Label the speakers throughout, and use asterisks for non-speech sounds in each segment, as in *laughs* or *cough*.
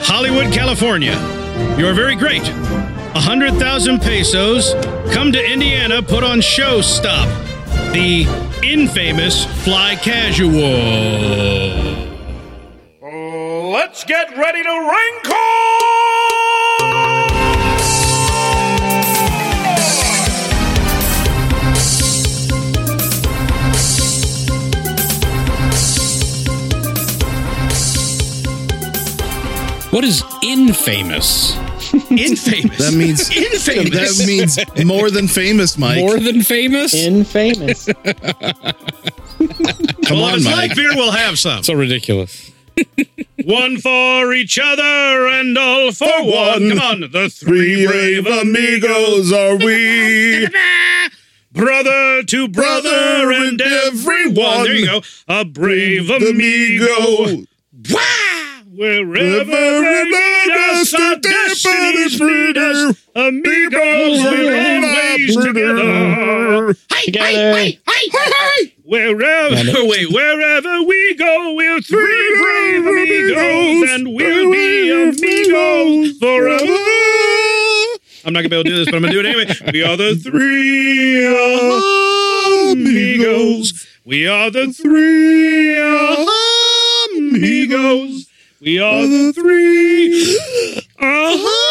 Speaker 1: Hollywood, California. You are very great. 100,000 pesos. Come to Indiana, put on show stop. The infamous Fly Casual.
Speaker 2: Let's get ready to wrinkle!
Speaker 1: What is infamous? *laughs* infamous.
Speaker 3: That means-
Speaker 1: infamous.
Speaker 3: That means more than famous, Mike.
Speaker 4: More than famous?
Speaker 5: In famous.
Speaker 3: Come
Speaker 1: well, if
Speaker 3: on,
Speaker 1: it's
Speaker 3: Mike.
Speaker 1: like beer, we'll have some.
Speaker 4: so ridiculous.
Speaker 1: *laughs* one for each other and all for, one.
Speaker 3: one.
Speaker 1: Come on, the three brave amigos.
Speaker 3: are we?
Speaker 1: Brother to brother and everyone. There you go. A brave amigo. Wow! Wherever they lead us, our destinies lead us. Amigos, we're always together.
Speaker 5: Together.
Speaker 1: Wherever, wait, wherever we go, we're three brave amigos, and we'll be amigos forever. I'm not gonna be able to do this, but I'm gonna do it anyway. We are the three amigos. We are the three amigos. We are the three. Uh-huh.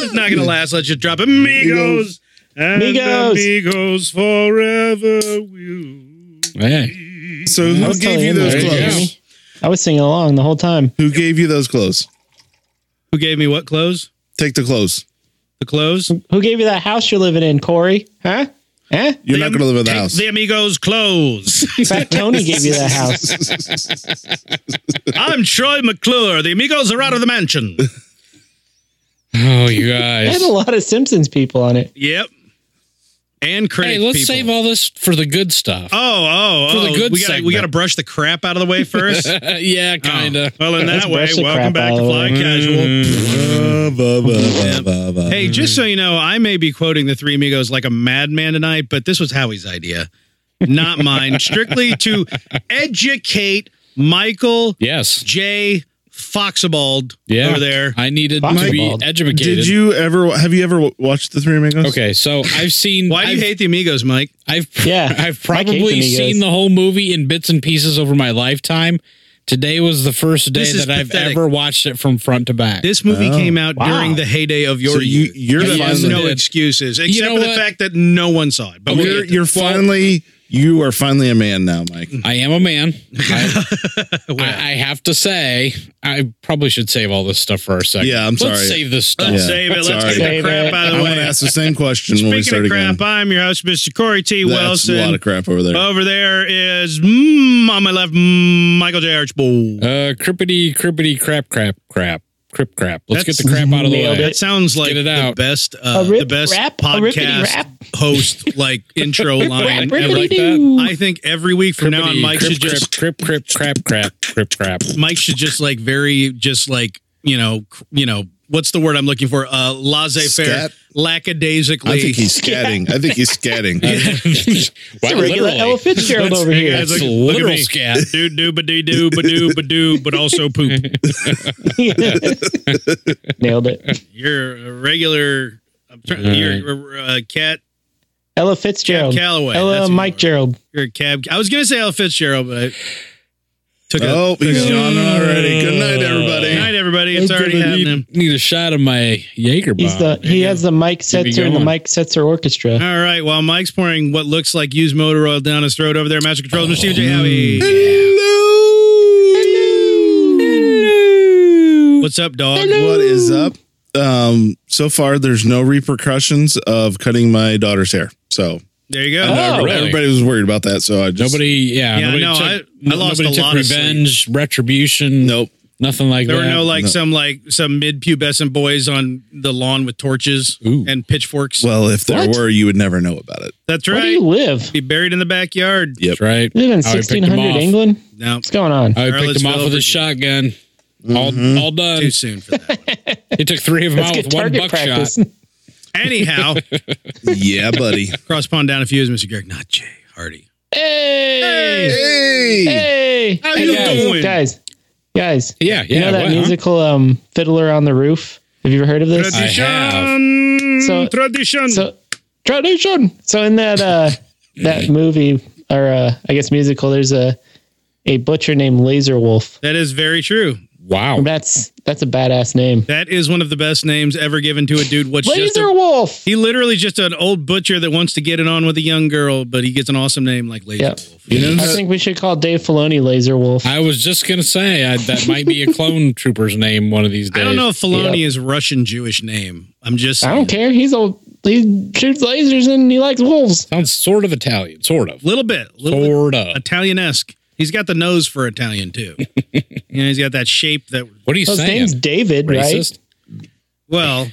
Speaker 1: It's not gonna last. Let's just drop it. Amigos. And
Speaker 5: Amigos.
Speaker 1: amigos forever. We'll
Speaker 4: Man.
Speaker 3: So
Speaker 5: I
Speaker 3: who
Speaker 5: was
Speaker 3: gave
Speaker 5: totally
Speaker 3: you
Speaker 5: in
Speaker 3: those
Speaker 5: there.
Speaker 4: There you
Speaker 3: clothes?
Speaker 5: *laughs* I was singing along the whole time.
Speaker 3: Who gave you those clothes?
Speaker 1: Who gave me what clothes?
Speaker 3: Take the clothes.
Speaker 1: The clothes?
Speaker 5: Who gave you that house you're living in, Corey? Huh?
Speaker 4: *laughs*
Speaker 5: Huh?
Speaker 3: You're
Speaker 1: The
Speaker 3: not going to live in the
Speaker 1: Take
Speaker 3: house.
Speaker 1: The amigos
Speaker 3: *laughs*
Speaker 1: clothes.
Speaker 5: Fat Tony gave you that house.
Speaker 1: I'm Troy McClure. The amigos are out of the mansion. *laughs*
Speaker 4: Oh, you
Speaker 5: It
Speaker 4: guys.
Speaker 5: had a lot of Simpsons people on it.
Speaker 1: Yep. And critic
Speaker 4: Hey, let's
Speaker 1: people.
Speaker 4: save all this for the good stuff.
Speaker 1: Oh, oh,
Speaker 4: For the
Speaker 1: oh.
Speaker 4: good
Speaker 1: we gotta we
Speaker 4: segment.
Speaker 1: gotta brush the crap out of the way
Speaker 4: *laughs*
Speaker 1: first.
Speaker 4: yeah, kind
Speaker 1: Oh.
Speaker 4: of.
Speaker 1: Well, in
Speaker 5: Let's
Speaker 1: that way,
Speaker 5: brush the
Speaker 1: welcome
Speaker 5: crap out
Speaker 1: back
Speaker 5: of
Speaker 1: to
Speaker 5: the
Speaker 1: Fly
Speaker 5: way. Mm-hmm.
Speaker 1: Casual.
Speaker 3: Hey,
Speaker 1: Hey, just so you know, I may be quoting the Three Amigos like a madman tonight, but this was Howie's idea,
Speaker 5: *laughs*
Speaker 1: not mine. Strictly to educate Michael
Speaker 4: Yes.
Speaker 1: J. Foxabald
Speaker 4: Yeah.
Speaker 1: over there.
Speaker 4: I needed to be
Speaker 5: Foxball.
Speaker 4: educated.
Speaker 3: did you ever have you ever watched the Three Amigos?
Speaker 4: Okay, so I've seen.
Speaker 1: Why do
Speaker 4: I've,
Speaker 1: you hate the Amigos, Mike?
Speaker 4: I've
Speaker 5: Yeah,
Speaker 4: *laughs* I've
Speaker 5: Mike hates
Speaker 4: probably
Speaker 5: Amigos.
Speaker 4: seen the whole movie in bits and pieces over my lifetime. Today was the first day
Speaker 1: This is
Speaker 4: that I've
Speaker 1: pathetic.
Speaker 4: ever watched it from front to back.
Speaker 1: This movie came out
Speaker 5: Oh, wow.
Speaker 1: during the heyday of your
Speaker 3: So you
Speaker 1: youth.
Speaker 3: you're
Speaker 4: Yeah,
Speaker 1: There's
Speaker 4: finally
Speaker 1: no
Speaker 4: did.
Speaker 1: excuses except
Speaker 4: know
Speaker 1: for the
Speaker 4: what?
Speaker 1: fact that no one saw it. But we'll
Speaker 3: you're
Speaker 1: get to
Speaker 3: you're finally you are finally a man now, Mike.
Speaker 4: I am a
Speaker 1: *laughs*
Speaker 4: man. I,
Speaker 1: that.
Speaker 4: I, I have to say, I probably should save all this stuff for our second.
Speaker 3: Yeah, I'm
Speaker 4: Let's
Speaker 3: sorry.
Speaker 4: save this stuff.
Speaker 1: Let's
Speaker 3: Yeah.
Speaker 1: save it. Let's
Speaker 3: Sorry.
Speaker 1: get the
Speaker 5: Save
Speaker 1: crap
Speaker 5: it.
Speaker 1: out of
Speaker 3: I
Speaker 1: the
Speaker 3: want to
Speaker 1: way.
Speaker 3: ask the same question when we
Speaker 1: Speaking
Speaker 3: start
Speaker 1: of
Speaker 3: again.
Speaker 1: crap, I'm your host, Mr. Corey T.
Speaker 3: That's a lot
Speaker 1: Wilson.
Speaker 3: of crap over there.
Speaker 1: Over there is mm, on my left, mm, Michael J. Archibald.
Speaker 4: Uh, crippity, crippity, crap, crap, crap, crip, crap. Let's
Speaker 1: That's-
Speaker 4: get the crap out of the
Speaker 5: Nailed
Speaker 4: way.
Speaker 1: that sounds like
Speaker 4: it
Speaker 1: the
Speaker 4: out.
Speaker 1: best, uh,
Speaker 5: A rip
Speaker 1: the best
Speaker 5: rap, a rippity
Speaker 1: podcast
Speaker 5: rap.
Speaker 1: host
Speaker 5: *laughs*
Speaker 1: like intro line.
Speaker 4: rippity
Speaker 1: ever.
Speaker 4: like
Speaker 5: Rippity-doo.
Speaker 1: I think every week from now on,
Speaker 4: Crippity,
Speaker 1: Mike
Speaker 4: crip,
Speaker 1: should just
Speaker 4: crip, crip, crip, crap, crap, crip,
Speaker 1: *laughs*
Speaker 4: crap.
Speaker 1: Mike should just like very just like you know cr- you know what's the word I'm looking for? Uh, laissez faire,
Speaker 3: Scat?
Speaker 1: lackadaisically.
Speaker 3: I think he's scatting. I think he's
Speaker 1: *laughs*
Speaker 3: scatting.
Speaker 4: Why,
Speaker 5: It's a regular
Speaker 4: literally?
Speaker 5: Ella Fitzgerald over
Speaker 1: Hey,
Speaker 5: here.
Speaker 1: guys,
Speaker 5: *laughs*
Speaker 4: That's
Speaker 1: look-
Speaker 4: a
Speaker 1: look at
Speaker 4: literal
Speaker 1: me.
Speaker 4: scat.
Speaker 1: do do ba dee do ba do ba do, but also poop.
Speaker 5: Nailed it.
Speaker 1: You're a regular. I'm trying,
Speaker 4: All
Speaker 1: You're a, a cat.
Speaker 5: Ella
Speaker 1: Cab
Speaker 5: Fitzgerald.
Speaker 1: Calloway.
Speaker 5: Ella
Speaker 1: That's who
Speaker 5: Mike
Speaker 1: you are.
Speaker 5: Gerald.
Speaker 1: You're a cab. I was gonna say Ella Fitzgerald, but I took a
Speaker 3: oh,
Speaker 1: took
Speaker 3: he's
Speaker 1: a-
Speaker 3: yawning already. Good night, everybody.
Speaker 1: Good night, everybody. It's
Speaker 4: Hey,
Speaker 1: already
Speaker 4: Dylan,
Speaker 1: happening.
Speaker 4: Need, need a shot of my Jaeger bomb.
Speaker 5: He's the he has the Mike
Speaker 4: Keep it
Speaker 5: Setzer and the
Speaker 4: going.
Speaker 5: Mike Setzer Orchestra.
Speaker 1: All right. While Mike's pouring what looks like used motor oil down his throat over there, Master Controls, Mr. Stephen J.
Speaker 4: Oh.
Speaker 1: Howie. What's up, dog?
Speaker 3: What is up? Um, so far, there's no repercussions of cutting my daughter's hair. So
Speaker 1: There you go.
Speaker 3: I know everybody,
Speaker 4: Oh, really?
Speaker 3: everybody was worried about that. So I just
Speaker 4: Nobody, yeah,
Speaker 1: Yeah,
Speaker 4: nobody
Speaker 1: no, I-
Speaker 4: took,
Speaker 1: I lost
Speaker 4: nobody
Speaker 1: a
Speaker 4: took
Speaker 1: lot of sleep.
Speaker 4: revenge, retribution,
Speaker 3: Nope.
Speaker 4: nothing like
Speaker 1: There
Speaker 4: that.
Speaker 1: were no like
Speaker 3: no.
Speaker 1: some like some mid pubescent boys on the lawn with torches
Speaker 4: Ooh.
Speaker 1: and pitchforks.
Speaker 3: Well, if there
Speaker 5: What?
Speaker 3: were, you would never know about it.
Speaker 1: That's
Speaker 5: Where do
Speaker 1: right.
Speaker 5: you live?
Speaker 1: Be buried in the backyard.
Speaker 3: Yep.
Speaker 4: That's right.
Speaker 5: You live in
Speaker 4: How I picked them
Speaker 5: sixteen hundred
Speaker 4: off.
Speaker 5: England?
Speaker 1: No,
Speaker 5: What's going on?
Speaker 4: I
Speaker 1: Or
Speaker 4: picked
Speaker 1: let's
Speaker 4: him off
Speaker 1: go Mm-hmm.
Speaker 4: with
Speaker 1: over
Speaker 4: a shotgun. All, all done.
Speaker 1: too soon for
Speaker 5: *laughs*
Speaker 1: that. one.
Speaker 4: He took three of them
Speaker 5: Let's
Speaker 4: out
Speaker 5: get
Speaker 4: with one
Speaker 5: target
Speaker 4: buckshot.
Speaker 5: practice.
Speaker 1: Anyhow,
Speaker 3: yeah, buddy.
Speaker 1: *laughs* cross pond down a few is Mr. Greg, not Jay Hardy.
Speaker 5: Hey,
Speaker 3: Hey,
Speaker 5: hey,
Speaker 1: How you
Speaker 4: guys.
Speaker 1: doing?
Speaker 5: guys, guys.
Speaker 4: Yeah, yeah.
Speaker 5: you know that
Speaker 4: what, huh?
Speaker 5: musical um, "Fiddler on the Roof"? Have you ever heard of this?
Speaker 4: I have.
Speaker 1: Tradition.
Speaker 5: So-
Speaker 1: tradition.
Speaker 5: so tradition. So in that uh, that movie or uh, I guess musical, there's a a butcher named Laser Wolf.
Speaker 1: that is very true.
Speaker 4: Wow.
Speaker 5: That's that's a badass name.
Speaker 1: That is one of the best names ever given to a dude. What's just
Speaker 5: Laser
Speaker 1: a,
Speaker 5: Wolf.
Speaker 1: he literally just an old butcher that wants to get it on with a young girl, but he gets an awesome name like Laser
Speaker 5: Yep.
Speaker 1: Wolf.
Speaker 3: you know
Speaker 5: I think we should call Dave Filoni Laser Wolf.
Speaker 4: I was just gonna say I, that might be
Speaker 1: *laughs*
Speaker 4: a clone trooper's name one of these days.
Speaker 1: I don't know if Filoni is Russian Jewish name. I'm just
Speaker 5: I don't care. He's old. He shoots lasers and he likes wolves.
Speaker 4: Sounds sort of Italian, sort of,
Speaker 1: little bit, little bit
Speaker 4: sort of.
Speaker 1: Italian-esque. He's got the nose for Italian too. you know, he's got that shape that
Speaker 4: What are you
Speaker 5: Well, his
Speaker 4: saying?
Speaker 5: name's David,
Speaker 4: Racist,
Speaker 1: well,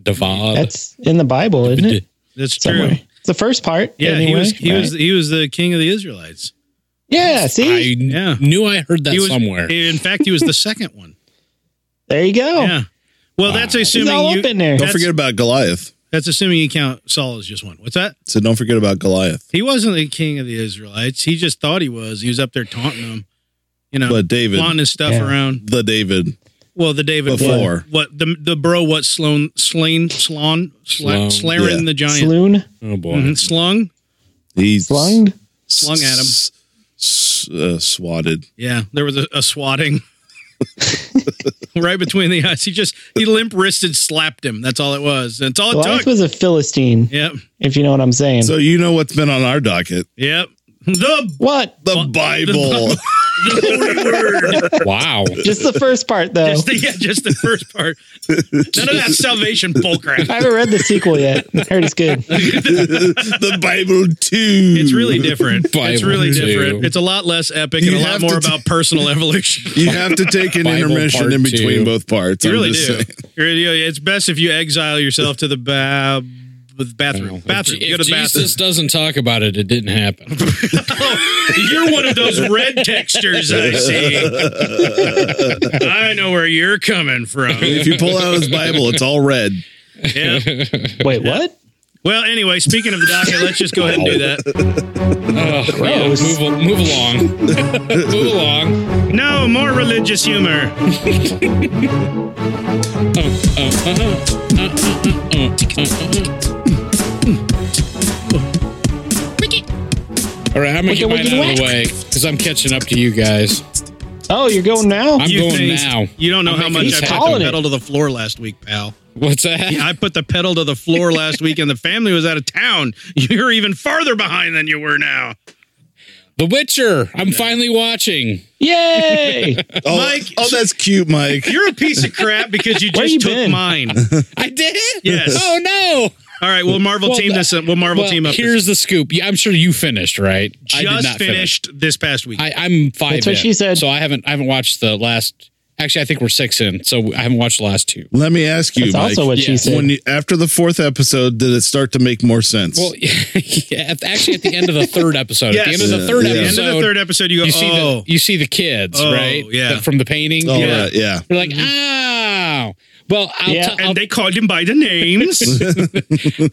Speaker 4: Devad.
Speaker 5: right? That's in the Bible, isn't it?
Speaker 1: that's
Speaker 5: Somewhere.
Speaker 1: true.
Speaker 5: It's the first part.
Speaker 1: Yeah, he
Speaker 5: anyway,
Speaker 1: was he was
Speaker 5: right?
Speaker 1: he was the king of the Israelites.
Speaker 5: Yeah,
Speaker 4: I
Speaker 5: see,
Speaker 1: Yeah.
Speaker 4: knew I heard that
Speaker 1: He was
Speaker 4: somewhere.
Speaker 1: In fact, he was the second one.
Speaker 5: there you go.
Speaker 1: Yeah. Well, that's
Speaker 5: He's
Speaker 1: assuming
Speaker 5: all
Speaker 1: you
Speaker 5: up in there.
Speaker 3: Don't forget about Goliath.
Speaker 1: that's assuming you count Saul as just one. What's that?
Speaker 3: So don't forget about Goliath.
Speaker 1: He wasn't the king of the Israelites. He just thought he was. He was up there taunting them, you know,
Speaker 3: But David,
Speaker 1: flaunting his stuff
Speaker 5: Yeah.
Speaker 1: around.
Speaker 3: the David,
Speaker 1: Well, the David
Speaker 3: Before.
Speaker 1: what, what the the bro what Sloan slain slon sla,
Speaker 4: Sloan,
Speaker 1: slarin
Speaker 3: yeah.
Speaker 1: the giant
Speaker 5: Sloon,
Speaker 4: oh boy.
Speaker 1: Mhm, slung
Speaker 3: he's
Speaker 5: slung.
Speaker 1: slung at him.
Speaker 3: s- s- uh, swatted.
Speaker 1: Yeah, there was a, a swatting *laughs* right between the eyes. He just he limp wristed slapped him. That's all it was. That's all it
Speaker 5: Goliath
Speaker 1: took.
Speaker 5: was a Philistine,
Speaker 1: Yep,
Speaker 5: if you know what I'm saying.
Speaker 3: So you know what's been on our docket?
Speaker 1: yep. The
Speaker 5: what?
Speaker 3: The Bible.
Speaker 4: *laughs* Wow.
Speaker 1: *laughs*
Speaker 5: Just the first part, though.
Speaker 1: Just the, yeah, just the first part. None of that salvation bullcrap.
Speaker 5: I haven't read the sequel yet. *laughs* I heard it's
Speaker 1: *laughs*
Speaker 3: *laughs*
Speaker 5: good.
Speaker 3: the Bible too.
Speaker 1: It's really different. it's
Speaker 4: Bible
Speaker 1: really
Speaker 4: too.
Speaker 1: different. It's a lot less epic
Speaker 3: You
Speaker 1: and a lot
Speaker 3: have
Speaker 1: more
Speaker 3: to
Speaker 1: about personal
Speaker 3: *laughs*
Speaker 1: evolution.
Speaker 3: You have to take an
Speaker 4: Bible
Speaker 3: intermission
Speaker 4: part
Speaker 3: in between
Speaker 4: two.
Speaker 3: both parts.
Speaker 1: You
Speaker 3: I'm
Speaker 1: really do.
Speaker 3: just saying.
Speaker 1: You really do. It's best if you exile yourself to the ba- with bathroom. Bathroom.
Speaker 4: If,
Speaker 1: Go to the bathroom.
Speaker 4: Jesus doesn't talk about it, it
Speaker 1: *laughs*
Speaker 4: didn't happen. Oh,
Speaker 1: You're one of those red textures I see. I know where you're coming
Speaker 4: *laughs*
Speaker 1: from.
Speaker 3: If you pull out his Bible, it's
Speaker 1: *laughs*
Speaker 3: all red.
Speaker 1: Yeah.
Speaker 5: Wait, what?
Speaker 1: Well, anyway, speaking of the docket, let's just go ahead and do that.
Speaker 4: Oh, yeah,
Speaker 5: Gross.
Speaker 4: move, al- move along. move along.
Speaker 1: No, more religious humor.
Speaker 4: All right, I'm gonna get
Speaker 5: Wicca,
Speaker 4: mine
Speaker 5: wicca,
Speaker 4: out of the way because I'm catching up to you guys.
Speaker 5: Oh, you're going now?
Speaker 4: I'm going
Speaker 1: think-
Speaker 4: now.
Speaker 1: You don't know
Speaker 4: I'm
Speaker 1: how
Speaker 4: making
Speaker 1: much I
Speaker 4: this
Speaker 1: put the
Speaker 5: happen.
Speaker 1: pedal to the floor last week, pal.
Speaker 4: What's that?
Speaker 1: I put the pedal to the floor last week, and the family was out of town. You're even farther behind than you were now.
Speaker 4: The Witcher. I'm finally watching.
Speaker 1: *laughs*
Speaker 5: Yay!
Speaker 3: Oh,
Speaker 1: Mike-
Speaker 3: oh, that's cute, Mike.
Speaker 1: You're a piece of crap because you
Speaker 5: Where
Speaker 1: just
Speaker 5: you
Speaker 1: took
Speaker 5: been?
Speaker 1: mine.
Speaker 4: I did.
Speaker 1: Yes.
Speaker 4: Oh no.
Speaker 1: All right, we'll Marvel
Speaker 4: Well,
Speaker 1: team
Speaker 4: the-
Speaker 1: this. We'll Marvel
Speaker 4: Well,
Speaker 1: team up. this.
Speaker 4: here's the scoop. Yeah, I'm sure you finished, right? I did
Speaker 1: Just
Speaker 4: not finish.
Speaker 1: finished this past week.
Speaker 4: I, I'm five.
Speaker 5: That's what
Speaker 4: in,
Speaker 5: she said.
Speaker 4: So I haven't I haven't watched the last. Actually, I think we're six in. So I haven't watched the last two.
Speaker 3: Let me ask you,
Speaker 5: That's
Speaker 3: Mike.
Speaker 5: also what she
Speaker 4: Yeah.
Speaker 5: said.
Speaker 3: when you, after the fourth episode, did it start to make more sense?
Speaker 4: Well, *laughs* yeah, at- actually, at the end of the third episode, at the
Speaker 1: Yes.
Speaker 4: end of the third
Speaker 3: Yeah.
Speaker 1: At the end
Speaker 4: episode,
Speaker 1: of the third episode, you go,
Speaker 4: you see
Speaker 1: oh,
Speaker 4: the you see the kids,
Speaker 1: Oh,
Speaker 4: right?
Speaker 1: yeah.
Speaker 4: The- from the painting.
Speaker 3: All
Speaker 1: yeah.
Speaker 3: right, yeah.
Speaker 4: You're like, oh. Well, I'll
Speaker 5: Yeah.
Speaker 4: tell-
Speaker 1: and
Speaker 4: I'll-
Speaker 1: they called him by the
Speaker 4: *laughs*
Speaker 1: names.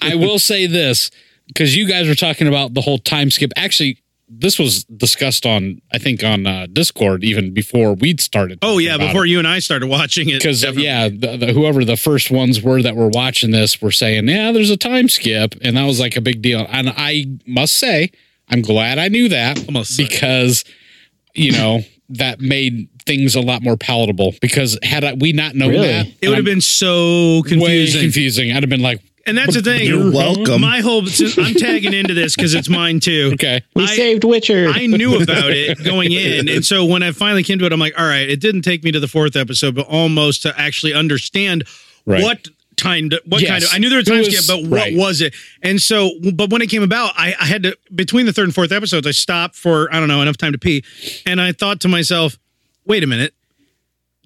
Speaker 4: I will say this because you guys were talking about the whole time skip. Actually, this was discussed on I think on uh, Discord even before we'd started.
Speaker 1: oh yeah, before you and I started watching it.
Speaker 4: because
Speaker 1: Definitely.
Speaker 4: yeah, the, the, whoever the first ones were that were watching this were saying, yeah, there's a time skip, and that was like a big deal. And I must say, I'm glad I knew that
Speaker 1: Almost sorry.
Speaker 4: because you know that made things a lot more palatable. Because had I, we not known
Speaker 5: Really?
Speaker 4: that,
Speaker 1: it would have been so
Speaker 4: I'm way
Speaker 1: confusing.
Speaker 4: confusing. I'd have been like,
Speaker 1: and that's the thing.
Speaker 3: You're welcome.
Speaker 1: My whole since I'm tagging into this because it's mine too.
Speaker 4: *laughs* okay,
Speaker 5: we
Speaker 1: I-
Speaker 5: saved Witcher.
Speaker 1: I knew about it going in. And so when I finally came to it, I'm like, all right, it didn't take me to the fourth episode, but almost to actually understand
Speaker 4: Right.
Speaker 1: what time what
Speaker 4: Yes.
Speaker 1: kind of I knew there was
Speaker 4: It
Speaker 1: time
Speaker 4: was-
Speaker 1: skip, but what
Speaker 4: right.
Speaker 1: was it? And so but when it came about, I, I had to between the third and fourth episodes, I stopped for I don't know, enough time to pee. And I thought to myself, wait a minute.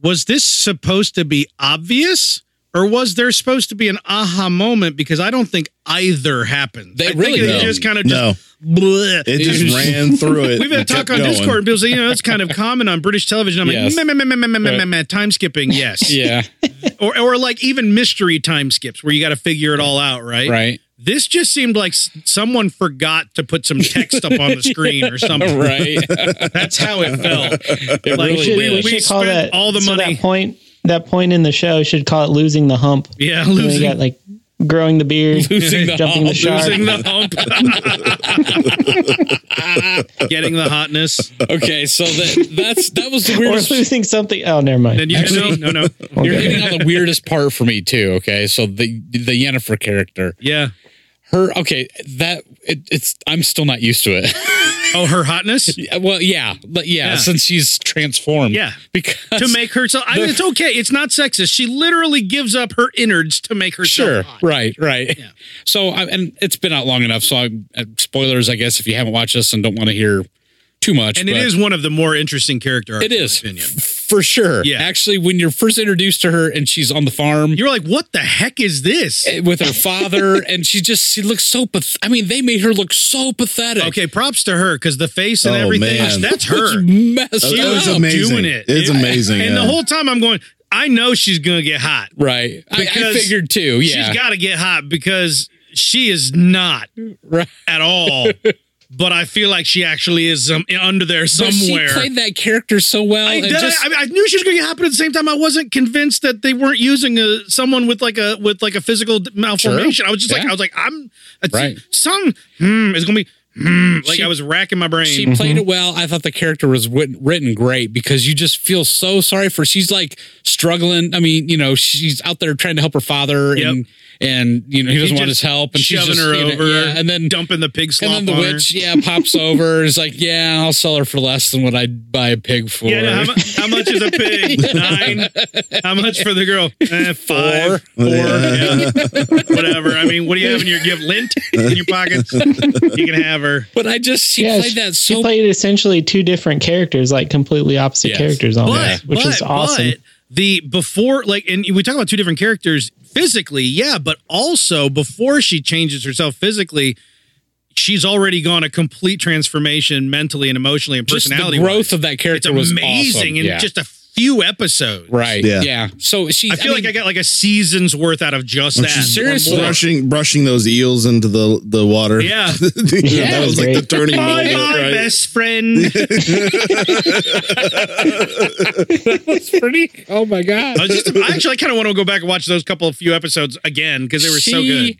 Speaker 1: Was this supposed to be obvious? Or was there supposed to be an aha moment? Because I don't think either happened.
Speaker 4: They
Speaker 1: I think
Speaker 4: really
Speaker 1: it
Speaker 4: don't.
Speaker 1: just kind of
Speaker 3: No,
Speaker 1: just bleh.
Speaker 3: it
Speaker 4: It
Speaker 3: just
Speaker 4: was-
Speaker 3: ran through it.
Speaker 1: *laughs* We've had
Speaker 3: and kept
Speaker 1: talk on
Speaker 3: going.
Speaker 1: Discord. People say, you know, it's kind of common on British television. I'm
Speaker 4: Yes.
Speaker 1: like, meh, meh, meh, meh, meh, meh,
Speaker 4: Right.
Speaker 1: meh, meh, time
Speaker 4: *laughs*
Speaker 1: skipping, yes.
Speaker 4: yeah,
Speaker 1: *laughs* Or, or like even mystery time skips where you got to figure it all out, right?
Speaker 4: right.
Speaker 1: This just seemed like s- someone forgot to put some text up on the screen or something.
Speaker 4: *laughs* right.
Speaker 1: That's how it felt.
Speaker 4: *laughs* It
Speaker 1: Like,
Speaker 5: We
Speaker 4: really
Speaker 5: should,
Speaker 1: we-
Speaker 5: we
Speaker 4: is.
Speaker 1: we
Speaker 5: should call
Speaker 1: spent
Speaker 5: that
Speaker 1: all the
Speaker 5: so
Speaker 1: money.
Speaker 5: That point, that point in the show should call it losing the hump.
Speaker 1: Yeah,
Speaker 5: And then we
Speaker 1: losing,
Speaker 5: got
Speaker 1: *laughs*
Speaker 5: like growing the beard,
Speaker 4: Losing the
Speaker 5: jumping the
Speaker 4: hump.
Speaker 5: shark.
Speaker 1: losing the hump, *laughs* getting the hotness.
Speaker 4: okay, so that that's that was the
Speaker 5: or
Speaker 4: weirdest.
Speaker 1: *laughs*
Speaker 5: losing something. Oh, never mind.
Speaker 1: Then you no, no,
Speaker 5: *laughs*
Speaker 1: no.
Speaker 4: You're hitting on the weirdest part for me too. Okay, so the the Yennefer character,
Speaker 1: Yeah.
Speaker 4: her. Okay, that it, it's. I'm still not used to it. *laughs*
Speaker 1: Oh, her hotness to
Speaker 4: Yeah, well, yeah, but yeah,
Speaker 1: Yeah.
Speaker 4: since she's transformed,
Speaker 1: Yeah.
Speaker 4: because
Speaker 1: make herself. I mean, it's okay. It's not sexist. She literally gives up her innards to make herself.
Speaker 4: *laughs* sure,
Speaker 1: hot.
Speaker 4: right, right.
Speaker 1: Yeah.
Speaker 4: So, I, and it's been out long enough. So, I'm uh, spoilers, I guess, if you haven't watched this and don't want to hear too much,
Speaker 1: And it
Speaker 4: but-
Speaker 1: is one of the more interesting character arcs.
Speaker 4: It
Speaker 1: in my
Speaker 4: is.
Speaker 1: Opinion.
Speaker 4: for sure.
Speaker 1: Yeah.
Speaker 4: actually, when you're first introduced to her and she's on the farm,
Speaker 1: You're like, what the heck is this?
Speaker 4: with
Speaker 1: *laughs*
Speaker 4: her father, and she just she looks so. Path- I mean, they made her look so pathetic.
Speaker 1: Okay, props to her because the face and
Speaker 3: Oh,
Speaker 1: everything.
Speaker 3: man.
Speaker 4: *laughs*
Speaker 1: That's
Speaker 4: It's
Speaker 1: her.
Speaker 4: messed
Speaker 3: That
Speaker 4: up.
Speaker 3: was
Speaker 1: up
Speaker 3: amazing.
Speaker 1: doing it.
Speaker 3: It's
Speaker 1: Yeah.
Speaker 3: amazing.
Speaker 1: And the
Speaker 3: yeah.
Speaker 1: whole time I'm going, I know she's gonna get hot.
Speaker 4: Right, I, I
Speaker 1: Because
Speaker 4: figured too. Yeah,
Speaker 1: She's got to get hot because she is not
Speaker 4: right.
Speaker 1: at
Speaker 4: *laughs*
Speaker 1: all. but I feel like she actually is um, under there
Speaker 4: But
Speaker 1: somewhere.
Speaker 4: she played that character so well.
Speaker 1: I,
Speaker 4: and
Speaker 1: did,
Speaker 4: just-
Speaker 1: I, I knew she was going to happen at the same time. I wasn't convinced that they weren't using a someone with like a with like a physical d- malformation. I was just like,
Speaker 4: Yeah.
Speaker 1: I was like, I'm it's-
Speaker 4: Right.
Speaker 1: Some hmm, it's going to be hmm, like
Speaker 4: She-
Speaker 1: I was racking my brain.
Speaker 4: She played it well. I thought the character was writ- written great because you just feel so sorry for. She's like struggling. I mean, you know, she's out there trying to help her father, and and you know he doesn't want his
Speaker 1: just
Speaker 4: help, and she's
Speaker 1: shoving
Speaker 4: just,
Speaker 1: her
Speaker 4: you know,
Speaker 1: over,
Speaker 4: yeah, and then
Speaker 1: dumping the pig slop
Speaker 4: and then the
Speaker 1: on her.
Speaker 4: witch, yeah,
Speaker 1: *laughs*
Speaker 4: pops over. Is like, yeah, I'll sell her for less than what I'd buy a pig for.
Speaker 1: Yeah, no, how, mu- how much
Speaker 4: *laughs*
Speaker 1: is a pig? Nine. How much for the girl? Eh, five. Four.
Speaker 3: Yeah.
Speaker 1: yeah. Whatever. I mean, what do you have in your? You have lint in your pockets. You can have her.
Speaker 4: but I just she
Speaker 5: Yeah,
Speaker 4: played that
Speaker 5: she
Speaker 4: so
Speaker 5: played essentially two different characters, like completely opposite
Speaker 4: Yes.
Speaker 5: characters almost,
Speaker 1: But
Speaker 5: which
Speaker 1: but,
Speaker 5: is awesome.
Speaker 1: but the before like and we talk about two different characters physically, yeah, but also before she changes herself physically. She's already gone a complete transformation mentally and emotionally and
Speaker 4: just the
Speaker 1: personality.
Speaker 4: growth of that
Speaker 1: it's
Speaker 4: character was
Speaker 1: amazing
Speaker 4: awesome.
Speaker 1: in
Speaker 4: yeah.
Speaker 1: just a few episodes.
Speaker 4: right.
Speaker 3: Yeah.
Speaker 4: Yeah. So she.
Speaker 1: I feel like I got like a season's worth out of just that.
Speaker 4: seriously-
Speaker 1: Or more.
Speaker 3: brushing brushing those eels into the the water.
Speaker 4: *laughs*
Speaker 1: Yeah.
Speaker 5: *laughs*
Speaker 3: that was like the
Speaker 5: Great.
Speaker 3: turning
Speaker 1: Bye,
Speaker 3: moment.
Speaker 1: my
Speaker 3: right?
Speaker 1: best friend.
Speaker 4: got *laughs* pretty. Oh my god.
Speaker 1: I was just, I actually kind of want to go back and watch those couple of few episodes again because they were so good.
Speaker 4: She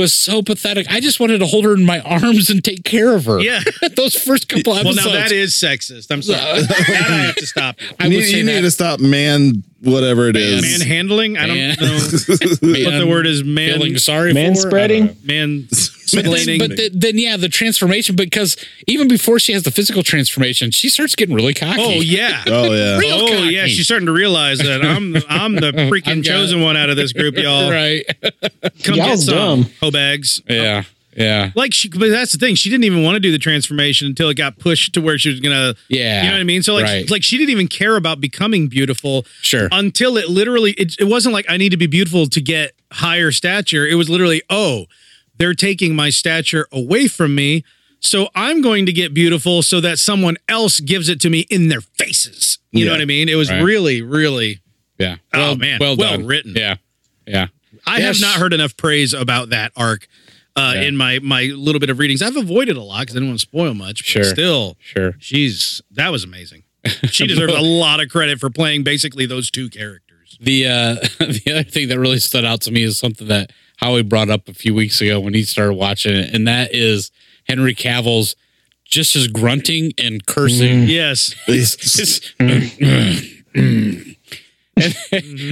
Speaker 4: Was so pathetic. I just wanted to hold her in my arms and take care of her.
Speaker 1: Yeah.
Speaker 4: *laughs* Those first couple
Speaker 1: Well,
Speaker 4: episodes.
Speaker 1: now that is sexist. I'm *laughs* sorry. that I have to stop.
Speaker 4: I
Speaker 3: You,
Speaker 4: would
Speaker 3: need,
Speaker 4: say
Speaker 3: you need
Speaker 4: that.
Speaker 3: to stop man whatever it is.
Speaker 1: Manhandling? I don't
Speaker 4: Man-
Speaker 1: know what the word is. Man,
Speaker 4: feeling sorry
Speaker 5: Man
Speaker 4: for her. I
Speaker 5: spreading?
Speaker 4: don't know.
Speaker 1: man,
Speaker 4: But, then,
Speaker 1: splaining.
Speaker 4: but the, then, yeah, the transformation because even before she has the physical transformation, she starts getting really cocky.
Speaker 1: oh yeah.
Speaker 3: *laughs*
Speaker 1: *laughs*
Speaker 3: Oh yeah.
Speaker 4: *laughs* Real
Speaker 1: Oh
Speaker 4: cocky.
Speaker 1: yeah, she's starting to realize that I'm I'm
Speaker 4: *laughs*
Speaker 1: the
Speaker 4: I've
Speaker 1: freaking
Speaker 4: got
Speaker 1: chosen one out of this group, y'all. *laughs*
Speaker 4: right.
Speaker 1: Come get
Speaker 5: Y'all's
Speaker 1: some
Speaker 5: dumb.
Speaker 1: ho bags.
Speaker 4: Yeah, yeah,
Speaker 1: Like she, but that's the thing. She didn't even want to do the transformation until it got pushed to where she was gonna.
Speaker 4: Yeah.
Speaker 1: you know what I mean. So like,
Speaker 4: Right.
Speaker 1: like she didn't even care about becoming beautiful.
Speaker 4: sure.
Speaker 1: until it literally it, it wasn't like i need to be beautiful to get higher stature it was literally oh they're taking my stature away from me so i'm going to get beautiful so that someone else gives it to me in their faces you know
Speaker 3: Yeah.
Speaker 1: what i mean it was
Speaker 4: Right.
Speaker 1: really really
Speaker 4: yeah.
Speaker 1: Oh, man. Well written.
Speaker 4: Yeah, yeah.
Speaker 1: i have
Speaker 4: Yes.
Speaker 1: not heard enough praise about that arc uh,
Speaker 4: Yeah.
Speaker 1: in my my little bit of readings i've avoided a lot because i didn't want to spoil much but
Speaker 4: Sure.
Speaker 1: still
Speaker 4: Sure.
Speaker 1: she's that was amazing
Speaker 4: *laughs*
Speaker 1: she deserves a lot of credit for playing basically those two characters
Speaker 4: The uh, *laughs* the other thing that really stood out to me is something that Howie brought up a few weeks ago when he started watching it, and that is Henry Cavill's just his grunting and cursing.
Speaker 1: yes
Speaker 3: Mm.
Speaker 4: *laughs* It's- and,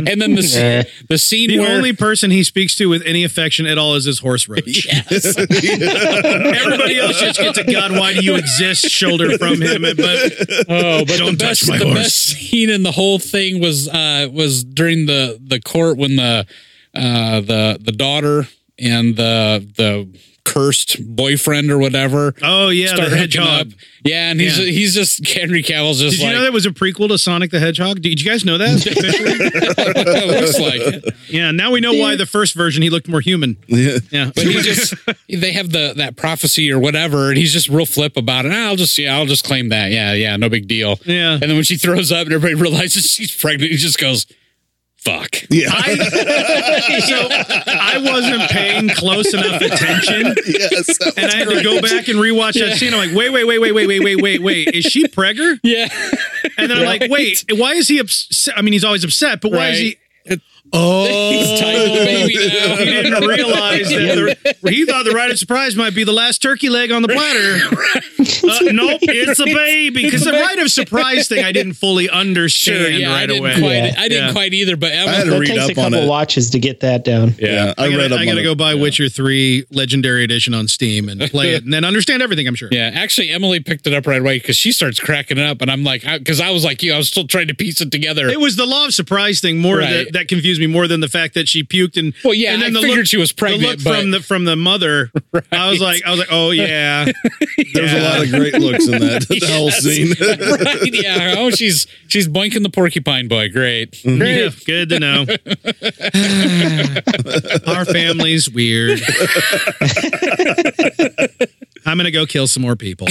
Speaker 4: and then the s- the scene
Speaker 1: The
Speaker 4: where *laughs*
Speaker 1: only person he speaks to with any affection at all is his horse roach. Everybody else just gets a God, why do you exist shoulder from him? But
Speaker 4: Oh, but
Speaker 1: Don't
Speaker 4: the best,
Speaker 1: touch my
Speaker 4: the
Speaker 1: horse.
Speaker 4: best scene in the whole thing was uh, was during the the court when the uh, the the daughter and the the cursed boyfriend or whatever
Speaker 1: oh yeah, the
Speaker 4: start hooking up.
Speaker 1: hedgehog.
Speaker 4: Yeah, and he's
Speaker 1: Yeah.
Speaker 4: he's just Henry Cavill's just
Speaker 1: Did you
Speaker 4: like
Speaker 1: know that was a prequel to Sonic the Hedgehog? Did you guys know that?
Speaker 4: *laughs*
Speaker 1: Officially? *laughs*
Speaker 4: it looks like. it.
Speaker 1: yeah, now we know why the first version he looked more human.
Speaker 3: *laughs* Yeah.
Speaker 1: Yeah.
Speaker 4: But he just they have the that prophecy or whatever, and he's just real flip about it. "Ah, I'll just yeah, I'll just claim that. Yeah, yeah, no big deal.
Speaker 1: Yeah.
Speaker 4: *laughs* And then when she throws up and everybody realizes she's pregnant, he just goes, fuck.
Speaker 3: Yeah.
Speaker 1: I, *laughs* so I wasn't paying close enough attention.
Speaker 3: yes. that
Speaker 1: *laughs* And
Speaker 3: was
Speaker 1: I had to
Speaker 3: great.
Speaker 1: go back and rewatch that scene. I'm like, wait, wait, wait, wait, wait, wait, wait, wait, wait. Is she pregger?
Speaker 4: *laughs* Yeah.
Speaker 1: And then I'm like, wait, why is he upset? I mean, he's always upset, but why is he?
Speaker 4: He's
Speaker 1: Oh, *laughs*
Speaker 4: tiny little baby now.
Speaker 1: he didn't realize that the, he thought the right of surprise might be the last turkey leg on the
Speaker 4: *laughs*
Speaker 1: platter. Uh, nope, it's a baby. Because the right of surprise thing I didn't fully understand
Speaker 4: Sure, yeah, I
Speaker 1: right
Speaker 4: didn't
Speaker 1: away.
Speaker 4: quite.
Speaker 5: Yeah.
Speaker 4: I didn't
Speaker 1: Yeah.
Speaker 4: quite either. But Emma,
Speaker 3: I had to
Speaker 5: That
Speaker 3: read
Speaker 5: takes a
Speaker 3: up on
Speaker 5: couple
Speaker 3: it.
Speaker 5: watches to get that down.
Speaker 3: Yeah, I,
Speaker 1: I
Speaker 3: read
Speaker 1: gotta,
Speaker 3: up
Speaker 1: I
Speaker 3: on
Speaker 1: gotta
Speaker 3: it.
Speaker 1: go buy Witcher 3 Legendary Edition on Steam and play
Speaker 4: *laughs*
Speaker 1: it and then understand everything, I'm sure.
Speaker 4: Yeah, actually, Emily picked it up right away because she starts cracking up, and I'm like, because I was like you, I was still trying to piece it together.
Speaker 1: It was the law of surprise thing more
Speaker 4: Right.
Speaker 1: that, that confused me more than the fact that she puked and
Speaker 4: Well, yeah,
Speaker 1: and
Speaker 4: I figured she was
Speaker 1: The
Speaker 4: pregnant,
Speaker 1: look
Speaker 4: but-
Speaker 1: from the from the
Speaker 4: *laughs*
Speaker 1: mother, I was like, I was like, oh yeah,
Speaker 3: There's a lot of great looks
Speaker 1: *laughs*
Speaker 3: in that the whole
Speaker 4: Yes.
Speaker 3: scene. *laughs*
Speaker 4: *laughs* Right, yeah. Oh, she's she's boinking the porcupine boy. Great.
Speaker 3: Mm-hmm.
Speaker 1: Yeah, good to
Speaker 4: *laughs*
Speaker 1: know. Our family's weird.
Speaker 4: *laughs*
Speaker 1: I'm gonna go kill some more people.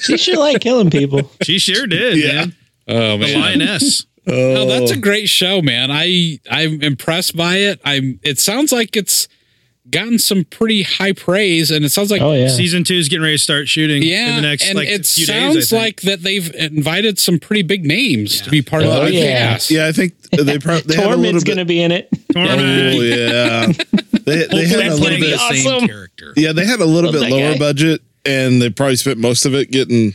Speaker 5: She should like killing people.
Speaker 1: She sure did,
Speaker 3: Yeah.
Speaker 1: man.
Speaker 4: Oh
Speaker 1: The
Speaker 4: man.
Speaker 1: lioness.
Speaker 4: Oh, that's a great show, man. I I'm impressed by it. I'm. It sounds like it's gotten some pretty high praise, and it sounds like
Speaker 5: Oh yeah.
Speaker 1: Season two is getting ready to start shooting.
Speaker 4: yeah.
Speaker 1: in the next
Speaker 4: and
Speaker 1: like
Speaker 4: it
Speaker 1: few
Speaker 4: sounds
Speaker 1: days, I think.
Speaker 4: like that they've invited some pretty big names to be part
Speaker 5: Oh,
Speaker 4: of the
Speaker 5: yeah.
Speaker 4: cast.
Speaker 3: yeah, I think they probably had a little
Speaker 5: Torment's
Speaker 3: bit.
Speaker 5: gonna be in it. *laughs*
Speaker 1: Torment.
Speaker 3: oh yeah,
Speaker 1: *laughs*
Speaker 3: they, they had
Speaker 1: Hopefully
Speaker 3: a little
Speaker 1: playing
Speaker 3: bit.
Speaker 1: the same
Speaker 5: Awesome.
Speaker 1: character.
Speaker 3: Yeah, they had a little
Speaker 5: Love
Speaker 3: bit
Speaker 5: that
Speaker 3: lower
Speaker 5: guy.
Speaker 3: budget, and they probably spent most of it getting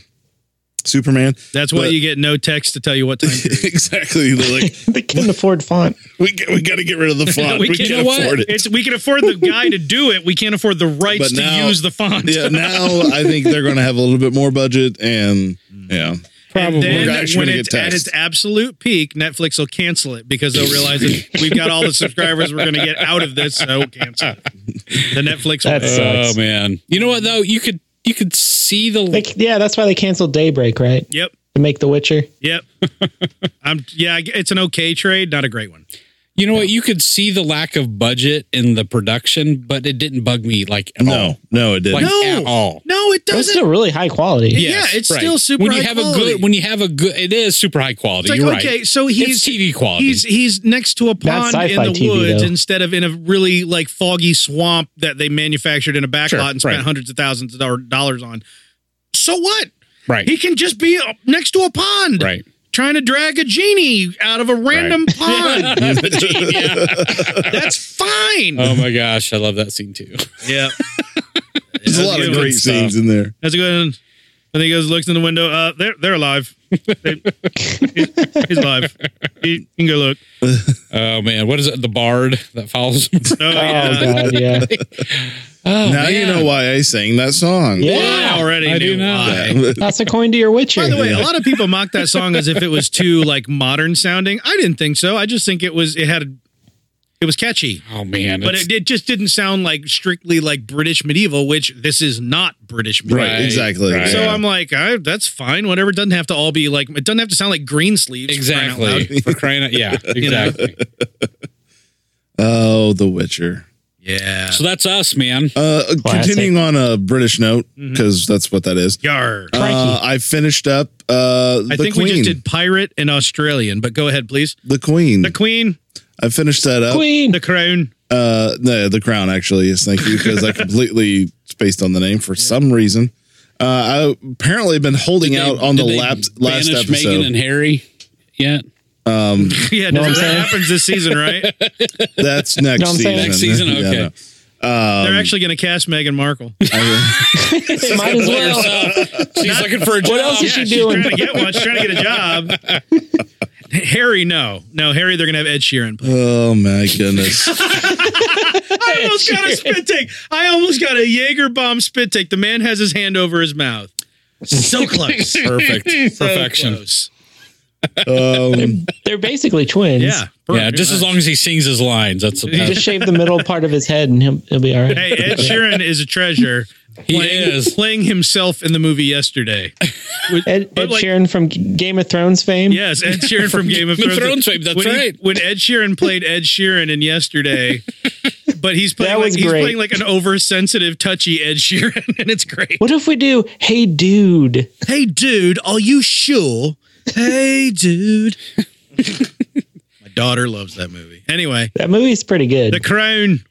Speaker 3: Superman. *laughs*
Speaker 1: That's why
Speaker 3: But-
Speaker 1: you get no text to tell you what time.
Speaker 3: *laughs*
Speaker 1: period.
Speaker 3: exactly. They're like
Speaker 5: They couldn't afford font.
Speaker 3: we g- we got to get rid of the font.
Speaker 1: We
Speaker 3: we,
Speaker 1: can-
Speaker 3: can't
Speaker 1: you know what?
Speaker 3: afford it.
Speaker 1: It's we can afford the guy to do it. We can't afford the rights
Speaker 3: But
Speaker 1: to
Speaker 3: now-
Speaker 1: use the font.
Speaker 3: yeah, now I think they're going to have a little bit more budget, and yeah,
Speaker 1: And
Speaker 4: Probably.
Speaker 1: then
Speaker 3: We're actually
Speaker 1: when
Speaker 3: gonna
Speaker 1: it's
Speaker 3: get
Speaker 1: at
Speaker 3: text.
Speaker 1: its absolute peak, Netflix will cancel it because they'll realize that we've got all the subscribers we're going to get out of this, so cancel it. the Netflix. will-
Speaker 5: That's-
Speaker 4: Oh
Speaker 5: Sucks.
Speaker 4: man. You know what though? You could you could see the
Speaker 5: Like, yeah, that's why they canceled Daybreak, right?
Speaker 1: yep,
Speaker 5: To make The Witcher.
Speaker 1: yep. I'm yeah. It's an okay trade, not a great one.
Speaker 4: You know what? You could see the lack of budget in the production, but it didn't bug me like at all.
Speaker 3: no, it didn't. *laughs*
Speaker 1: *laughs*
Speaker 4: Like
Speaker 1: No.
Speaker 4: at all.
Speaker 1: No, it
Speaker 5: It's
Speaker 1: doesn't.
Speaker 5: still really high quality.
Speaker 1: Yeah, it's still super
Speaker 4: When you
Speaker 1: high
Speaker 4: have a
Speaker 1: quality.
Speaker 4: good, when you have a good, it is super high quality.
Speaker 1: It's like
Speaker 4: You're
Speaker 1: okay,
Speaker 4: right.
Speaker 1: so he's
Speaker 4: it's TV quality.
Speaker 1: He's he's next to a pond in
Speaker 5: sci-fi
Speaker 1: the
Speaker 5: TV
Speaker 1: woods
Speaker 5: though.
Speaker 1: instead of in a really like foggy swamp that they manufactured in a back
Speaker 4: Sure,
Speaker 1: lot and spent
Speaker 4: right.
Speaker 1: hundreds of thousands of doll- dollars on. So what?
Speaker 4: right,
Speaker 1: He can just be uh, next to a pond,
Speaker 4: right.
Speaker 1: Trying to drag a genie out of a random pond. That's fine.
Speaker 4: Oh my gosh, I love that scene too.
Speaker 1: *laughs* yeah,
Speaker 3: There's a lot of great scenes in there.
Speaker 1: That's a good one. And he goes, looks in the window. Uh, they're they're alive. They- he's, he's alive. You can go look.
Speaker 4: Oh man, what is it? The bard that follows.
Speaker 1: *laughs*
Speaker 4: him?
Speaker 1: Oh,
Speaker 5: Oh
Speaker 1: yeah.
Speaker 5: god, yeah.
Speaker 4: Oh,
Speaker 3: now you
Speaker 4: man.
Speaker 3: know why I sang that song. *laughs*
Speaker 5: Yeah.
Speaker 1: I already knew
Speaker 4: I do know
Speaker 1: why.
Speaker 4: that.
Speaker 5: That's a coin to your Witcher.
Speaker 1: By the way, a lot of people mock that song as if it was too like modern sounding. I didn't think so. I just think it was it had it was catchy,
Speaker 4: Oh man,
Speaker 1: but
Speaker 4: it's-
Speaker 1: it, it just didn't sound like strictly like British medieval, which this is not British medieval.
Speaker 3: Right, exactly.
Speaker 4: right.
Speaker 1: So
Speaker 3: Yeah.
Speaker 1: I'm like, I, that's fine. Whatever. It doesn't have to all be like. It doesn't have to sound like green sleeves. for crying out loud.
Speaker 4: exactly for crying
Speaker 5: *laughs*
Speaker 4: out. Yeah,
Speaker 1: know?
Speaker 4: exactly.
Speaker 3: Oh, The Witcher.
Speaker 1: Yeah.
Speaker 4: So that's us, man.
Speaker 3: Uh,
Speaker 5: Classic.
Speaker 3: continuing on a British note because that's what that is.
Speaker 1: Yar.
Speaker 3: Uh, I finished up uh,
Speaker 1: I
Speaker 3: the
Speaker 1: think
Speaker 3: Queen.
Speaker 1: we just did pirate and Australian, but go ahead, please.
Speaker 3: the Queen.
Speaker 1: The Queen,
Speaker 3: I finished that up.
Speaker 1: *laughs*
Speaker 5: Queen.
Speaker 1: the Crown.
Speaker 3: Uh, no, the Crown actually. Yes, thank you because
Speaker 4: *laughs*
Speaker 3: I completely spaced on the name for some reason. Uh, I apparently have been holding
Speaker 4: Did they-
Speaker 3: out on the
Speaker 4: did they
Speaker 3: lap, last
Speaker 4: banish
Speaker 3: episode.
Speaker 4: Meghan and Harry. Yet
Speaker 1: yeah,
Speaker 5: what I'm
Speaker 1: that
Speaker 5: saying?
Speaker 1: happens this season, right?
Speaker 3: *laughs* That's next
Speaker 5: No, I'm
Speaker 3: season.
Speaker 5: saying-
Speaker 4: next season,
Speaker 3: Yeah,
Speaker 4: okay.
Speaker 3: no.
Speaker 1: They're actually going to cast Meghan Markle.
Speaker 5: might as well.
Speaker 4: she's looking for a job.
Speaker 5: What else is she
Speaker 1: she's
Speaker 5: doing?
Speaker 1: trying to get one. She's trying to get a job. *laughs* Harry, no, no, Harry. They're gonna have Ed Sheeran. Play.
Speaker 3: Oh my goodness!
Speaker 1: I almost got a spit take. I almost got a Jaeger bomb spit take. The man has his hand over his mouth. *laughs* So close.
Speaker 5: *laughs*
Speaker 4: Perfect.
Speaker 1: So
Speaker 4: Perfection.
Speaker 1: close.
Speaker 4: *laughs*
Speaker 3: Um,
Speaker 5: They're basically twins.
Speaker 1: Yeah.
Speaker 4: Yeah, just as long as he sings his lines. That's
Speaker 5: Just
Speaker 4: that's-
Speaker 5: shave the middle part of his head and he'll, he'll be all right.
Speaker 1: Uh, Hey, Ed Sheeran is a treasure.
Speaker 4: *laughs* He
Speaker 1: playing,
Speaker 4: is.
Speaker 1: playing himself in the movie yesterday.
Speaker 5: Ed,
Speaker 1: But
Speaker 5: Ed
Speaker 1: like-
Speaker 5: Sheeran from G- Game of Thrones fame.
Speaker 1: Yes, Ed Sheeran from Game of
Speaker 4: Game of
Speaker 1: Thrones.
Speaker 4: *laughs* Thrones fame, that's
Speaker 1: when
Speaker 4: right.
Speaker 1: He, when Ed Sheeran played Ed Sheeran in yesterday, but he's playing
Speaker 5: That
Speaker 1: like
Speaker 5: was
Speaker 1: he's
Speaker 5: great.
Speaker 1: playing like an oversensitive, touchy Ed Sheeran, *laughs* and it's great.
Speaker 5: What if we do, hey dude?
Speaker 1: Hey, dude, are you sure? Hey, dude. My daughter loves that movie. Anyway,
Speaker 5: That movie's pretty good.
Speaker 1: The Crown.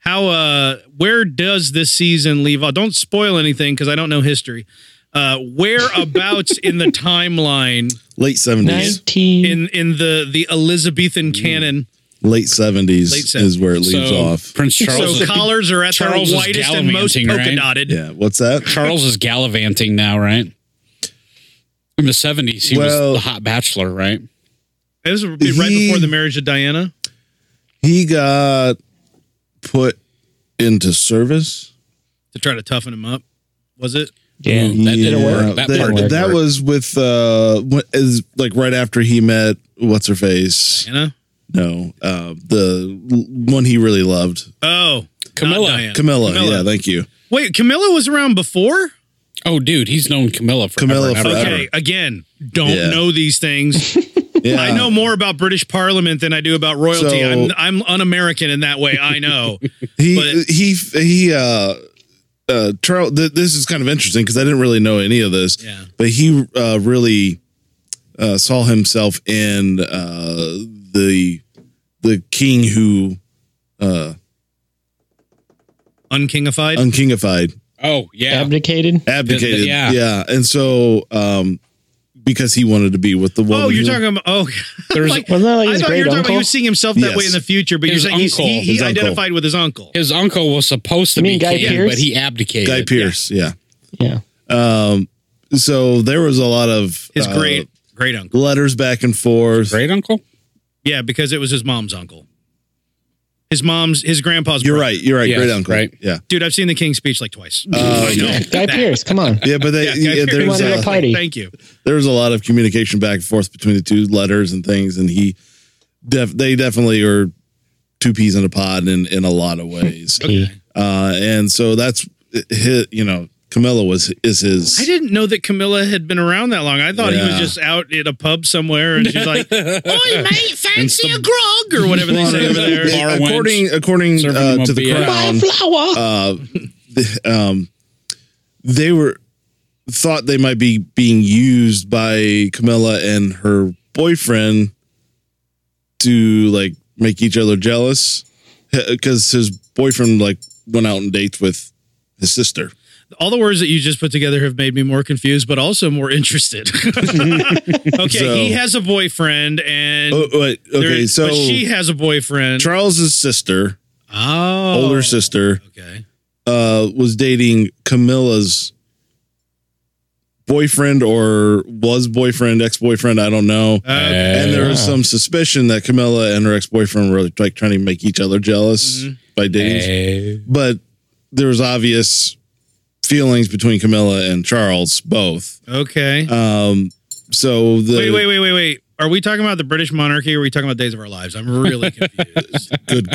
Speaker 1: How uh where does this season leave off? Don't spoil anything because I don't know history. Uh whereabouts in *laughs* the timeline
Speaker 3: Late 70s.
Speaker 5: 19
Speaker 1: in in the the Elizabethan canon.
Speaker 3: Late 70s
Speaker 1: Late
Speaker 3: is where it leaves
Speaker 4: so
Speaker 3: off.
Speaker 4: Prince Charles.
Speaker 1: so
Speaker 4: is,
Speaker 1: collars are at
Speaker 4: Charles is
Speaker 1: their whitest and most
Speaker 4: gallivanting,
Speaker 1: polka
Speaker 4: right?
Speaker 1: dotted.
Speaker 3: Yeah. What's that?
Speaker 4: Charles is gallivanting now, right? In the seventies, he
Speaker 3: Well-
Speaker 4: was the hot bachelor, right?
Speaker 1: This would be right
Speaker 3: He-
Speaker 1: before the marriage of Diana.
Speaker 3: He got put into service.
Speaker 1: to try to toughen him up. Was it?
Speaker 5: yeah.
Speaker 4: Ooh, that didn't
Speaker 3: Yeah,
Speaker 4: work. That,
Speaker 3: that,
Speaker 4: part didn't
Speaker 3: that
Speaker 4: work.
Speaker 3: was with uh what is like right after he met what's her face?
Speaker 1: You know?
Speaker 3: No. Uh the l- one he really loved.
Speaker 1: Oh,
Speaker 4: Camilla.
Speaker 1: Camilla.
Speaker 3: Camilla. Yeah, thank you.
Speaker 1: Wait, Camilla was around before.
Speaker 4: Oh, dude, he's known Camilla for
Speaker 3: Camilla forever.
Speaker 1: Okay, again, don't
Speaker 3: Yeah.
Speaker 1: know these things.
Speaker 3: *laughs*
Speaker 1: *laughs*
Speaker 3: Yeah.
Speaker 1: I know more about British Parliament than I do about royalty.
Speaker 3: So-
Speaker 1: I'm I'm un-American in that way. I
Speaker 3: *laughs*
Speaker 1: know.
Speaker 3: he
Speaker 1: But-
Speaker 3: he he uh uh Charles th- this is kind of interesting because I didn't really know any of this.
Speaker 1: Yeah.
Speaker 3: But he uh really uh saw himself in uh the the king who uh
Speaker 1: Unkingified.
Speaker 3: unkingified
Speaker 4: Oh, yeah.
Speaker 5: abdicated.
Speaker 3: abdicated.
Speaker 4: Yeah.
Speaker 3: Yeah. And so um because he wanted to be with the woman.
Speaker 1: Oh, you're
Speaker 3: who-
Speaker 1: talking about oh.
Speaker 4: There's-
Speaker 5: Wasn't that *laughs* like
Speaker 1: I
Speaker 5: Oh, his
Speaker 1: thought you
Speaker 5: great
Speaker 1: were talking about
Speaker 5: uncle?
Speaker 1: he was seeing himself that way in
Speaker 3: Yes.
Speaker 1: the future, but
Speaker 4: His
Speaker 1: you're saying he's,
Speaker 4: uncle.
Speaker 1: he, he
Speaker 3: His uncle.
Speaker 1: identified with his uncle.
Speaker 4: His uncle was supposed to
Speaker 5: You
Speaker 4: be
Speaker 5: mean Guy
Speaker 4: king,
Speaker 5: Pearce?
Speaker 4: but he abdicated.
Speaker 3: Guy Pierce. Yeah.
Speaker 5: yeah.
Speaker 3: Um so there was a lot of
Speaker 1: His
Speaker 3: uh,
Speaker 1: great great uncle.
Speaker 3: letters back and forth.
Speaker 4: Great uncle?
Speaker 1: Yeah, because it was his mom's uncle. His mom's his grandpa's.
Speaker 3: You're
Speaker 1: brother.
Speaker 3: right. You're right. Oh,
Speaker 4: Yes,
Speaker 3: great uncle.
Speaker 4: right.
Speaker 3: Yeah.
Speaker 1: dude. I've seen the King's Speech like twice. *laughs* I know
Speaker 5: Guy
Speaker 1: that.
Speaker 5: Pierce,
Speaker 1: *laughs*
Speaker 5: come on.
Speaker 3: Yeah,
Speaker 4: *laughs*
Speaker 3: but they,
Speaker 1: Yeah,
Speaker 3: yeah, uh,
Speaker 1: Guy
Speaker 3: there
Speaker 1: Pearce.
Speaker 3: was
Speaker 5: Wanted
Speaker 3: a-
Speaker 5: a party.
Speaker 1: Thank you.
Speaker 3: there was a lot of communication back and forth between the two letters and things, and he def- they definitely are two peas in a pod in in a lot of
Speaker 4: *laughs*
Speaker 3: ways. Uh, and so that's his, you know, Camilla was is
Speaker 1: I
Speaker 3: his.
Speaker 1: didn't know that Camilla had been around that long. I thought he was
Speaker 3: Yeah.
Speaker 1: just out at a pub somewhere, and she's
Speaker 3: *laughs*
Speaker 1: like, "Oi, mate, fancy a grog or whatever they say over
Speaker 3: *laughs*
Speaker 1: there."
Speaker 4: Bar
Speaker 3: according
Speaker 4: wench.
Speaker 3: according
Speaker 4: Serving
Speaker 3: uh,
Speaker 4: him a
Speaker 3: to the
Speaker 4: beer.
Speaker 3: crown,
Speaker 1: Oh,
Speaker 5: flower.
Speaker 3: uh, the, um, they were thought they might be being used by Camilla and her boyfriend to like make each other jealous because his boyfriend like went out on dates with his sister.
Speaker 1: All the words that you just put together have made me more confused, but also more interested. *laughs* okay,
Speaker 3: So-
Speaker 1: he has a boyfriend, and
Speaker 3: Oh, wait,
Speaker 1: there-
Speaker 3: okay, so
Speaker 1: but she has a boyfriend.
Speaker 3: Charles's sister,
Speaker 1: oh,
Speaker 3: older sister,
Speaker 1: Okay,
Speaker 3: uh, was dating Camilla's boyfriend or was boyfriend, ex boyfriend, I don't know.
Speaker 1: Okay.
Speaker 3: and there was
Speaker 5: Wow.
Speaker 3: some suspicion that Camilla and her ex boyfriend were like trying to make each other jealous
Speaker 1: Mm-hmm.
Speaker 3: by dating.
Speaker 4: Hey.
Speaker 3: But there was obvious feelings between Camilla and Charles both.
Speaker 1: okay.
Speaker 3: Um, so the
Speaker 1: wait, wait, wait, wait, wait. Are we talking about the British monarchy? Or are we talking about Days of Our Lives? I'm really confused.
Speaker 3: good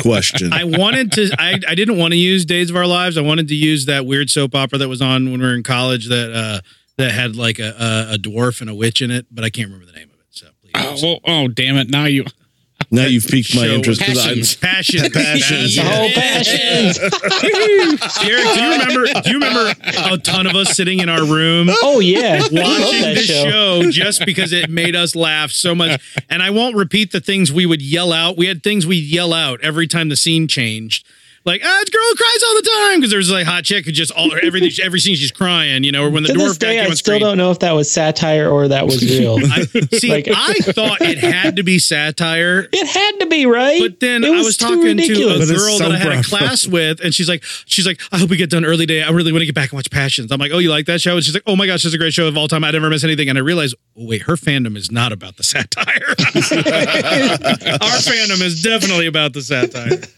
Speaker 1: *laughs*
Speaker 3: question.
Speaker 1: I wanted to. I, I didn't want to use Days of Our Lives. I wanted to use that weird soap opera that was on when we were in college that uh, that had like a, a a dwarf and a witch in it, but I can't remember the name of it. So please.
Speaker 4: Oh, well, oh, damn it. Now you.
Speaker 3: now you've piqued my
Speaker 1: Show-
Speaker 3: interest
Speaker 4: Passions.
Speaker 3: because
Speaker 1: Passion, passion.
Speaker 3: Passions, yeah.
Speaker 5: Oh,
Speaker 1: *laughs*
Speaker 5: passions.
Speaker 1: Derek, do you remember? Do you remember a ton of us sitting in our room
Speaker 5: Oh, yeah. I love
Speaker 1: watching
Speaker 5: that
Speaker 1: this
Speaker 5: show.
Speaker 1: show. just because it made us laugh so much. And I won't repeat the things we would yell out. We had things we would yell out every time the scene changed. Like, ah, this girl who cries all the time because there's like hot chick who just all everything every scene she's crying, you know, or when the
Speaker 5: To this
Speaker 1: dwarf guy
Speaker 5: day,
Speaker 1: came
Speaker 5: I
Speaker 1: on
Speaker 5: still
Speaker 1: screen.
Speaker 5: don't know if that was satire or that was real.
Speaker 1: *laughs* I, see,
Speaker 5: *laughs* Like-
Speaker 1: I thought it had to be satire.
Speaker 5: it had to be, right?
Speaker 1: But then
Speaker 5: It
Speaker 1: I was
Speaker 5: too
Speaker 1: talking to a
Speaker 5: ridiculous.
Speaker 1: girl that I had a
Speaker 3: soap opera.
Speaker 1: class with, and she's like, she's like, I hope we get done early today. I really want to get back and watch Passions. I'm like, oh, you like that show? And she's like, oh my gosh, it's a great show of all time. I never miss anything. And I realized, oh wait, her fandom is not about the *laughs* satire. Our fandom is definitely about the satire.
Speaker 5: *laughs*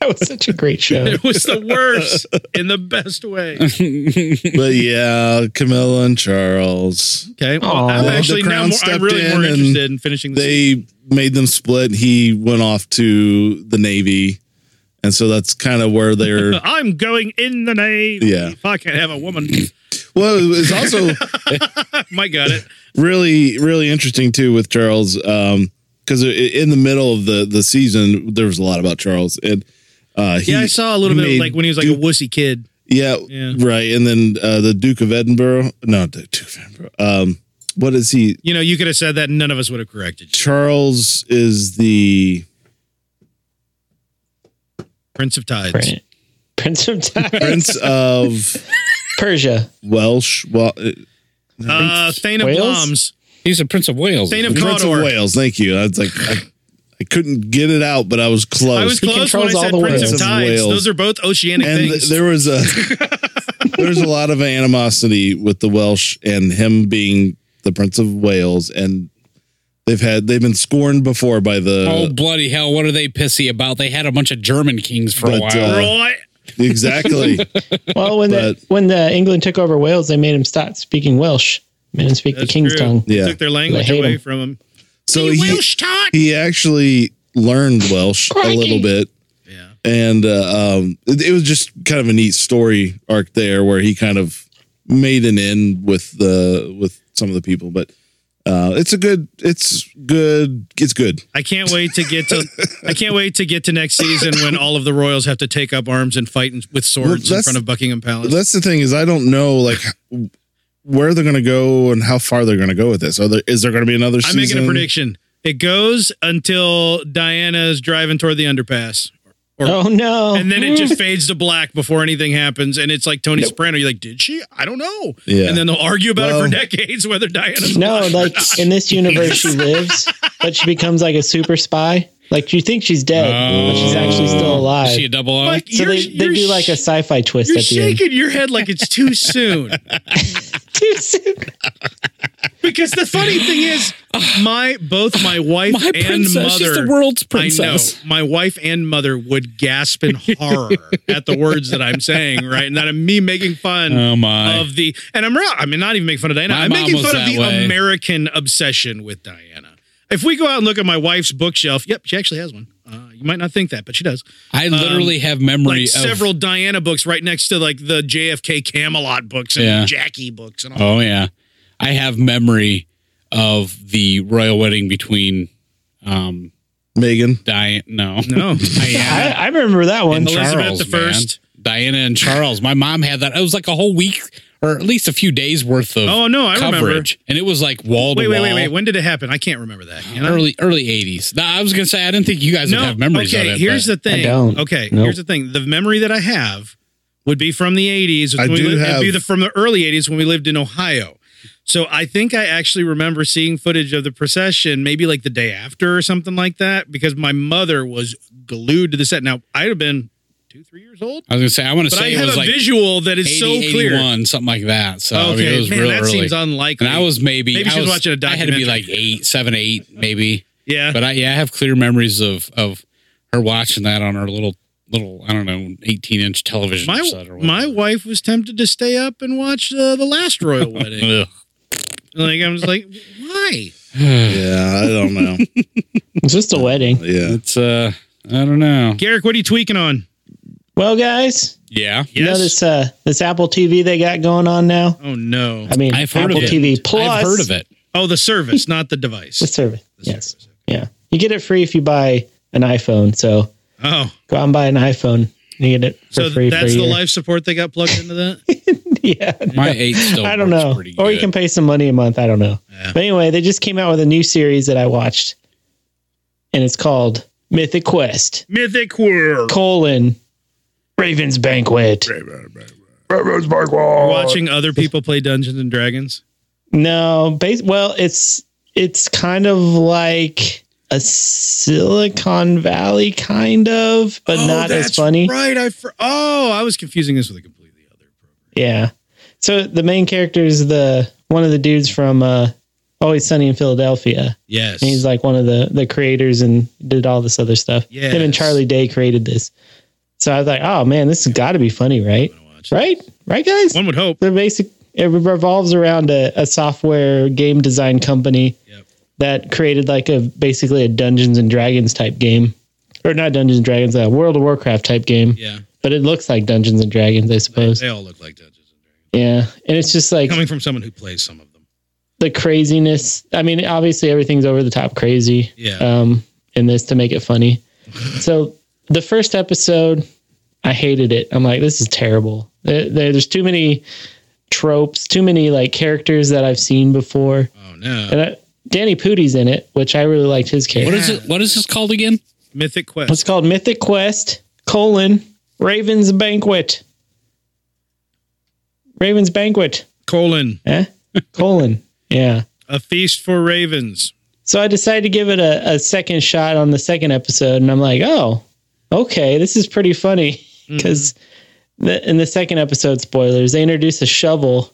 Speaker 5: That was such a great
Speaker 1: *laughs*
Speaker 5: show.
Speaker 1: It was the worst in the best way.
Speaker 3: I, *laughs* but yeah, Camilla and Charles.
Speaker 1: Okay, well,
Speaker 5: Aw.
Speaker 1: I'm
Speaker 5: The
Speaker 1: actually now
Speaker 3: Crown
Speaker 1: more, I'm
Speaker 3: stepped
Speaker 1: really
Speaker 3: in
Speaker 1: more
Speaker 3: and
Speaker 1: interested in finishing. The
Speaker 3: they made them split. He went off to the Navy. And so that's kind of where they're.
Speaker 1: *laughs* I'm going in the Navy.
Speaker 3: Yeah.
Speaker 1: If I can't have a woman, *laughs*
Speaker 3: well, it's also
Speaker 1: Mike got it.
Speaker 3: really, really interesting too with Charles. Um, because in the middle of the the season, there was a lot about Charles, and uh, he,
Speaker 1: Yeah, I saw a little bit of
Speaker 3: made
Speaker 1: like when he was like a
Speaker 3: Duke-
Speaker 1: wussy kid.
Speaker 3: yeah,
Speaker 1: Yeah.
Speaker 3: right. And then uh, the Duke of Edinburgh, no, the Duke of Edinburgh, um, what is he?
Speaker 1: You know, you could have said that and none of us would have corrected you.
Speaker 3: Charles is the
Speaker 1: Prince of Tides.
Speaker 5: Prince, Prince of
Speaker 1: *laughs*
Speaker 5: Tides.
Speaker 3: prince of
Speaker 5: Persia.
Speaker 3: Welsh. Well, uh,
Speaker 1: Uh, Thane of
Speaker 5: Wales?
Speaker 1: Bloms.
Speaker 4: He's a Prince of Wales.
Speaker 1: Thane of
Speaker 3: Prince
Speaker 1: Condor.
Speaker 3: of Wales. Thank you. I was like, I, I couldn't get it out, but I was close.
Speaker 1: I was close when I
Speaker 5: controls all
Speaker 1: said
Speaker 5: the
Speaker 1: Prince of
Speaker 3: Wales.
Speaker 1: Tides.
Speaker 3: Wales.
Speaker 1: Those are both oceanic
Speaker 3: and
Speaker 1: things.
Speaker 3: there
Speaker 1: *laughs*
Speaker 3: was a there's a lot of animosity with the Welsh and him being the Prince of Wales, and they've had they've been scorned before by the
Speaker 4: oh bloody hell! What are they pissy about? They had a bunch of German kings for a
Speaker 3: But,
Speaker 4: while.
Speaker 3: uh,
Speaker 1: Roy. *laughs*
Speaker 3: exactly.
Speaker 5: Well, when the
Speaker 3: But-
Speaker 5: when the England took over Wales, they made him stop speaking Welsh. Made him speak the
Speaker 1: That's
Speaker 5: king's
Speaker 1: true.
Speaker 5: tongue.
Speaker 1: They
Speaker 3: Yeah.
Speaker 1: Took their language
Speaker 5: hate
Speaker 1: away
Speaker 5: 'em.
Speaker 1: from them.
Speaker 3: so he,
Speaker 1: taught.
Speaker 3: he actually learned Welsh a little bit.
Speaker 1: Yeah.
Speaker 3: and uh, um, it, it was just kind of a neat story arc there where he kind of made an end with the with some of the people but uh, it's a good it's good it's good
Speaker 1: I can't wait to get to. I can't wait to get to next season when all of the royals have to take up arms and fight in- with swords in
Speaker 3: that's-
Speaker 1: front of Buckingham Palace.
Speaker 3: that's the thing is i don't know like where they're gonna go and how far they're gonna go with this are there is there gonna be another
Speaker 1: I'm making a
Speaker 3: season?
Speaker 1: prediction. It goes until Diana's driving toward the underpass,
Speaker 5: Oh no!
Speaker 1: *laughs* and then it
Speaker 5: *laughs*
Speaker 1: just fades to black before anything happens. And it's like Tony Soprano. You're like, did she? I don't know.
Speaker 3: Yeah.
Speaker 1: And then they'll argue about it
Speaker 3: Well-
Speaker 1: for decades whether Diana's
Speaker 5: no,
Speaker 1: alive or
Speaker 5: like
Speaker 1: not.
Speaker 5: in this
Speaker 1: *laughs*
Speaker 5: universe, she lives, but she becomes like a super spy. Like you think she's dead, but she's actually still alive.
Speaker 4: Is she a double O?
Speaker 1: Like,
Speaker 5: so
Speaker 1: you're-
Speaker 5: they, they
Speaker 1: you're
Speaker 5: do like a
Speaker 1: sh-
Speaker 5: sci-fi twist
Speaker 1: You're
Speaker 5: at the end.
Speaker 1: shaking your head like it's too soon.
Speaker 5: *laughs* Too soon.
Speaker 1: Because the funny thing is,
Speaker 5: *sighs*
Speaker 1: my both my wife
Speaker 4: My
Speaker 1: and
Speaker 4: princess.
Speaker 1: mother,
Speaker 4: She's the world's
Speaker 1: I
Speaker 4: princess.
Speaker 1: know my wife and mother would gasp in
Speaker 4: *laughs*
Speaker 1: horror at the words that I'm saying, right? And that I'm me making fun
Speaker 4: Oh, my.
Speaker 1: of the and I'm not. I mean, not even making fun of Diana.
Speaker 4: My
Speaker 1: I'm
Speaker 4: mom
Speaker 1: making
Speaker 4: was
Speaker 1: fun of
Speaker 4: that
Speaker 1: the
Speaker 4: way.
Speaker 1: American obsession with Diana. If we go out and look at my wife's bookshelf, yep, she actually has one. Uh, you might not think that, but she does.
Speaker 4: I literally have memory
Speaker 1: Like
Speaker 4: of
Speaker 1: several Diana books right next to like the JFK Camelot books and
Speaker 4: Yeah.
Speaker 1: Jackie books and all.
Speaker 4: Oh yeah, I have memory of the royal wedding between um
Speaker 3: megan
Speaker 4: Diane. No,
Speaker 1: No,
Speaker 4: *laughs* Diana
Speaker 5: *laughs* I, I remember that one.
Speaker 4: and
Speaker 1: Elizabeth
Speaker 4: Charles.
Speaker 1: the First.
Speaker 4: man. Diana and Charles. My mom had that. It was like a whole week or at least a few days worth of
Speaker 1: Oh, no, I remember.
Speaker 4: coverage, and it was like wall to
Speaker 1: wait,
Speaker 4: wall.
Speaker 1: wait, wait, wait. When did it happen? I can't remember that. You know?
Speaker 4: Early early eighties. No, I was gonna say I didn't think you guys would have memories
Speaker 1: okay,
Speaker 4: of it.
Speaker 1: here's the thing.
Speaker 5: I don't.
Speaker 1: Okay,
Speaker 5: Nope.
Speaker 1: here's the thing. The memory that I have would be from the 80s.
Speaker 3: I
Speaker 1: when we
Speaker 3: do
Speaker 1: lived- it'd
Speaker 3: have-
Speaker 1: be the, from the early 80s when we lived in Ohio. So I think I actually remember seeing footage of the procession maybe like the day after or something like that because my mother was glued to the set. Now, I'd have been two, three years old.
Speaker 4: I was gonna say I want to
Speaker 1: But I
Speaker 4: say it
Speaker 1: have
Speaker 4: was
Speaker 1: a
Speaker 4: like
Speaker 1: visual that is
Speaker 4: 80,
Speaker 1: so clear.
Speaker 4: 81, something like that. So I mean,
Speaker 1: Okay,
Speaker 4: it was
Speaker 1: man,
Speaker 4: real
Speaker 1: that
Speaker 4: early.
Speaker 1: seems unlikely.
Speaker 4: and I was maybe
Speaker 1: Maybe
Speaker 4: I
Speaker 1: she was
Speaker 4: was
Speaker 1: watching a
Speaker 4: I had to
Speaker 1: documentary.
Speaker 4: be like eight, seven, eight, maybe.
Speaker 1: yeah.
Speaker 4: but I yeah, I have clear memories of of her watching that on her little little I don't know eighteen inch television
Speaker 1: my
Speaker 4: set or
Speaker 1: my
Speaker 4: whatever.
Speaker 1: wife was tempted to stay up and watch uh, the last royal
Speaker 4: *laughs*
Speaker 1: wedding.
Speaker 4: Ugh.
Speaker 1: like I was like, why?
Speaker 3: yeah i don't know
Speaker 5: It's just a wedding.
Speaker 3: yeah
Speaker 4: It's uh I don't know.
Speaker 1: Garrick, what are you tweaking on?
Speaker 5: Well, guys,
Speaker 4: Yeah,
Speaker 5: you know this uh, this Apple TV they got going on now.
Speaker 1: Oh no.
Speaker 5: I mean,
Speaker 4: I've heard
Speaker 5: Apple
Speaker 4: of it.
Speaker 5: TV Plus.
Speaker 4: I've heard of it.
Speaker 1: Oh, the service, not the device.
Speaker 5: *laughs* The service. yes. Yeah. You get it free if you buy an iPhone. So
Speaker 1: Oh,
Speaker 5: go out and buy an iPhone. You get it for
Speaker 1: so
Speaker 5: free. for a
Speaker 1: that's the
Speaker 5: year.
Speaker 1: life support they got plugged into *laughs* that.
Speaker 5: *laughs* Yeah.
Speaker 4: My eight still.
Speaker 5: *laughs* I don't
Speaker 4: works
Speaker 5: know.
Speaker 4: pretty
Speaker 5: Or you
Speaker 4: good.
Speaker 5: can pay some money a month. I don't know.
Speaker 1: Yeah.
Speaker 5: But anyway, they just came out with a new series that I watched, and it's called Mythic Quest:
Speaker 1: Mythic World.
Speaker 5: colon Raven's Banquet.
Speaker 1: You're watching other people play Dungeons and Dragons.
Speaker 5: No, base. Well, it's it's kind of like a Silicon Valley kind of, but
Speaker 1: Oh,
Speaker 5: not as
Speaker 1: that's
Speaker 5: funny.
Speaker 1: Right. I for- oh, I was confusing this with a completely other program.
Speaker 5: Yeah. So the main character is the one of the dudes from uh, Always Sunny in Philadelphia.
Speaker 1: Yes.
Speaker 5: And he's like one of the the creators and did all this other stuff. Him and
Speaker 1: Yes.
Speaker 5: Charlie Day created this. So I was like, oh man, this has got to be funny, right? Right? Right, guys?
Speaker 1: One would hope.
Speaker 5: They're basic. It revolves around a, a software game design company
Speaker 1: Yep.
Speaker 5: that created like a basically a Dungeons and Dragons type game, or not Dungeons and Dragons, a World of Warcraft type game.
Speaker 1: Yeah.
Speaker 5: But it looks like Dungeons and Dragons, I suppose.
Speaker 1: They all look like Dungeons and Dragons.
Speaker 5: Yeah, and it's just like
Speaker 1: Coming from someone who plays some of them.
Speaker 5: the craziness. I mean, obviously everything's over the top crazy
Speaker 1: Yeah.
Speaker 5: um, in this to make it
Speaker 4: *laughs*
Speaker 5: funny. so the first episode, I hated it. I'm like, this is terrible. There, there- there's too many tropes, too many like characters that I've seen before.
Speaker 1: Oh no,
Speaker 5: And I, Danny Pooty's in it, which I really liked his character.
Speaker 4: What is it? What is this called again?
Speaker 1: Mythic Quest.
Speaker 5: It's called Mythic Quest colon Raven's Banquet. Raven's Banquet.
Speaker 1: colon
Speaker 4: *laughs*
Speaker 5: Eh? colon. Yeah.
Speaker 1: a feast for ravens. *laughs*
Speaker 5: So I decided to give it a, a second shot on the second episode, and I'm like, oh, okay, this is pretty funny because in the second episode, spoilers, they introduce a shovel,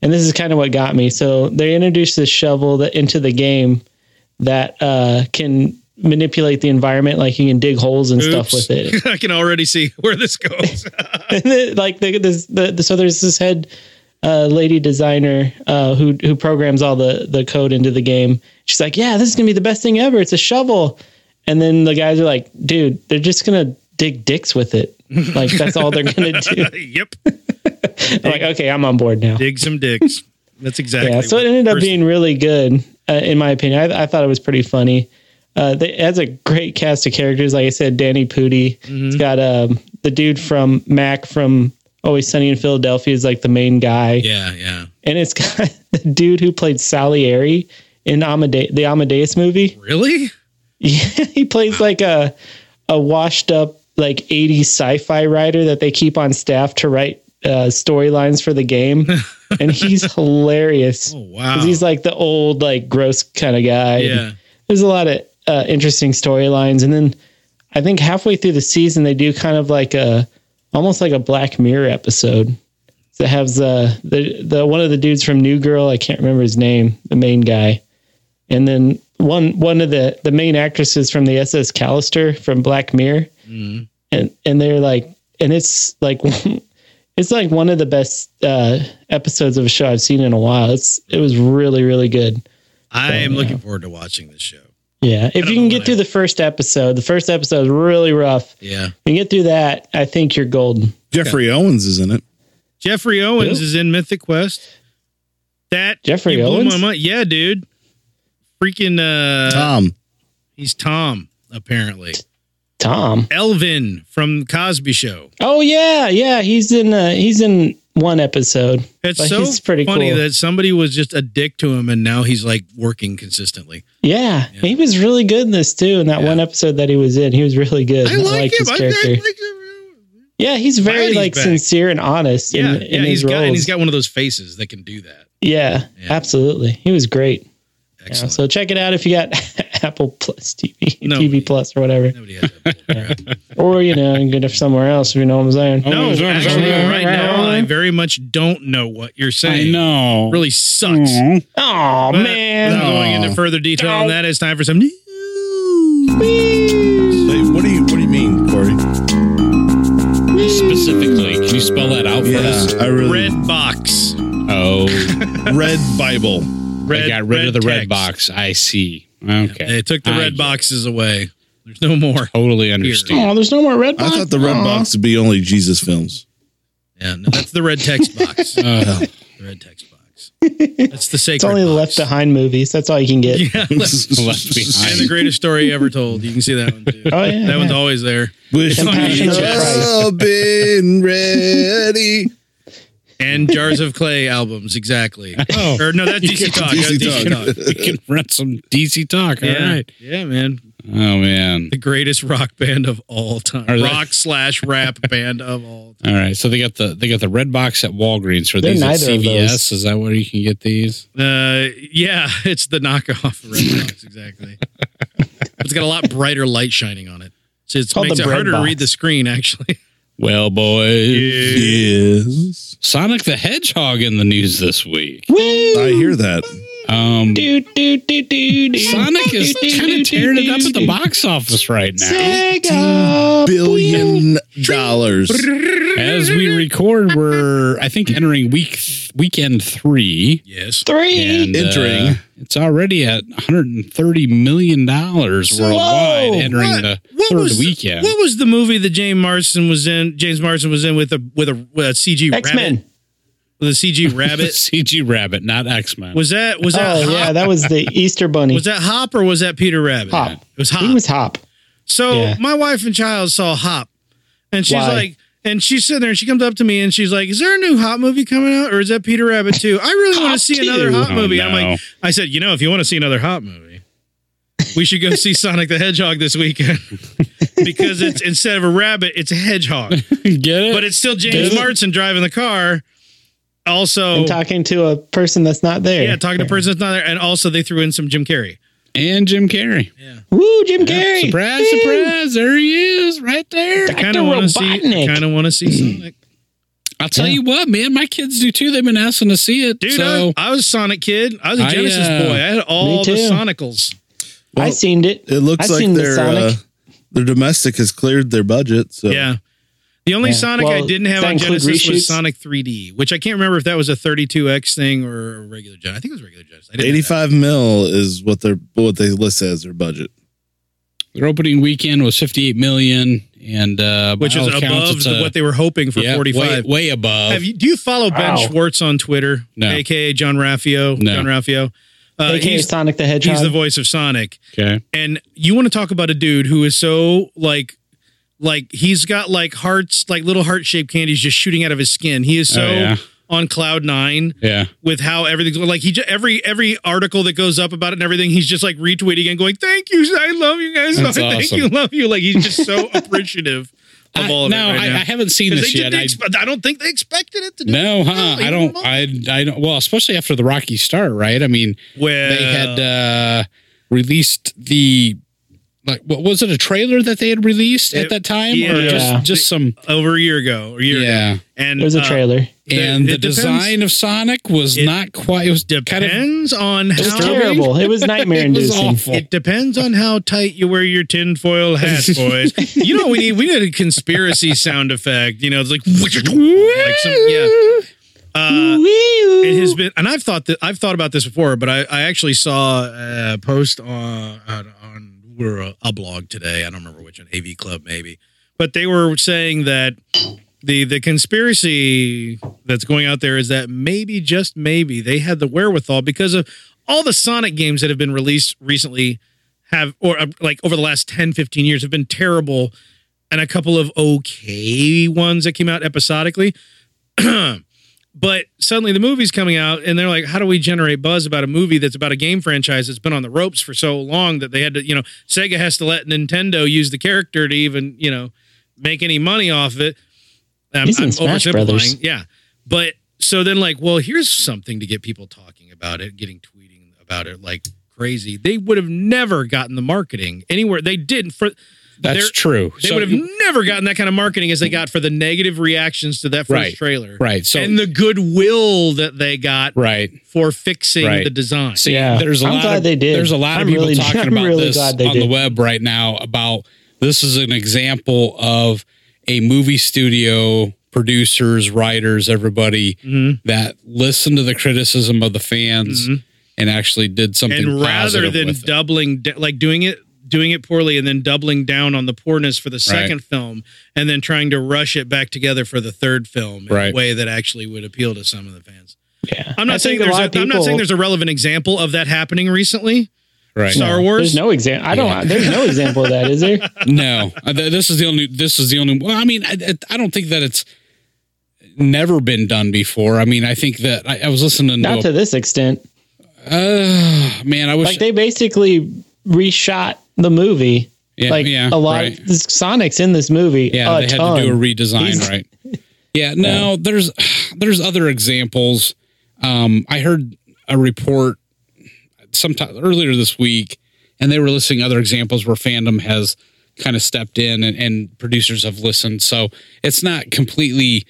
Speaker 5: and this is kind of what got me. So they introduce this shovel that, into the game that uh, can manipulate the environment, like you can dig holes and stuff
Speaker 1: Oops.
Speaker 5: with it.
Speaker 1: I can already see where this goes. *laughs*
Speaker 5: *laughs* And then, like the, this, the, the so there's this head uh, lady designer uh, who who programs all the the code into the game. She's like, "Yeah, this is gonna be the best thing ever. It's a shovel." And then the guys are like, "Dude, they're just gonna dig dicks with it. Like that's all they're gonna do." *laughs*
Speaker 1: yep,
Speaker 5: I'm like, okay, I'm on board now.
Speaker 1: dig some dicks. That's exactly.
Speaker 5: Yeah, so it
Speaker 1: what-
Speaker 5: ended up
Speaker 1: first-
Speaker 5: being really good, uh, in my opinion. I, I thought it was pretty funny. Uh, they, it has a great cast of characters. Like I said, Danny Pudi.
Speaker 1: Mm-hmm.
Speaker 5: It's got um, the dude from Mac from Always Sunny in Philadelphia is like the main guy,
Speaker 1: Yeah, yeah.
Speaker 5: and it's got *laughs* the dude who played Salieri in Amade- the Amadeus movie.
Speaker 1: Really?
Speaker 5: *laughs* Yeah, he plays like a a washed up like 80s sci-fi writer that they keep on staff to write uh, storylines for
Speaker 1: *laughs*
Speaker 5: the game, and he's hilarious.
Speaker 1: Oh wow.
Speaker 5: *laughs* 'Cause he's like the old, like gross kind of guy.
Speaker 1: yeah.
Speaker 5: There's a lot of uh, interesting storylines, and then I think halfway through the season they do kind of like a, almost like a Black Mirror episode that has uh, the the one of the dudes from New Girl. I can't remember his name, the main guy, and then one one of the the main actresses from the SS Callister from Black Mirror,
Speaker 1: Mm-hmm.
Speaker 5: and and they're like, and it's like. *laughs* It's like one of the best uh, episodes of a show I've seen in a while. It's it was really really good.
Speaker 1: I am looking forward to watching this show.
Speaker 5: Yeah, if you
Speaker 1: know
Speaker 5: can get
Speaker 1: why.
Speaker 5: through the first episode, the first episode is really rough.
Speaker 1: Yeah.
Speaker 5: If you can get through that, I think you're golden.
Speaker 3: Jeffrey Owens is in it.
Speaker 1: Jeffrey Owens
Speaker 5: Who?
Speaker 1: is in Mythic Quest. That
Speaker 5: Jeffrey
Speaker 1: you blew
Speaker 5: Owens?
Speaker 1: my mind. Yeah, dude. Freaking uh
Speaker 3: Tom.
Speaker 1: he's Tom, apparently.
Speaker 5: Tom.
Speaker 1: Elvin from Cosby Show.
Speaker 5: Oh yeah, yeah, he's in uh, he's in one episode.
Speaker 1: It's
Speaker 5: But
Speaker 1: so
Speaker 5: he's pretty
Speaker 1: funny
Speaker 5: cool.
Speaker 1: that somebody was just a dick to him and now he's like working consistently.
Speaker 5: Yeah, he was really good in this too. In that one episode that he was in, he was really good.
Speaker 1: I like
Speaker 5: liked
Speaker 1: him. I, I like him.
Speaker 5: yeah, he's very
Speaker 1: Glad he's
Speaker 5: like
Speaker 1: back.
Speaker 5: sincere and honest.
Speaker 1: Yeah,
Speaker 5: in,
Speaker 1: yeah,
Speaker 5: in his
Speaker 1: he's got
Speaker 5: roles.
Speaker 1: and he's got one of those faces that can do that.
Speaker 5: yeah, absolutely. He was great. Yeah,
Speaker 1: Excellent.
Speaker 5: so check it out if you got *laughs* Apple Plus TV,
Speaker 1: No.
Speaker 5: TV Plus or whatever,
Speaker 1: Nobody has that.
Speaker 4: *laughs*
Speaker 5: or you know, you can get it somewhere else if you know what I'm saying.
Speaker 1: no,
Speaker 4: sorry,
Speaker 1: actually,
Speaker 4: sorry.
Speaker 1: right now I very much don't know what you're saying.
Speaker 4: I know.
Speaker 1: Really sucks.
Speaker 5: Oh
Speaker 1: But
Speaker 5: man,
Speaker 1: Without going into further detail on that, it's time for some news.
Speaker 3: Wait, what do you what do you mean, Corey?
Speaker 4: Specifically, can you spell that out for us?
Speaker 3: I really
Speaker 1: Red box.
Speaker 4: *laughs* Oh,
Speaker 3: Red Bible.
Speaker 1: Red,
Speaker 4: I got rid of the red
Speaker 1: text.
Speaker 4: box. I see. Okay.
Speaker 1: They took the
Speaker 4: I
Speaker 1: red boxes away. There's no more.
Speaker 4: Totally understand.
Speaker 5: Oh, there's no more red
Speaker 3: I
Speaker 5: box.
Speaker 3: thought the red box would be only Jesus
Speaker 1: *laughs*
Speaker 3: films.
Speaker 1: Yeah, no, that's the red text
Speaker 4: *laughs*
Speaker 1: box. the
Speaker 4: Uh,
Speaker 1: red text box. That's the sacred.
Speaker 5: It's only the Left
Speaker 1: box.
Speaker 5: Behind movies. That's all you can
Speaker 1: *laughs*
Speaker 5: get.
Speaker 1: Yeah,
Speaker 4: *laughs*
Speaker 1: left-
Speaker 4: left behind.
Speaker 1: and the greatest story ever told. You can see that one too.
Speaker 5: Oh
Speaker 1: that
Speaker 5: yeah, yeah.
Speaker 1: one's always there.
Speaker 3: *laughs* Wish
Speaker 1: on
Speaker 3: we
Speaker 1: VHS.
Speaker 3: all
Speaker 1: *laughs*
Speaker 3: been ready.
Speaker 1: And Jars of Clay albums, exactly.
Speaker 4: Oh.
Speaker 1: Or no, that's DC Talk.
Speaker 3: DC
Speaker 1: that's DC
Speaker 3: Talk.
Speaker 1: Talk.
Speaker 4: *laughs* we can run some DC talk.
Speaker 1: Yeah.
Speaker 4: All right.
Speaker 1: yeah, man.
Speaker 4: Oh man.
Speaker 1: The greatest rock band of all time.
Speaker 4: Are they-
Speaker 1: Rock slash rap *laughs* band of all time.
Speaker 4: All right. So they got the they got the red box at Walgreens for
Speaker 5: They're
Speaker 4: these at
Speaker 5: neither of
Speaker 4: CVS.
Speaker 5: those.
Speaker 4: Is that where you can get these?
Speaker 1: Uh, yeah, it's the knockoff of Red Box, exactly. it's got a lot brighter light shining on it. So it's
Speaker 5: called
Speaker 1: makes
Speaker 5: the
Speaker 1: it harder to
Speaker 5: Breadbox.
Speaker 1: read the screen, actually.
Speaker 4: Well, boys,
Speaker 3: Yes.
Speaker 4: Sonic the Hedgehog in the news this week.
Speaker 5: Woo!
Speaker 3: I hear that.
Speaker 4: Um,
Speaker 5: Do, do, do, do, do.
Speaker 4: Sonic is
Speaker 5: Do, do,
Speaker 4: kind
Speaker 5: do,
Speaker 4: of tearing it up
Speaker 5: do,
Speaker 4: at the
Speaker 5: do.
Speaker 4: box office right now.
Speaker 5: Sega.
Speaker 3: Billion dollars.
Speaker 4: As we record, we're I think entering week th- weekend three.
Speaker 1: Yes.
Speaker 5: Three.
Speaker 4: And, uh,
Speaker 3: Entering.
Speaker 4: it's already at 130 million dollars worldwide. Entering the third
Speaker 1: was
Speaker 4: weekend. *laughs*
Speaker 1: what was the movie that James Marsden was in? James Marsden was in with a with a, with a CG
Speaker 5: X
Speaker 1: rabbit.
Speaker 5: Men.
Speaker 1: With a CG
Speaker 4: *laughs*
Speaker 1: rabbit.
Speaker 4: CG Rabbit, not X Men.
Speaker 1: Was that was that
Speaker 5: Oh
Speaker 1: Hop?
Speaker 5: yeah, that was the Easter Bunny.
Speaker 1: was that Hop or was that Peter Rabbit?
Speaker 5: Hop.
Speaker 1: It was Hop.
Speaker 5: He was Hop.
Speaker 1: so
Speaker 5: yeah.
Speaker 1: my wife and child saw Hop, and she's
Speaker 5: Why?
Speaker 1: like, And she's sitting there and she comes up to me and she's like, Is there a new hot movie coming out or is that Peter Rabbit too? I really want to
Speaker 5: Cop
Speaker 1: see
Speaker 5: 2.
Speaker 1: another hot
Speaker 4: Oh,
Speaker 1: movie. I'm
Speaker 4: no.
Speaker 1: like, I said, You know, if you want to see another hot movie, we should go see *laughs* Sonic the Hedgehog this weekend *laughs* because it's instead of a rabbit, it's a hedgehog.
Speaker 4: Get it?
Speaker 1: But it's still James
Speaker 5: Doesn't-
Speaker 1: Martin driving the car. Also,
Speaker 5: and talking to a person that's not there.
Speaker 1: Oh. yeah, talking to a person that's not there. And also, they threw in some Jim Carrey.
Speaker 4: and Jim Carrey.
Speaker 5: Woo, Jim Carrey!
Speaker 4: Surprise,
Speaker 5: Woo!
Speaker 4: surprise. There he is, right there.
Speaker 5: Dr.
Speaker 1: Kind of want to see.
Speaker 5: Robotnik.
Speaker 1: Kind of want to see Sonic.
Speaker 4: I'll tell
Speaker 5: Yeah.
Speaker 4: you what, man, my kids do too. They've been asking to see it.
Speaker 1: Dude,
Speaker 4: so
Speaker 1: I, I was a Sonic kid. I was a
Speaker 4: I,
Speaker 1: Genesis
Speaker 4: uh,
Speaker 1: boy. I had all the
Speaker 5: too.
Speaker 1: Sonicals.
Speaker 5: I
Speaker 3: Well,
Speaker 5: seen it.
Speaker 3: It looks
Speaker 5: I've
Speaker 3: like
Speaker 5: seen the
Speaker 3: their
Speaker 5: Sonic.
Speaker 3: uh, their domestic has cleared their budget. So
Speaker 1: Yeah. The only
Speaker 5: Yeah.
Speaker 1: Sonic I
Speaker 5: Well,
Speaker 1: didn't have
Speaker 5: does that
Speaker 1: on
Speaker 5: include
Speaker 1: Genesis was
Speaker 5: reshoots?
Speaker 1: Sonic 3D, which I can't remember if that was a 32X thing or a regular Genesis. I think it was regular Genesis. I didn't have
Speaker 3: eighty five mil is what their what they list as their budget.
Speaker 4: their opening weekend was 58 million, and uh,
Speaker 1: that, Which
Speaker 4: by
Speaker 1: is
Speaker 4: all accounts,
Speaker 1: above
Speaker 4: it's
Speaker 1: the-
Speaker 4: a-
Speaker 1: what they were hoping for
Speaker 4: yeah,
Speaker 1: 45.
Speaker 4: Way, way above.
Speaker 1: have you, do you follow Ben
Speaker 5: Wow.
Speaker 1: Schwartz on Twitter,
Speaker 4: No.
Speaker 1: aka John Raffio?
Speaker 4: No.
Speaker 1: John Raffio. Uh,
Speaker 5: AKA
Speaker 1: he's,
Speaker 5: Sonic the Hedgehog.
Speaker 1: he's the voice of Sonic.
Speaker 4: okay.
Speaker 1: and you want to talk about a dude who is so like like he's got like hearts like little heart shaped candies just shooting out of his skin he is so
Speaker 4: Oh, yeah.
Speaker 1: on cloud nine
Speaker 4: Yeah.
Speaker 1: with how everything's like he just, every every article that goes up about it and everything he's just like retweeting and going thank you i love you guys
Speaker 4: That's
Speaker 1: I *laughs* thank
Speaker 4: awesome.
Speaker 1: you love you like he's just
Speaker 4: *laughs*
Speaker 1: so appreciative of all
Speaker 4: I,
Speaker 1: of
Speaker 4: no,
Speaker 1: it right
Speaker 4: I,
Speaker 1: now
Speaker 4: I haven't seen
Speaker 1: 'Cause they
Speaker 4: this yet.
Speaker 1: didn't
Speaker 4: I,
Speaker 1: expe- I don't think they expected it to do
Speaker 4: no, huh?
Speaker 1: well,
Speaker 4: I
Speaker 1: even
Speaker 4: don't.
Speaker 1: more.
Speaker 4: I. I don't. Well, especially after the Rocky start, right? I mean,
Speaker 1: well
Speaker 4: they had uh, released the like. What was it? A trailer that they had released
Speaker 1: It-
Speaker 4: at that time, or
Speaker 1: yeah.
Speaker 4: just just some?
Speaker 1: over a year ago or a year ago
Speaker 4: Yeah.
Speaker 1: and
Speaker 5: There's a
Speaker 1: uh,
Speaker 5: trailer.
Speaker 4: and
Speaker 1: it
Speaker 4: the
Speaker 1: depends-
Speaker 4: design of Sonic was
Speaker 1: It
Speaker 4: not quite. It was kind of
Speaker 1: depends on
Speaker 5: It was
Speaker 1: how
Speaker 5: terrible. It was nightmare
Speaker 4: it was
Speaker 5: inducing.
Speaker 4: awful.
Speaker 1: It depends on how tight you wear your tinfoil hat, boys. you know, we need we need a conspiracy sound effect. You know, it's like, like some, yeah. Uh, it has been, and I've thought that I've thought about this before, but I, I actually saw a post on on, on or a, a blog today. I don't remember which, an AV Club maybe, but they were saying that the the conspiracy that's going out there is that maybe just maybe they had the wherewithal because of all the Sonic games that have been released recently have or uh, like over the last 10 15 years have been terrible and a couple of okay ones that came out episodically *clears throat* but suddenly the movie's coming out and they're like how do we generate buzz about a movie that's about a game franchise that's been on the ropes for so long that they had to you know sega has to let nintendo use the character to even you know make any money off of it I'm,
Speaker 5: He's in Smash Brothers.
Speaker 1: yeah but so then like well here's something to get people talking about it getting tweeting about it like crazy they would have never gotten the marketing anywhere they didn't for
Speaker 4: That's
Speaker 1: they're-
Speaker 4: true.
Speaker 1: they
Speaker 4: So-
Speaker 1: would have never gotten that kind of marketing as they got for the negative reactions to that first
Speaker 4: Right,
Speaker 1: trailer
Speaker 4: right. So
Speaker 1: and the goodwill that they got
Speaker 4: right.
Speaker 1: for fixing
Speaker 4: Right.
Speaker 1: the design.
Speaker 4: See,
Speaker 5: Yeah.
Speaker 4: there's a
Speaker 5: I'm
Speaker 4: lot.
Speaker 5: glad
Speaker 4: of,
Speaker 5: they did.
Speaker 4: There's a lot
Speaker 5: I'm
Speaker 4: of people
Speaker 5: really- *laughs*
Speaker 4: talking
Speaker 5: I'm
Speaker 4: about
Speaker 5: really
Speaker 4: this on
Speaker 5: glad they
Speaker 4: the
Speaker 5: did.
Speaker 4: web right now about this is an example of a movie studio producers, writers, everybody
Speaker 1: Mm-hmm.
Speaker 4: that listened to the criticism of the fans
Speaker 5: Mm-hmm.
Speaker 4: and actually did something.
Speaker 1: and rather
Speaker 4: positive
Speaker 1: than
Speaker 4: with it.
Speaker 1: doubling, da- like doing it, doing it poorly, and then doubling down on the poorness for the second film, and then trying to rush it back together for the third film in
Speaker 4: Right.
Speaker 1: a way that actually would appeal to some of the fans.
Speaker 5: Yeah.
Speaker 1: I'm not
Speaker 5: I
Speaker 1: saying
Speaker 5: think a
Speaker 1: there's.
Speaker 5: lot
Speaker 1: A,
Speaker 5: of
Speaker 1: I'm not
Speaker 5: people-
Speaker 1: saying there's a relevant example of that happening recently.
Speaker 4: right.
Speaker 1: Star Wars.
Speaker 5: There's no example. I don't.
Speaker 4: Yeah.
Speaker 5: There's no example of that, is there?
Speaker 4: no, Uh, th- this is the only. This is the only. Well, I mean, I, I- I don't think that it's never been done before. I mean, I think that I, I was listening
Speaker 5: Not
Speaker 4: to.
Speaker 5: to this extent.
Speaker 4: uh, man, I wish.
Speaker 5: Like they basically reshot the movie.
Speaker 4: yeah,
Speaker 5: like
Speaker 4: yeah,
Speaker 5: a lot
Speaker 4: right.
Speaker 5: of this, Sonic's in this movie.
Speaker 4: Yeah,
Speaker 5: a
Speaker 4: they
Speaker 5: ton.
Speaker 4: had to do a redesign,
Speaker 5: He's- *laughs*
Speaker 4: right? Yeah, no, there's there's other examples. Um, I heard a report sometime earlier this week, and they were listing other examples where fandom has kind of stepped in and, and producers have listened. So it's not completely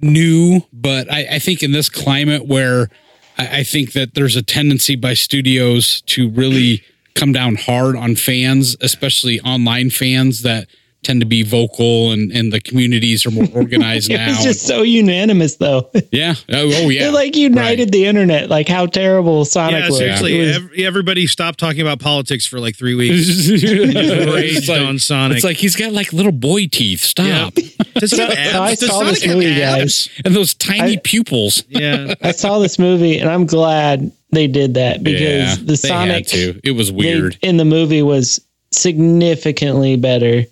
Speaker 4: new, but I, I think in this climate where I, I think that there's a tendency by studios to really come down hard on fans, especially online fans that tend to be vocal and, and the communities
Speaker 5: *laughs*
Speaker 4: are more organized
Speaker 5: It
Speaker 4: now.
Speaker 5: was just so unanimous, though. *laughs*
Speaker 4: yeah. Oh, oh, yeah.
Speaker 5: it like united the internet. Like how terrible Sonic
Speaker 1: yeah,
Speaker 5: was.
Speaker 1: seriously.
Speaker 5: It was-
Speaker 1: ev- everybody stopped talking about politics for like three weeks.
Speaker 5: *laughs*
Speaker 4: it's,
Speaker 1: Raged
Speaker 4: like,
Speaker 1: on Sonic.
Speaker 4: it's like he's got like little boy teeth. Stop.
Speaker 1: Does he have
Speaker 5: so I
Speaker 1: abs? Does
Speaker 5: saw
Speaker 1: Sonic
Speaker 5: this
Speaker 1: have
Speaker 5: movie,
Speaker 1: abs?
Speaker 5: guys.
Speaker 4: And those tiny
Speaker 5: I-
Speaker 4: pupils.
Speaker 5: *laughs*
Speaker 1: Yeah.
Speaker 5: I saw this movie, and I'm glad they did that because the
Speaker 4: they
Speaker 5: Sonic
Speaker 4: had to. It was
Speaker 5: they-
Speaker 4: weird.
Speaker 5: in the movie was significantly better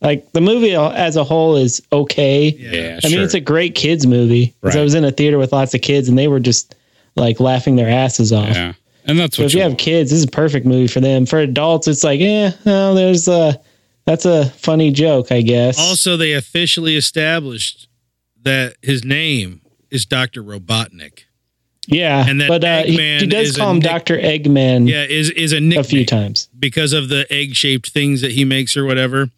Speaker 5: Like the movie as a whole is okay.
Speaker 4: Yeah,
Speaker 5: I mean,
Speaker 4: sure.
Speaker 5: it's a great kids movie. 'Cause I
Speaker 4: Right.
Speaker 5: was in a theater with lots of kids, and they were just like laughing their asses off.
Speaker 4: yeah, and that's
Speaker 5: So
Speaker 4: what
Speaker 5: if
Speaker 4: you
Speaker 5: you have
Speaker 4: want.
Speaker 5: kids, this is a perfect movie for them. For adults, it's like, eh, oh, there's a that's a funny joke, I guess.
Speaker 1: Also, they officially established that his name is Doctor Robotnik.
Speaker 5: yeah,
Speaker 1: and that
Speaker 5: but uh, he,
Speaker 1: Eggman
Speaker 5: he does
Speaker 1: is
Speaker 5: call
Speaker 1: a
Speaker 5: him
Speaker 1: nick-
Speaker 5: Doctor Eggman
Speaker 1: Yeah, is is a
Speaker 5: a few
Speaker 1: nickname
Speaker 5: times.
Speaker 1: because of the egg shaped things that he makes or whatever.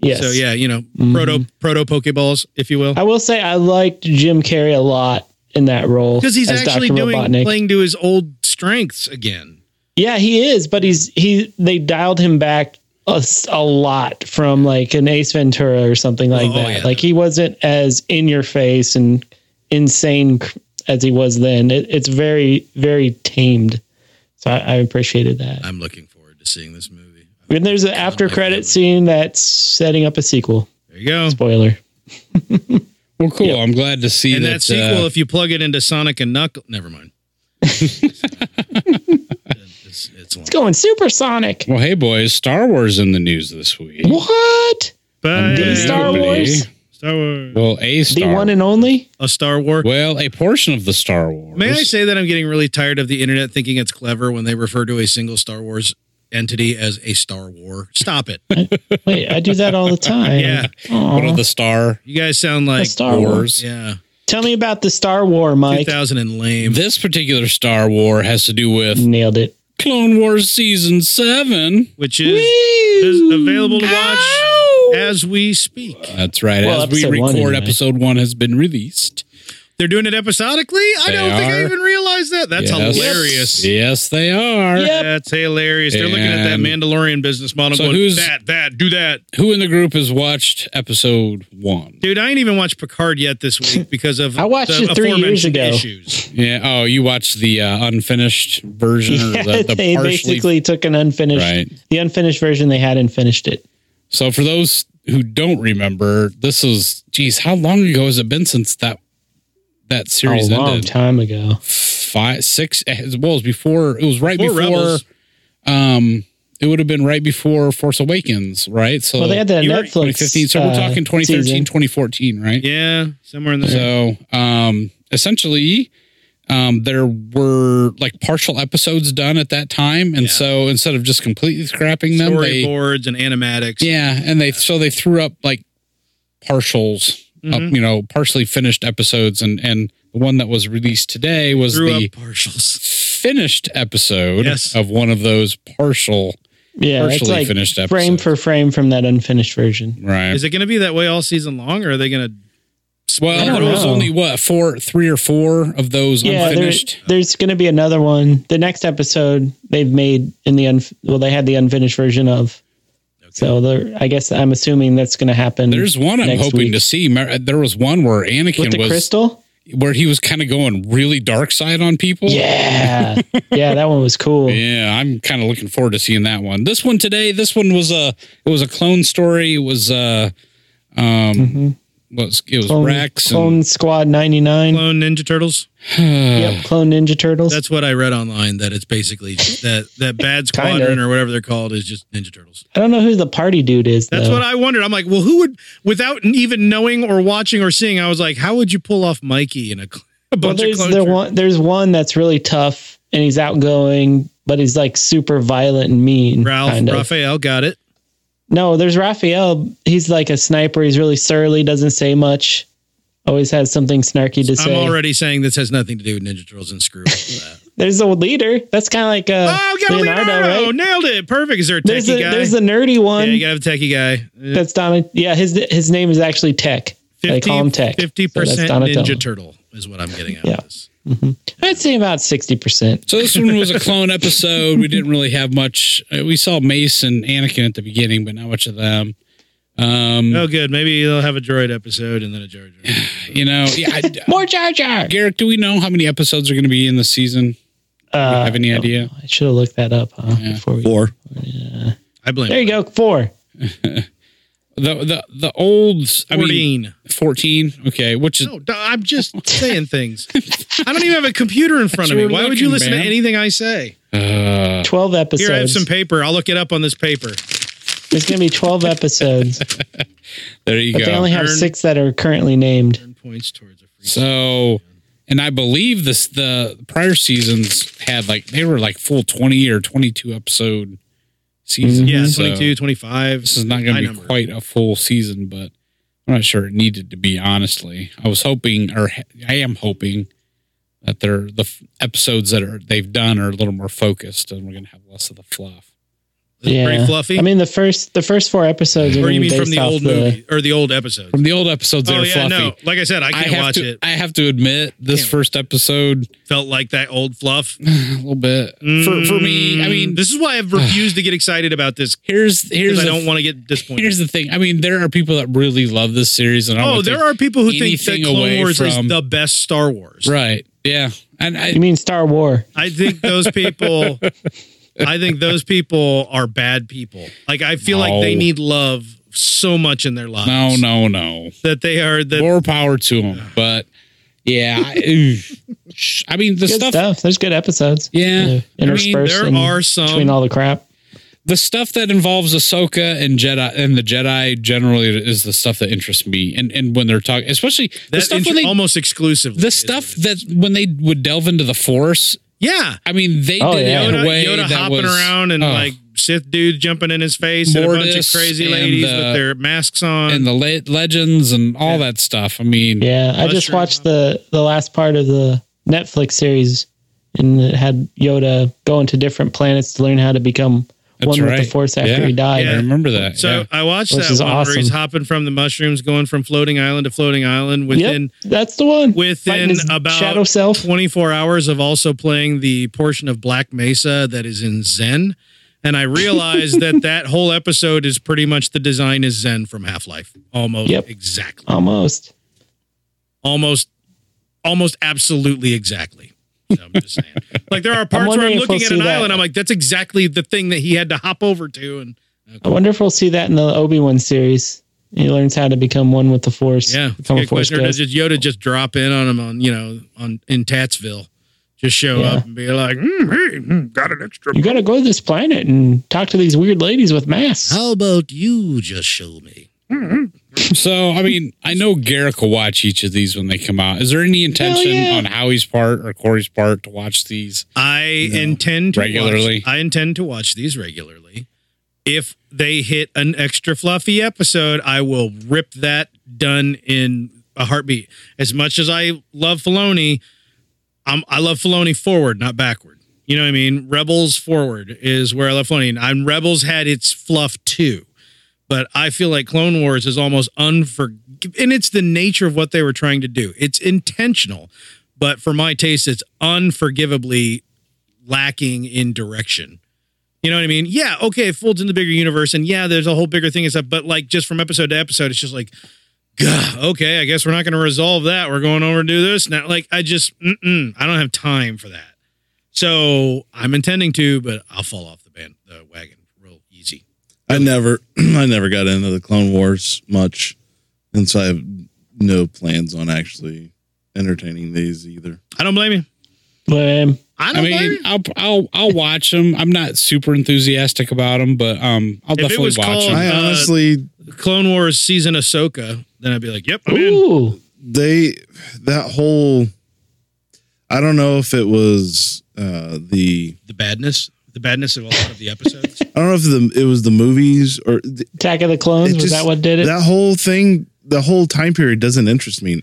Speaker 5: Yes. Mm-hmm.
Speaker 1: So yeah, you know, proto proto Pokeballs, if you will,
Speaker 5: I will say I liked Jim Carrey a lot in that role
Speaker 1: because he's
Speaker 5: as
Speaker 1: actually
Speaker 5: Dr.
Speaker 1: doing
Speaker 5: Robotnik.
Speaker 1: playing to his old strengths again.
Speaker 5: Yeah, he is, but he's he they dialed him back a, s- a lot from like an Ace Ventura or something like
Speaker 1: Oh,
Speaker 5: that.
Speaker 1: yeah.
Speaker 5: Like he wasn't as in your face and insane cr- as he was then. It, it's very very tamed. So I, I appreciated that.
Speaker 1: I'm looking forward to seeing this movie.
Speaker 5: And there's an after credit scene that's setting up a sequel.
Speaker 1: There you go.
Speaker 5: Spoiler.
Speaker 4: Well, cool. I'm glad to see
Speaker 1: And
Speaker 4: that.
Speaker 1: that sequel,
Speaker 4: uh,
Speaker 1: if you plug it into Sonic and Knuckle, never
Speaker 5: *laughs*
Speaker 1: mind. it's, it's long.
Speaker 5: It's going supersonic.
Speaker 4: well, hey boys, Star Wars in the news this week.
Speaker 1: Hmm.
Speaker 5: What?
Speaker 1: Bye.
Speaker 5: The Star
Speaker 4: Unbelievably.
Speaker 5: Wars?
Speaker 1: Star Wars.
Speaker 4: Well, a
Speaker 5: The
Speaker 4: Star.
Speaker 5: one and only?
Speaker 1: A Star War.
Speaker 4: well, a portion of the Star Wars.
Speaker 1: May I say that I'm getting really tired of the internet thinking it's clever when they refer to a single Star Wars entity as a Star War? Stop it.
Speaker 5: Wait, I do that all the
Speaker 4: *laughs*
Speaker 5: time.
Speaker 1: Yeah.
Speaker 4: What
Speaker 5: Aw,
Speaker 4: of the Star
Speaker 1: You guys sound like
Speaker 5: Star Wars.
Speaker 4: Wars?
Speaker 1: yeah,
Speaker 5: Tell me about the Star War, Mike.
Speaker 1: 2000 and lame.
Speaker 4: This particular Star War has to do
Speaker 5: *laughs*
Speaker 4: with
Speaker 5: Nailed it.
Speaker 4: Clone Wars season seven.
Speaker 1: which is, is available to watch as we speak.
Speaker 4: That's right.
Speaker 5: Well,
Speaker 4: As we
Speaker 5: episode one,
Speaker 4: record,
Speaker 5: anyway.
Speaker 4: episode one has been released.
Speaker 1: They're doing it episodically. I
Speaker 4: They
Speaker 1: don't think I
Speaker 4: are.
Speaker 1: even realized that. That's
Speaker 4: Yes.
Speaker 1: hilarious.
Speaker 4: Yes, they are.
Speaker 5: Yep.
Speaker 1: That's hilarious. They're looking at that
Speaker 4: And-
Speaker 1: Mandalorian business model
Speaker 4: So
Speaker 1: going,
Speaker 4: who's-
Speaker 1: that, that, do that.
Speaker 4: Who in the group has watched episode one?
Speaker 1: Dude, I ain't even watched Picard yet this week because of
Speaker 5: *laughs* I watched
Speaker 1: the
Speaker 5: it three years
Speaker 1: aforementioned
Speaker 5: ago.
Speaker 1: Issues.
Speaker 4: Yeah. Oh, you watched the uh, unfinished version
Speaker 5: Yeah, *laughs*
Speaker 4: or *laughs* the, the
Speaker 5: they
Speaker 4: partially
Speaker 5: basically took an unfinished,
Speaker 4: Right.
Speaker 5: the unfinished version they had and finished it.
Speaker 4: So for those who don't remember, this was geez, how long ago has it been since that that
Speaker 5: A
Speaker 4: series
Speaker 1: Oh,
Speaker 5: long
Speaker 4: ended?
Speaker 5: time ago.
Speaker 4: Five, six. eh, Well, it was before. It was right
Speaker 1: Before
Speaker 4: before.
Speaker 1: Rebels.
Speaker 4: Um, it would have been right before Force Awakens, right? So
Speaker 5: Well, they had that
Speaker 4: you're-
Speaker 5: Netflix,
Speaker 4: 2015. So we're
Speaker 5: uh,
Speaker 4: talking 2013,
Speaker 5: season.
Speaker 4: 2014, right?
Speaker 1: Yeah, somewhere in the
Speaker 4: So um, essentially, um, there were like partial episodes done at that time, and
Speaker 1: Yeah.
Speaker 4: so instead of just completely scrapping them, they
Speaker 1: storyboards and animatics.
Speaker 4: yeah, and they so they threw up like partials, up,
Speaker 1: Mm-hmm.
Speaker 4: you know, partially finished episodes, and and the one that was released today was
Speaker 1: Threw
Speaker 4: the
Speaker 1: up partials.
Speaker 4: finished episode
Speaker 1: Yes.
Speaker 4: of one of those partial,
Speaker 5: Yeah, it's
Speaker 4: partially
Speaker 5: like
Speaker 4: finished episodes.
Speaker 5: frame for frame from that unfinished version.
Speaker 4: right.
Speaker 1: Is it going to be that way all season long, or are they going to?
Speaker 4: well,
Speaker 5: I don't
Speaker 4: there was
Speaker 5: know.
Speaker 4: only what four, three or four of those
Speaker 5: Yeah, there,
Speaker 4: unfinished.
Speaker 5: there's going to be another one. The next episode they've made in the un, well, they had the unfinished version of. So there, I guess I'm assuming that's going to happen.
Speaker 4: There's one I'm
Speaker 5: next
Speaker 4: hoping
Speaker 5: week.
Speaker 4: to see. Mer- uh, There was one where
Speaker 5: with
Speaker 4: Anakin
Speaker 5: the
Speaker 4: was
Speaker 5: crystal.
Speaker 4: where he was kind of going really dark side on people.
Speaker 5: Yeah, *laughs* yeah, that one was cool.
Speaker 4: Yeah, I'm kind of looking forward to seeing that one. This one today, this one was a it was a clone story. It was uh um was it
Speaker 5: Mm-hmm.
Speaker 4: was
Speaker 5: Clone,
Speaker 4: Rex
Speaker 5: Clone
Speaker 4: and
Speaker 5: Squad 99.
Speaker 1: Clone Ninja Turtles.
Speaker 5: yep, Clone Ninja Turtles.
Speaker 1: That's what I read online. That it's basically just that that bad
Speaker 5: *laughs* Kinda.
Speaker 1: squadron or whatever they're called is just Ninja Turtles.
Speaker 5: I don't know who the party dude is.
Speaker 1: That's
Speaker 5: though.
Speaker 1: what I wondered. I'm like, well, who would, without even knowing or watching or seeing, I was like, how would you pull off Mikey in a, cl- a
Speaker 5: Well,
Speaker 1: bunch of
Speaker 5: there's
Speaker 1: clone
Speaker 5: the
Speaker 1: Tur-
Speaker 5: one. There's one that's really tough, and he's outgoing, but he's like super violent and mean.
Speaker 1: Ralph
Speaker 5: kind of.
Speaker 1: Raphael got it.
Speaker 5: No, there's Raphael. He's like a sniper. He's really surly. Doesn't say much. Always has something snarky to
Speaker 1: I'm
Speaker 5: say.
Speaker 1: already saying this has nothing to do with Ninja Turtles and screw
Speaker 5: *laughs*
Speaker 1: it.
Speaker 5: There's the leader. That's kind of like uh,
Speaker 1: oh, we got
Speaker 5: Leonardo,
Speaker 1: Leonardo, Leonardo.
Speaker 5: right?
Speaker 1: nailed it. Perfect. Is there a
Speaker 5: There's
Speaker 1: techie
Speaker 5: the,
Speaker 1: guy?
Speaker 5: there's the nerdy
Speaker 1: yeah,
Speaker 5: one.
Speaker 1: you gotta have a techie guy. Uh,
Speaker 5: that's Donald. Yeah, his his name is actually Tech. they call him Tech.
Speaker 1: 50%
Speaker 5: So that's Donatello.
Speaker 1: Ninja Turtle is what I'm getting out
Speaker 5: Yeah.
Speaker 1: of this.
Speaker 5: I'd say about sixty percent.
Speaker 4: So this one was a clone episode. We didn't really have much. uh, We saw Mace and Anakin at the beginning, but not much of them. Um,
Speaker 1: Oh, good. Maybe they'll have a droid episode and then a Jar Jar.
Speaker 4: you know, yeah, I,
Speaker 5: *laughs*
Speaker 4: uh,
Speaker 5: More Jar Jar.
Speaker 4: Garrick, do we know how many episodes are going to be in the season?
Speaker 5: Uh,
Speaker 4: Have any idea?
Speaker 5: I should have looked that up huh, before we.
Speaker 3: Four.
Speaker 1: I blame.
Speaker 5: There you go. Four.
Speaker 4: The the the old I mean
Speaker 1: 14.
Speaker 4: 14, okay, which is
Speaker 1: no, d- I'm just saying things. I don't even have a computer in front of me.
Speaker 4: your
Speaker 1: Why would you
Speaker 4: religion,
Speaker 1: listen to
Speaker 4: man.
Speaker 1: anything Uh, I say?
Speaker 5: Twelve episodes.
Speaker 1: Here, I have some paper. I'll look it up on this paper.
Speaker 5: There's going to be
Speaker 1: *laughs*
Speaker 5: 12 episodes, but
Speaker 4: There you
Speaker 5: they
Speaker 4: go.
Speaker 5: only have
Speaker 1: Earn-
Speaker 5: six that are currently named.
Speaker 1: Earn points towards a free.
Speaker 4: So, and I believe this the prior seasons had like they were like full twenty or twenty two episode
Speaker 5: Mm-hmm.
Speaker 4: seasons.
Speaker 1: yeah,
Speaker 4: So
Speaker 1: 22, 25.
Speaker 4: This is not going
Speaker 1: high
Speaker 4: to be
Speaker 1: number.
Speaker 4: quite a full season, but I'm not sure it needed to be. Honestly, I was hoping, or ha- I am hoping, that they're the f- episodes that are they've done are a little more focused, and we're going to have less of the fluff.
Speaker 1: It's pretty fluffy.
Speaker 5: I mean, the first the first four episodes are
Speaker 1: or you
Speaker 5: gonna be
Speaker 1: mean
Speaker 5: based
Speaker 1: from the
Speaker 5: off
Speaker 1: old
Speaker 5: the
Speaker 1: movie or the old episodes?
Speaker 4: From the old episodes, they
Speaker 1: oh
Speaker 4: were
Speaker 1: yeah,
Speaker 4: fluffy.
Speaker 1: no. Like I said, I
Speaker 4: I,
Speaker 1: can't
Speaker 4: have
Speaker 1: watch
Speaker 4: to.
Speaker 1: it.
Speaker 4: I have to admit, this
Speaker 1: Can't
Speaker 4: first episode
Speaker 1: Felt like that old fluff.
Speaker 4: a little bit for for me. I
Speaker 1: Mm,
Speaker 4: mean,
Speaker 1: this is why
Speaker 4: *sighs*
Speaker 1: I've refused to get excited about this
Speaker 4: here's here's
Speaker 1: because I
Speaker 4: the
Speaker 1: don't want to get disappointed.
Speaker 4: here's the thing. I mean, there are people that really love this series, and I
Speaker 1: Oh, there are people who think that
Speaker 4: anything
Speaker 1: Clone
Speaker 4: away
Speaker 1: Wars
Speaker 4: from-
Speaker 1: is the best Star Wars.
Speaker 4: right, yeah, and
Speaker 5: You
Speaker 4: I,
Speaker 5: mean Star War?
Speaker 1: I think those
Speaker 4: *laughs*
Speaker 1: people. I think those people are bad people. Like I feel like they
Speaker 4: No.
Speaker 1: need love so much in their lives.
Speaker 4: no, no, no,
Speaker 1: that they are that
Speaker 4: more power to them. But yeah,
Speaker 1: *laughs*
Speaker 4: I, oof. I mean the
Speaker 5: Good
Speaker 4: stuff,
Speaker 5: stuff. There's good episodes.
Speaker 4: Yeah. I mean,
Speaker 5: interspersed
Speaker 1: there
Speaker 5: in
Speaker 1: are some-
Speaker 5: between all the crap.
Speaker 4: the stuff that involves Ahsoka and Jedi and the Jedi generally is the stuff that interests me. And and when they're talking, especially the
Speaker 1: that oh
Speaker 4: stuff
Speaker 1: intro-
Speaker 4: when they.
Speaker 1: almost exclusively
Speaker 4: The
Speaker 1: is-
Speaker 4: stuff that when they would delve into the force,
Speaker 1: Yeah,
Speaker 4: I mean, they
Speaker 5: Oh,
Speaker 4: did
Speaker 5: yeah.
Speaker 4: it in
Speaker 1: Yoda,
Speaker 4: a way
Speaker 1: Yoda
Speaker 4: that
Speaker 1: hopping
Speaker 4: was
Speaker 1: around and
Speaker 4: oh.
Speaker 1: like Sith dude jumping in his face and a bunch of
Speaker 4: Mortis
Speaker 1: crazy
Speaker 4: and
Speaker 1: ladies
Speaker 4: the-
Speaker 1: with their masks on.
Speaker 4: and the le- legends and all that stuff. I mean,
Speaker 5: Yeah, I
Speaker 1: That's
Speaker 5: just
Speaker 1: true.
Speaker 5: watched the the last part of the Netflix series, and it had Yoda going to different planets to learn how to become
Speaker 4: That's
Speaker 5: one with
Speaker 4: right.
Speaker 5: the Force after
Speaker 4: Yeah.
Speaker 5: he died.
Speaker 4: I
Speaker 1: Yeah.
Speaker 4: remember that.
Speaker 1: so
Speaker 4: yeah.
Speaker 1: I watched
Speaker 5: Which
Speaker 1: that
Speaker 5: is
Speaker 1: one where he's
Speaker 5: awesome.
Speaker 1: hopping from the mushrooms, going from floating island to floating island within
Speaker 5: Yep, that's the one. Fighting
Speaker 1: within
Speaker 5: his
Speaker 1: about
Speaker 5: shadow self.
Speaker 1: 24 hours of also playing the portion of Black Mesa that is in Zen. And I realized
Speaker 5: *laughs*
Speaker 1: that that whole episode is pretty much the design is Zen from Half Life, almost
Speaker 5: Yep.
Speaker 1: exactly,
Speaker 5: Almost.
Speaker 1: almost, almost absolutely exactly. So I'm just
Speaker 5: *laughs*
Speaker 1: saying, like there are parts where
Speaker 5: wondering
Speaker 1: I'm
Speaker 5: if
Speaker 1: looking
Speaker 5: we'll
Speaker 1: at an
Speaker 5: see that.
Speaker 1: island, I'm like, that's exactly the thing that he had to hop over to, and uh,
Speaker 5: I wonder if we'll see that in the Obi Wan series. He learns how to become one with the Force.
Speaker 1: Yeah, it's a
Speaker 5: become a
Speaker 1: good
Speaker 5: Force
Speaker 1: question. Or Does
Speaker 5: ghost.
Speaker 1: just Yoda just drop in on him on you know on in Tatsville, just show
Speaker 5: Yeah.
Speaker 1: up and be like, "Mm, hey, mm, got an extra.
Speaker 5: You got to go to this planet and talk to these weird ladies with masks.
Speaker 1: How about you just show me?
Speaker 4: *laughs* So, I mean, I know Garrick will watch each of these when they come out. Is there any intention
Speaker 5: yeah.
Speaker 4: on Howie's part or Corey's part to watch these?
Speaker 1: I intend to
Speaker 4: Regularly.
Speaker 1: Watch, I intend to watch these regularly. If they hit an extra fluffy episode, I will rip that done in a heartbeat. As much as I love Filoni, I'm, I love Filoni forward, not backward. You know what I mean? Rebels forward is where I love Filoni. And I'm, Rebels had its fluff too. But I feel like Clone Wars is almost unfor, and it's the nature of what they were trying to do. It's intentional, but for my taste, it's unforgivably lacking in direction. You know what I mean? Yeah, okay, it folds in the bigger universe, and yeah, there's a whole bigger thing and stuff. But like, just from episode to episode, it's just like, gah, okay, I guess we're not going to resolve that. We're going over and do this now. Like, I just, mm-mm, I don't have time for that. So I'm intending to, but I'll fall off the band, the wagon, real easy.
Speaker 3: I never, *clears throat* I never got into the Clone Wars much, and so I have no plans on actually entertaining these either.
Speaker 1: I don't blame you. Oh,
Speaker 5: Lame.
Speaker 1: I
Speaker 4: I
Speaker 1: don't blame
Speaker 4: mean,
Speaker 1: you.
Speaker 4: I'll I'll I'll watch them. I'm not super enthusiastic about them, but um, I'll
Speaker 1: If it
Speaker 4: definitely
Speaker 1: was
Speaker 4: watch
Speaker 1: called-
Speaker 4: them.
Speaker 3: I
Speaker 1: Uh,
Speaker 3: honestly,
Speaker 1: Clone Wars season Ahsoka, then I'd be like, yep, I'm in.
Speaker 5: Ooh,
Speaker 3: they that whole, I don't know if it was uh the,
Speaker 1: The badness, the badness of a lot of the episodes.
Speaker 3: I don't know if the it was the movies or the,
Speaker 5: Attack of the Clones
Speaker 3: It
Speaker 5: was
Speaker 3: just-
Speaker 5: that what did it?
Speaker 3: that whole thing. The whole time period doesn't interest me.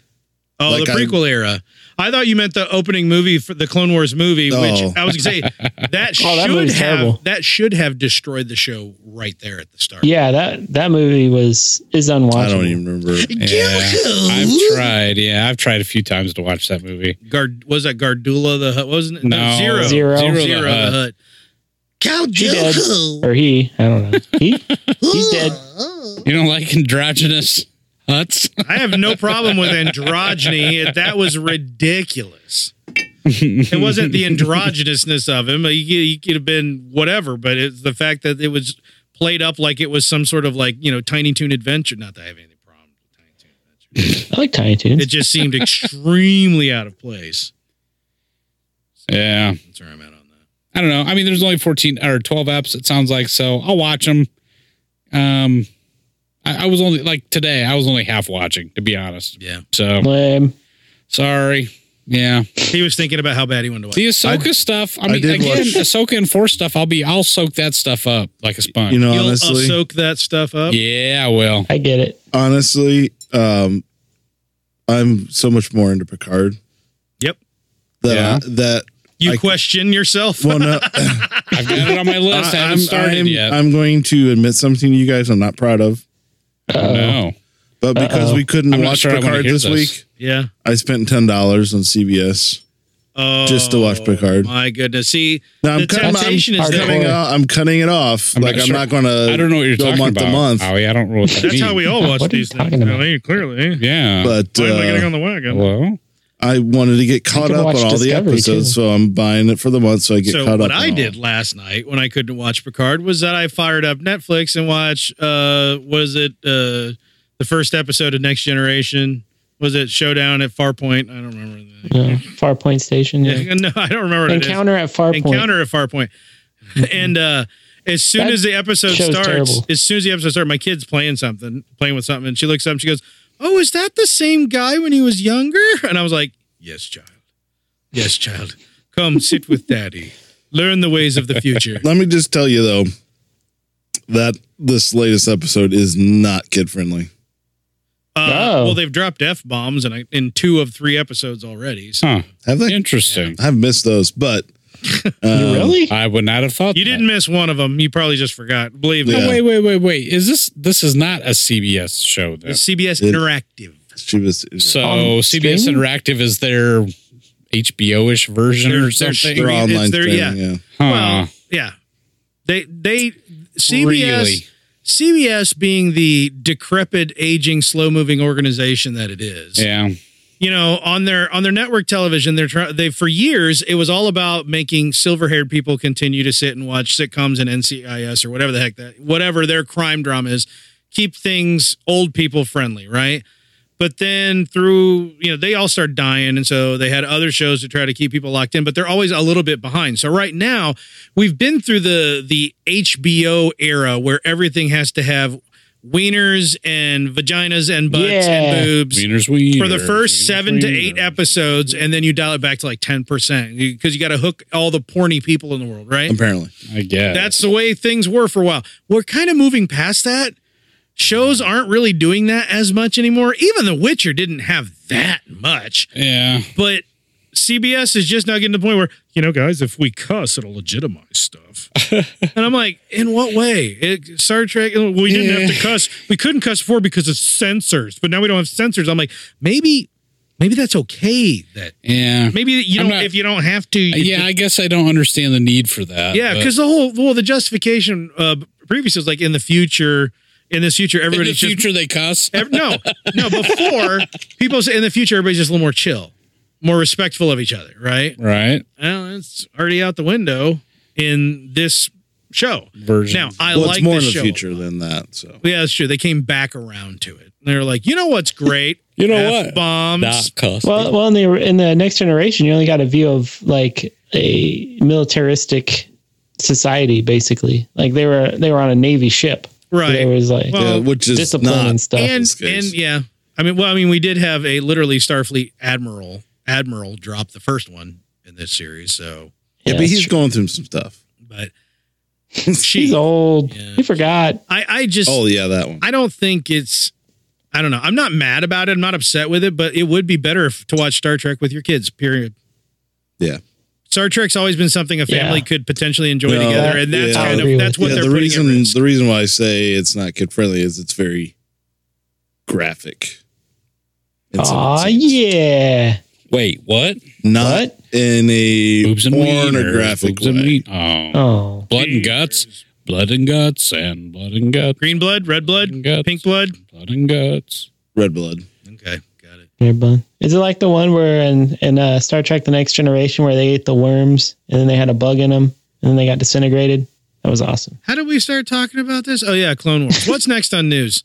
Speaker 1: Oh,
Speaker 3: Like
Speaker 1: the
Speaker 3: I-
Speaker 1: prequel era. I thought you meant the opening movie for the Clone Wars movie,
Speaker 3: Oh.
Speaker 1: which I was gonna say that
Speaker 5: Oh, that
Speaker 1: should
Speaker 5: movie's
Speaker 1: have
Speaker 5: terrible.
Speaker 1: that should have destroyed the show right there at the start.
Speaker 5: yeah, that that movie was is unwatchable.
Speaker 3: I don't even remember.
Speaker 4: Yeah, I've tried. Yeah, I've tried a few times to watch that movie.
Speaker 1: Guard was that Gardula the Hutt? Wasn't it?
Speaker 4: No.
Speaker 1: zero zero,
Speaker 5: Zero.
Speaker 4: Zero the
Speaker 1: zero the
Speaker 4: Hutt.
Speaker 1: Hutt.
Speaker 5: She
Speaker 1: *laughs*
Speaker 5: dead or he? I don't know. He he's dead.
Speaker 4: You don't like androgynous huts? *laughs*
Speaker 1: I have no problem with androgyny. That was ridiculous. It wasn't the androgynousness of him. He, could- he could have been whatever, but it's the fact that it was played up like it was some sort of like, you know, Tiny Toon Adventure. Not that I have any problem with Tiny Toon Adventure.
Speaker 5: I like Tiny
Speaker 1: It
Speaker 5: Toons.
Speaker 1: just seemed extremely out of place.
Speaker 4: yeah,
Speaker 1: That's where I'm at on that.
Speaker 4: I don't know. I mean, there's only 14 or 12 apps. It sounds like so. I'll watch them. Um, I, I was only like today. I was only half watching, to be honest.
Speaker 1: Yeah.
Speaker 4: So
Speaker 5: Lame.
Speaker 4: sorry. Yeah,
Speaker 1: He was thinking about how bad he wanted to
Speaker 4: the
Speaker 1: watch.
Speaker 4: Ahsoka stuff. I mean,
Speaker 3: did
Speaker 4: again,
Speaker 3: watch-
Speaker 4: Ahsoka and Force stuff. I'll be. I'll soak that stuff up like a sponge.
Speaker 3: You know,
Speaker 1: You'll
Speaker 3: honestly,
Speaker 1: soak that stuff up.
Speaker 4: yeah, I will.
Speaker 5: I get it.
Speaker 3: honestly, um, I'm so much more into Picard.
Speaker 1: Yep.
Speaker 3: That
Speaker 4: Yeah.
Speaker 3: that
Speaker 1: You
Speaker 3: I-
Speaker 1: question yourself.
Speaker 3: well,
Speaker 4: *laughs*
Speaker 3: no,
Speaker 4: I've got it on my list. I,
Speaker 3: I,
Speaker 4: haven't
Speaker 3: am uh,
Speaker 4: started
Speaker 3: I'm,
Speaker 4: yet.
Speaker 3: I'm going to admit something to you guys. I'm not proud of,
Speaker 5: Uh,
Speaker 4: no,
Speaker 3: but because
Speaker 5: Uh-oh.
Speaker 3: we couldn't
Speaker 4: I'm not
Speaker 3: watch
Speaker 4: sure I wanna
Speaker 3: Picard
Speaker 4: hear
Speaker 3: this,
Speaker 4: this.
Speaker 3: week,
Speaker 1: *laughs* yeah.
Speaker 3: I spent ten dollars on CBS.
Speaker 1: Oh,
Speaker 3: Just to watch Picard.
Speaker 1: My goodness. See,
Speaker 3: Now
Speaker 1: The
Speaker 3: I'm, cutting, I'm,
Speaker 1: temptation is
Speaker 3: I'm
Speaker 5: there.
Speaker 3: cutting off, I'm cutting it off.
Speaker 4: I'm
Speaker 3: like
Speaker 4: not
Speaker 3: I'm
Speaker 4: sure.
Speaker 3: not going to.
Speaker 4: I don't know what you're
Speaker 3: go
Speaker 4: talking
Speaker 3: month
Speaker 4: about,
Speaker 3: to month.
Speaker 4: Howie. I don't know what that
Speaker 1: that's
Speaker 4: means.
Speaker 1: how we all watch
Speaker 5: What are you
Speaker 1: these things.
Speaker 5: talking about?
Speaker 1: Ellie, clearly.
Speaker 4: Yeah.
Speaker 3: But
Speaker 1: Why am I getting
Speaker 3: uh,
Speaker 1: on the wagon?
Speaker 4: Hello.
Speaker 3: I wanted to get caught
Speaker 5: can
Speaker 3: up on
Speaker 5: watch
Speaker 3: all the
Speaker 5: Discovery,
Speaker 3: episodes,
Speaker 5: too.
Speaker 3: so I'm buying it for the month so I get
Speaker 1: so
Speaker 3: caught up.
Speaker 1: what
Speaker 3: on
Speaker 1: I
Speaker 3: all.
Speaker 1: did last night when I couldn't watch Picard was that I fired up Netflix and watched uh was it uh the first episode of Next Generation was it Showdown at Farpoint I don't remember the
Speaker 5: No. Farpoint Station. yeah.
Speaker 1: yeah. *laughs* no I don't remember what it is.
Speaker 5: Encounter at Farpoint.
Speaker 1: Encounter at Farpoint *laughs* and uh as soon
Speaker 5: That
Speaker 1: as the episode
Speaker 5: show's
Speaker 1: starts
Speaker 5: terrible.
Speaker 1: as soon as the episode starts my kid's playing something playing with something and she looks up and she goes oh is that the same guy when he was younger *laughs* and I was like yes child yes child come sit with daddy learn the ways of the
Speaker 5: *laughs*
Speaker 1: future
Speaker 3: Let me just tell you though that this latest episode is not kid friendly.
Speaker 1: Uh,
Speaker 5: Oh.
Speaker 1: Well, they've dropped f bombs in, a- in two of three episodes already. So
Speaker 4: Huh.
Speaker 3: Have they?
Speaker 4: Interesting.
Speaker 3: I've missed
Speaker 1: *laughs*
Speaker 3: those, but um,
Speaker 5: really?
Speaker 4: I would not have thought
Speaker 1: you
Speaker 4: that.
Speaker 1: didn't miss one of them. You probably just forgot. Believe
Speaker 4: No,
Speaker 1: me,
Speaker 3: Yeah.
Speaker 4: wait, wait, wait, wait. Is this this is not a CBS show then?
Speaker 1: It's CBS
Speaker 3: It-
Speaker 1: Interactive.
Speaker 3: She was
Speaker 4: So
Speaker 5: on
Speaker 1: Um,
Speaker 4: CBS
Speaker 5: streaming?
Speaker 4: Interactive is their HBO ish version
Speaker 1: They're-
Speaker 4: or
Speaker 1: they're
Speaker 4: something.
Speaker 1: streaming.
Speaker 3: their
Speaker 1: I mean, it's
Speaker 3: online
Speaker 1: their-
Speaker 3: streaming,
Speaker 1: yeah.
Speaker 3: yeah.
Speaker 4: Huh.
Speaker 1: Well, yeah, they they CBS
Speaker 4: Really?
Speaker 1: CBS being the decrepit, aging, slow moving organization that it is.
Speaker 4: Yeah.
Speaker 1: You know, on their on their network television, they're trying. They for years it was all about making silver haired people continue to sit and watch sitcoms and NCIS or whatever the heck that whatever their crime drama is. Keep things old people friendly, right? but then through you know they all start dying and so they had other shows to try to keep people locked in but they're always a little bit behind so right now we've been through the the hbo era where everything has to have wieners and vaginas and butts
Speaker 5: Yeah.
Speaker 1: and boobs
Speaker 4: Wieners Wiener.
Speaker 1: for the first
Speaker 4: Wieners
Speaker 1: seven to eight
Speaker 4: Wiener.
Speaker 1: episodes and then you dial it back to like 10% because you got to hook all the porny people in the world right
Speaker 3: Apparently,
Speaker 4: I guess.
Speaker 1: that's the way things were for a while. We're kind of moving past that. Shows aren't really doing that as much anymore. Even The Witcher didn't have that much,
Speaker 4: yeah.
Speaker 1: but CBS is just now getting to the point where you know, guys, if we cuss, it'll legitimize
Speaker 4: *laughs*
Speaker 1: stuff. and I'm like, in what way? It, Star Trek. We didn't have to
Speaker 4: Yeah.
Speaker 1: cuss. We couldn't cuss before because of censors, but now we don't have censors. I'm like, maybe, maybe that's okay. That
Speaker 4: Yeah.
Speaker 1: maybe you
Speaker 4: I'm
Speaker 1: don't
Speaker 4: not-
Speaker 1: if you don't have to. you-
Speaker 4: Yeah, I guess I don't understand the need for that.
Speaker 1: yeah,
Speaker 4: but-
Speaker 1: because the whole well, the justification uh, previous is like in the future, in this future,
Speaker 4: in the
Speaker 1: everybody's just
Speaker 4: future they cuss.
Speaker 1: ev- no, no. Before people say in the future, everybody's just a little more chill, more respectful of each other, right?
Speaker 4: Right.
Speaker 1: Well, it's already out the window in this show.
Speaker 4: Version.
Speaker 1: Now I
Speaker 3: well,
Speaker 1: like
Speaker 3: it's more in
Speaker 1: this
Speaker 3: the
Speaker 1: show.
Speaker 3: future than that. So
Speaker 1: Yeah, that's true. They came back around to it. They were like, you know what's
Speaker 3: *laughs*
Speaker 1: great?
Speaker 4: You know what?
Speaker 1: Bombs.
Speaker 4: Not cuss.
Speaker 5: Well, well, in the in the next generation, you only got a view of like a militaristic society, basically. Like they were they were on a navy ship.
Speaker 1: Right.
Speaker 5: There was like
Speaker 1: Well,
Speaker 3: Yeah, which is
Speaker 5: discipline
Speaker 3: not.
Speaker 5: and stuff.
Speaker 1: and
Speaker 3: this
Speaker 1: and
Speaker 3: case.
Speaker 1: yeah, I mean, well, I mean, we did have a literally Starfleet admiral admiral drop the first one in this series, so
Speaker 3: yeah,
Speaker 5: Yeah,
Speaker 3: but
Speaker 5: it's
Speaker 3: he's
Speaker 5: true.
Speaker 3: going through some stuff. *laughs*
Speaker 1: but
Speaker 5: he's
Speaker 1: she,
Speaker 5: old.
Speaker 1: Yeah.
Speaker 5: He forgot.
Speaker 1: I, I just,
Speaker 3: Oh yeah, that one.
Speaker 1: I don't think it's, I don't know, I'm not mad about it, I'm not upset with it, but it would be better if, to watch Star Trek with your kids. Period.
Speaker 3: Yeah.
Speaker 1: Star Trek's always been something a family
Speaker 5: Yeah.
Speaker 1: could potentially enjoy
Speaker 3: No,
Speaker 1: together, and that's
Speaker 3: yeah.
Speaker 1: kind
Speaker 5: I agree
Speaker 1: of
Speaker 5: with
Speaker 1: that's what
Speaker 3: yeah,
Speaker 1: they're
Speaker 3: the
Speaker 1: putting
Speaker 3: reason
Speaker 1: at risk.
Speaker 3: the reason why I say it's not kid friendly is it's very graphic. in some
Speaker 4: Ah,
Speaker 5: Aw,
Speaker 3: sense.
Speaker 5: yeah.
Speaker 4: Wait, what?
Speaker 3: not
Speaker 5: What?
Speaker 3: in a
Speaker 4: Boobs and
Speaker 3: pornographic
Speaker 4: wieners. Boobs and
Speaker 3: way.
Speaker 4: wien- Oh.
Speaker 5: Oh,
Speaker 4: Blood and guts. Blood and guts and blood and guts.
Speaker 1: Green blood, red blood,
Speaker 4: Blood and guts.
Speaker 1: pink blood.
Speaker 4: Blood and guts.
Speaker 3: Red blood.
Speaker 1: Okay, got it.
Speaker 5: Weird bun. Is it like the one where in in uh, Star Trek: The Next Generation where they ate the worms and then they had a bug in them and then they got disintegrated? That was awesome.
Speaker 1: How did we start talking about this? Oh yeah, Clone Wars. What's next on
Speaker 3: *laughs*
Speaker 1: news?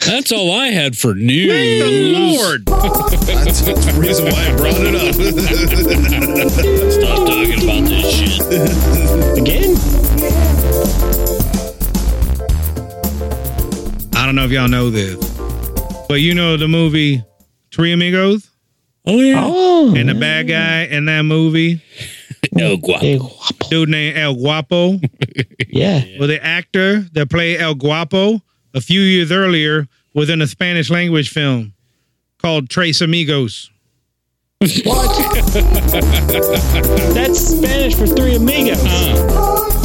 Speaker 4: That's all I had for news.
Speaker 1: Lord.
Speaker 3: That's the reason why I brought it up.
Speaker 4: Stop talking about this shit.
Speaker 5: Again.
Speaker 1: don't know if y'all know this, but you know the movie Three Amigos
Speaker 4: Oh yeah.
Speaker 5: Oh,
Speaker 1: and the
Speaker 4: Mm.
Speaker 1: bad guy in that movie,
Speaker 4: El Guapo.
Speaker 5: El Guapo.
Speaker 1: dude named El Guapo.
Speaker 5: Yeah.
Speaker 1: Well, the actor that played El Guapo a few years earlier was in a Spanish language film called Trace Amigos.
Speaker 5: That's Spanish for three amigos.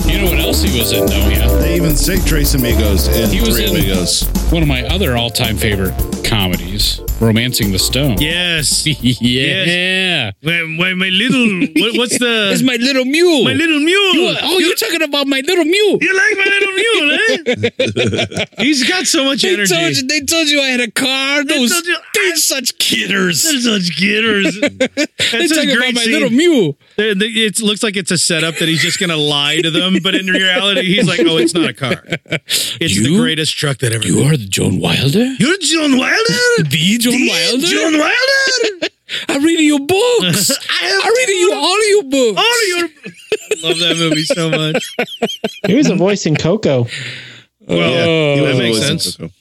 Speaker 4: You know what else he was in though? Yeah.
Speaker 3: *laughs* They even say Trace Amigos in
Speaker 4: He was
Speaker 3: Three
Speaker 4: in-
Speaker 3: Amigos.
Speaker 4: One of my other all-time favorite comedies, Romancing the Stone.
Speaker 1: Yes.
Speaker 4: *laughs* yeah.
Speaker 1: When, when my little, what, what's *laughs*
Speaker 4: It's
Speaker 1: the,
Speaker 4: my little mule.
Speaker 1: my little mule.
Speaker 4: Oh, you're talking about my little mule.
Speaker 1: You like my little mule, *laughs* eh? He's got so much
Speaker 4: They
Speaker 1: energy.
Speaker 4: told, you, they told you I had a car. Those
Speaker 1: told you-
Speaker 4: they're such kidders.
Speaker 1: They're such *laughs* gitters.
Speaker 4: They
Speaker 1: That's
Speaker 4: talk
Speaker 1: a
Speaker 4: about
Speaker 1: great
Speaker 4: my
Speaker 1: scene.
Speaker 4: little mule.
Speaker 1: They- they- It looks like it's a setup that he's just going to lie to them, but in reality, he's like, "Oh, it's not a car. It's the
Speaker 4: You-
Speaker 1: greatest truck that ever."
Speaker 4: You are the Joan Wilder.
Speaker 1: You're John Wilder.
Speaker 4: The Joan Wilder.
Speaker 1: John
Speaker 3: *laughs*
Speaker 1: Wilder.
Speaker 4: I'm reading
Speaker 1: *laughs*
Speaker 4: your books.
Speaker 1: am
Speaker 4: I'm reading you all your books.
Speaker 1: Oh, you're. I love that movie so much.
Speaker 5: *laughs* He was a voice in Coco.
Speaker 1: Well,
Speaker 4: Oh.
Speaker 3: He
Speaker 1: that
Speaker 3: was
Speaker 1: makes
Speaker 3: always in
Speaker 1: sense.
Speaker 3: Coco.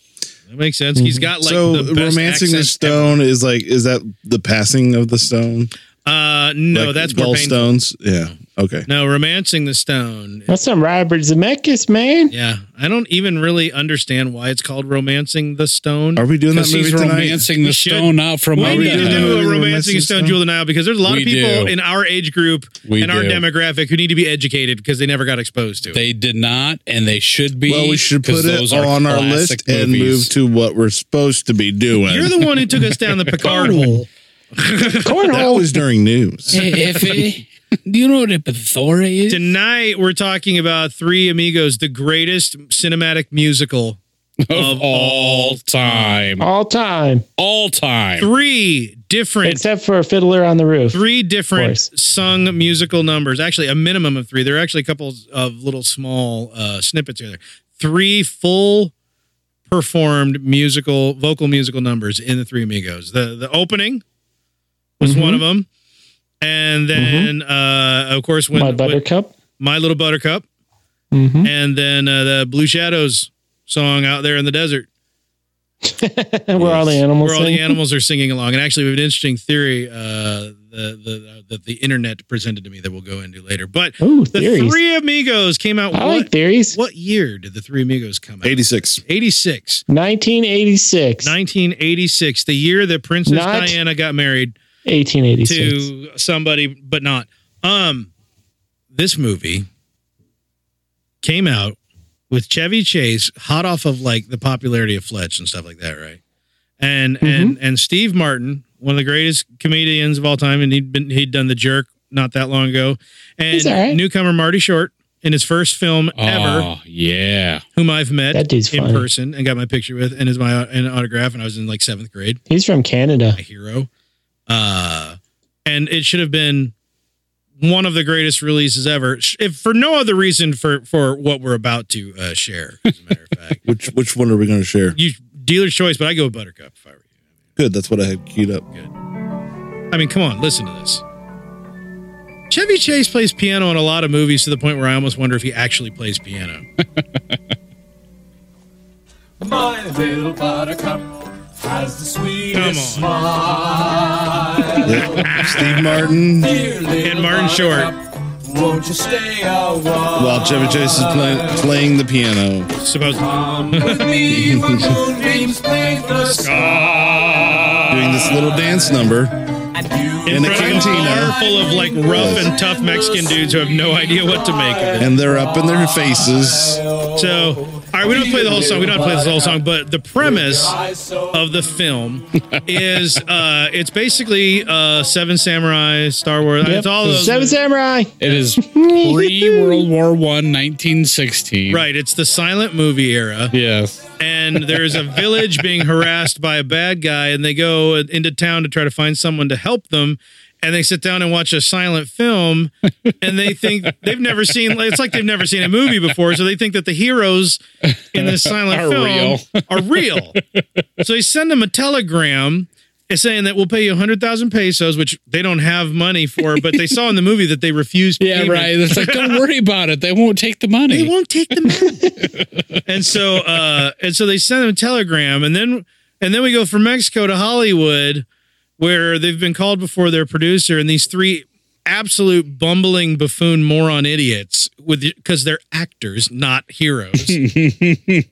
Speaker 1: That makes sense. He's got like
Speaker 3: Mhm. so
Speaker 1: the best
Speaker 3: romancing the
Speaker 1: accent
Speaker 3: stone is like is that the passing of the stone?
Speaker 1: ever. Uh, no,
Speaker 3: Like
Speaker 1: that's more painful.
Speaker 3: gallstones. Yeah. Okay.
Speaker 1: No, romancing the stone.
Speaker 5: That's some Robert Zemeckis, man.
Speaker 1: Yeah, I don't even really understand why it's called romancing the stone.
Speaker 3: Are we doing that
Speaker 4: Because
Speaker 3: movie
Speaker 4: he's
Speaker 3: tonight?
Speaker 4: romancing
Speaker 1: We
Speaker 4: the
Speaker 1: should-
Speaker 4: stone out from
Speaker 1: We
Speaker 4: under.
Speaker 1: need to do a
Speaker 3: Romancing
Speaker 1: romancing
Speaker 3: the
Speaker 1: stone
Speaker 3: Stone?
Speaker 1: jewel denial because there's a lot
Speaker 4: We
Speaker 1: of people
Speaker 4: do.
Speaker 1: in our age group
Speaker 4: We
Speaker 1: and our
Speaker 4: do.
Speaker 1: demographic who need to be educated because they never got exposed to. it.
Speaker 4: They did not, and they should be.
Speaker 3: Well, we should
Speaker 4: 'cause
Speaker 3: put it
Speaker 4: those are
Speaker 3: on our
Speaker 4: classic
Speaker 3: list and move
Speaker 4: movies.
Speaker 3: to what we're supposed to be doing.
Speaker 1: You're the one who took us
Speaker 4: *laughs*
Speaker 1: down the Picard
Speaker 4: Oh.
Speaker 1: hole.
Speaker 3: *laughs* that
Speaker 5: Cornhole.
Speaker 3: was during news.
Speaker 4: Hey, Effie, do you know what a plethora is?
Speaker 1: Tonight we're talking about Three Amigos, the greatest cinematic musical.
Speaker 4: of all time.
Speaker 5: All time,
Speaker 4: All time.
Speaker 1: Three different
Speaker 5: except for Fiddler on the Roof.
Speaker 1: three different
Speaker 5: course.
Speaker 1: sung musical numbers. Actually, a minimum of three. There are actually a couple of little small uh, snippets here. and There, three full performed musical vocal musical numbers in the Three Amigos. The the opening was
Speaker 5: Mhm.
Speaker 1: one of them, and then uh, of course when
Speaker 5: Mm-hmm. My
Speaker 1: when-
Speaker 5: Buttercup.
Speaker 1: My Little Buttercup,
Speaker 5: hmm
Speaker 1: and then uh, the Blue Shadows song out there in the desert
Speaker 5: *laughs* Where all the animals.
Speaker 1: where all the
Speaker 5: sing.
Speaker 1: animals are singing along. And actually, we have an interesting theory uh, the, the, that the internet presented to me that we'll go into later. But
Speaker 5: Ooh,
Speaker 1: the
Speaker 5: theories.
Speaker 1: Three Amigos came out.
Speaker 5: I
Speaker 1: what,
Speaker 5: like theories.
Speaker 1: what year did the Three Amigos come out?
Speaker 3: 86.
Speaker 1: 86.
Speaker 5: 1986.
Speaker 1: 1986, the year that Princess
Speaker 5: Not-
Speaker 1: Diana got married
Speaker 5: 1886.
Speaker 1: to somebody, but not. Um, this movie came out with Chevy Chase, hot off of like the popularity of Fletch and stuff like that, right? And and and Steve Martin, one of the greatest comedians of all time, and he'd been he'd done the jerk not that long ago, and
Speaker 5: He's all right.
Speaker 1: newcomer Marty Short in his first film ever,
Speaker 4: Oh, yeah.
Speaker 1: whom I've met
Speaker 5: That dude's
Speaker 1: in
Speaker 5: funny.
Speaker 1: person and got my picture with, and is my an autograph, and I was in like seventh grade
Speaker 5: He's from Canada.
Speaker 1: a hero. Uh, and it should have been one of the greatest releases ever, sh- if for no other reason for for what we're about to uh, share. As a matter of fact,
Speaker 3: Which which one are we going to share?
Speaker 1: you dealer's choice, but I go with Buttercup if I were you.
Speaker 3: Good. That's what I had queued up.
Speaker 1: I mean, come on, listen to this. Chevy Chase plays piano in a lot of movies to the point where I almost wonder if he actually plays piano.
Speaker 6: My little buttercup has the
Speaker 1: Come
Speaker 6: sweetest
Speaker 1: on,
Speaker 3: Steve Martin,
Speaker 1: and Martin Short,
Speaker 6: smile. Won't you stay a while
Speaker 3: while Chevy Chase is play, playing the piano.
Speaker 1: supposedly.
Speaker 6: with
Speaker 4: *laughs*
Speaker 6: me when moonbeams paint the sky?
Speaker 3: doing this little dance number in a
Speaker 1: Running a bar
Speaker 3: cantina,
Speaker 1: full of like rough and tough Mexican dudes who have no idea what to make of it.
Speaker 3: and they're up in their faces.
Speaker 1: So, all right, we don't play the whole song. We don't play this whole song, but the premise of the film is uh, it's basically uh, Seven Samurai, Star Wars. It's all those.
Speaker 4: uh,
Speaker 5: Seven Samurai.
Speaker 4: It is pre World War One, 1916.
Speaker 1: Right, it's the silent movie era,
Speaker 4: Yes.
Speaker 1: and there's a village being harassed by a bad guy, and they go into town to try to find someone to help them, and they sit down and watch a silent film, and they think they've never seen. It's like they've never seen a movie before, so they think that the heroes in this silent
Speaker 4: Are
Speaker 1: film
Speaker 4: real.
Speaker 1: are real. So they send them a telegram. is saying that we'll pay you 100,000 pesos, which they don't have money for, but they saw in the movie that they refused.
Speaker 4: *laughs* Yeah,
Speaker 1: payment.
Speaker 4: right. It's like don't worry about it. They won't take the money.
Speaker 1: They won't take the money. *laughs* and so, uh, and so they sent them a telegram, and then, and then we go from Mexico to Hollywood, where they've been called before their producer, and these three absolute bumbling buffoon moron idiots with because they're actors not heroes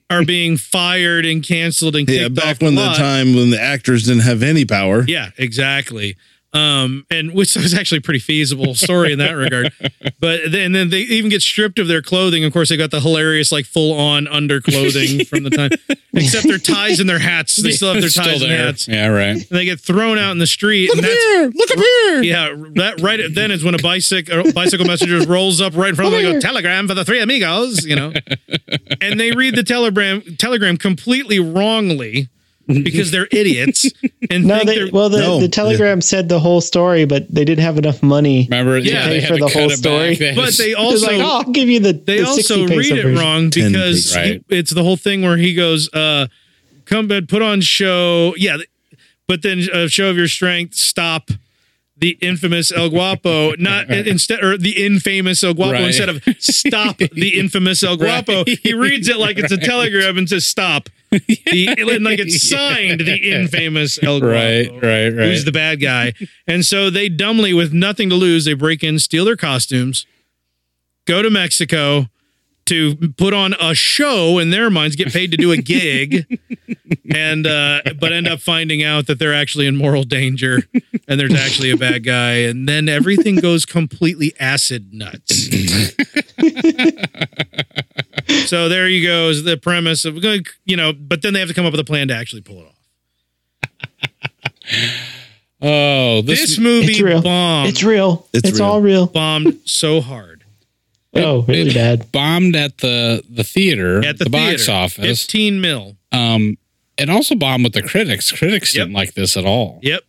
Speaker 1: are being fired and canceled and kicked
Speaker 3: Yeah,
Speaker 1: off
Speaker 3: back when the
Speaker 1: lot.
Speaker 3: time when the actors didn't have
Speaker 1: *laughs*
Speaker 3: any power.
Speaker 1: Yeah, exactly. Um, and which was actually a pretty feasible story in that regard. But then, then they even get stripped of their clothing. Of course, they got the hilarious, like full on
Speaker 3: *laughs*
Speaker 1: underclothing from the time, except their ties and their hats. They still have their
Speaker 4: It's
Speaker 1: ties and
Speaker 4: there.
Speaker 1: hats. And
Speaker 4: Yeah, right.
Speaker 1: they get thrown out in the street. and that's,
Speaker 3: Look up here.
Speaker 1: yeah, that right then is when a bicycle bicycle messenger rolls up right in front of them and go, telegram for the three amigos, you know. and they read the telegram telegram completely wrongly because they're idiots and
Speaker 5: No,
Speaker 1: think
Speaker 5: they
Speaker 1: are
Speaker 5: well the,
Speaker 3: No.
Speaker 5: the telegram said the whole story, but they didn't have enough money.
Speaker 4: Remember?
Speaker 1: Yeah,
Speaker 4: they
Speaker 1: pay
Speaker 4: had
Speaker 5: for
Speaker 4: to
Speaker 5: the
Speaker 4: cut
Speaker 5: whole
Speaker 4: it back.
Speaker 5: story.
Speaker 4: They had
Speaker 1: But
Speaker 4: to-
Speaker 1: they
Speaker 5: It's
Speaker 1: also
Speaker 5: like, oh, I'll give you the.
Speaker 1: they
Speaker 5: the
Speaker 1: also
Speaker 5: 60 peso
Speaker 1: read it
Speaker 5: version.
Speaker 1: wrong
Speaker 3: Ten
Speaker 1: because
Speaker 3: pesos.
Speaker 1: he-
Speaker 4: Right.
Speaker 1: it's the whole thing where he goes, uh, "Come bed, put on show, yeah." th- But then uh, show of your strength. Stop the infamous El Guapo, not in- instead or the infamous El Guapo
Speaker 4: Right.
Speaker 1: instead of stop the infamous El Guapo. He reads it like it's a telegram and says stop, the, and like it's signed the infamous El Guapo
Speaker 4: *laughs* right, right, right.
Speaker 1: who's the bad guy. *laughs* and so they dumbly, with nothing to lose, they break in, steal their costumes, go to Mexico to put on a show in their minds, get paid to do a gig, and uh, but end up finding out that they're actually in moral danger and there's actually a bad guy, and then everything goes completely acid nuts. so there you go is the premise of you know, but then they have to come up with a plan to actually pull it off.
Speaker 4: oh, this,
Speaker 1: This movie
Speaker 5: It's real.
Speaker 1: bombed.
Speaker 5: it's real. It's,
Speaker 3: It's real.
Speaker 5: all real.
Speaker 1: bombed so hard
Speaker 5: Oh, really
Speaker 4: it *laughs*
Speaker 5: bad.
Speaker 4: bombed at the the theater
Speaker 1: at the,
Speaker 4: box
Speaker 1: theater.
Speaker 4: office.
Speaker 1: 15 mil.
Speaker 4: um, it also bombed with the critics. Critics
Speaker 1: Yep.
Speaker 4: didn't like this at all.
Speaker 1: Yep.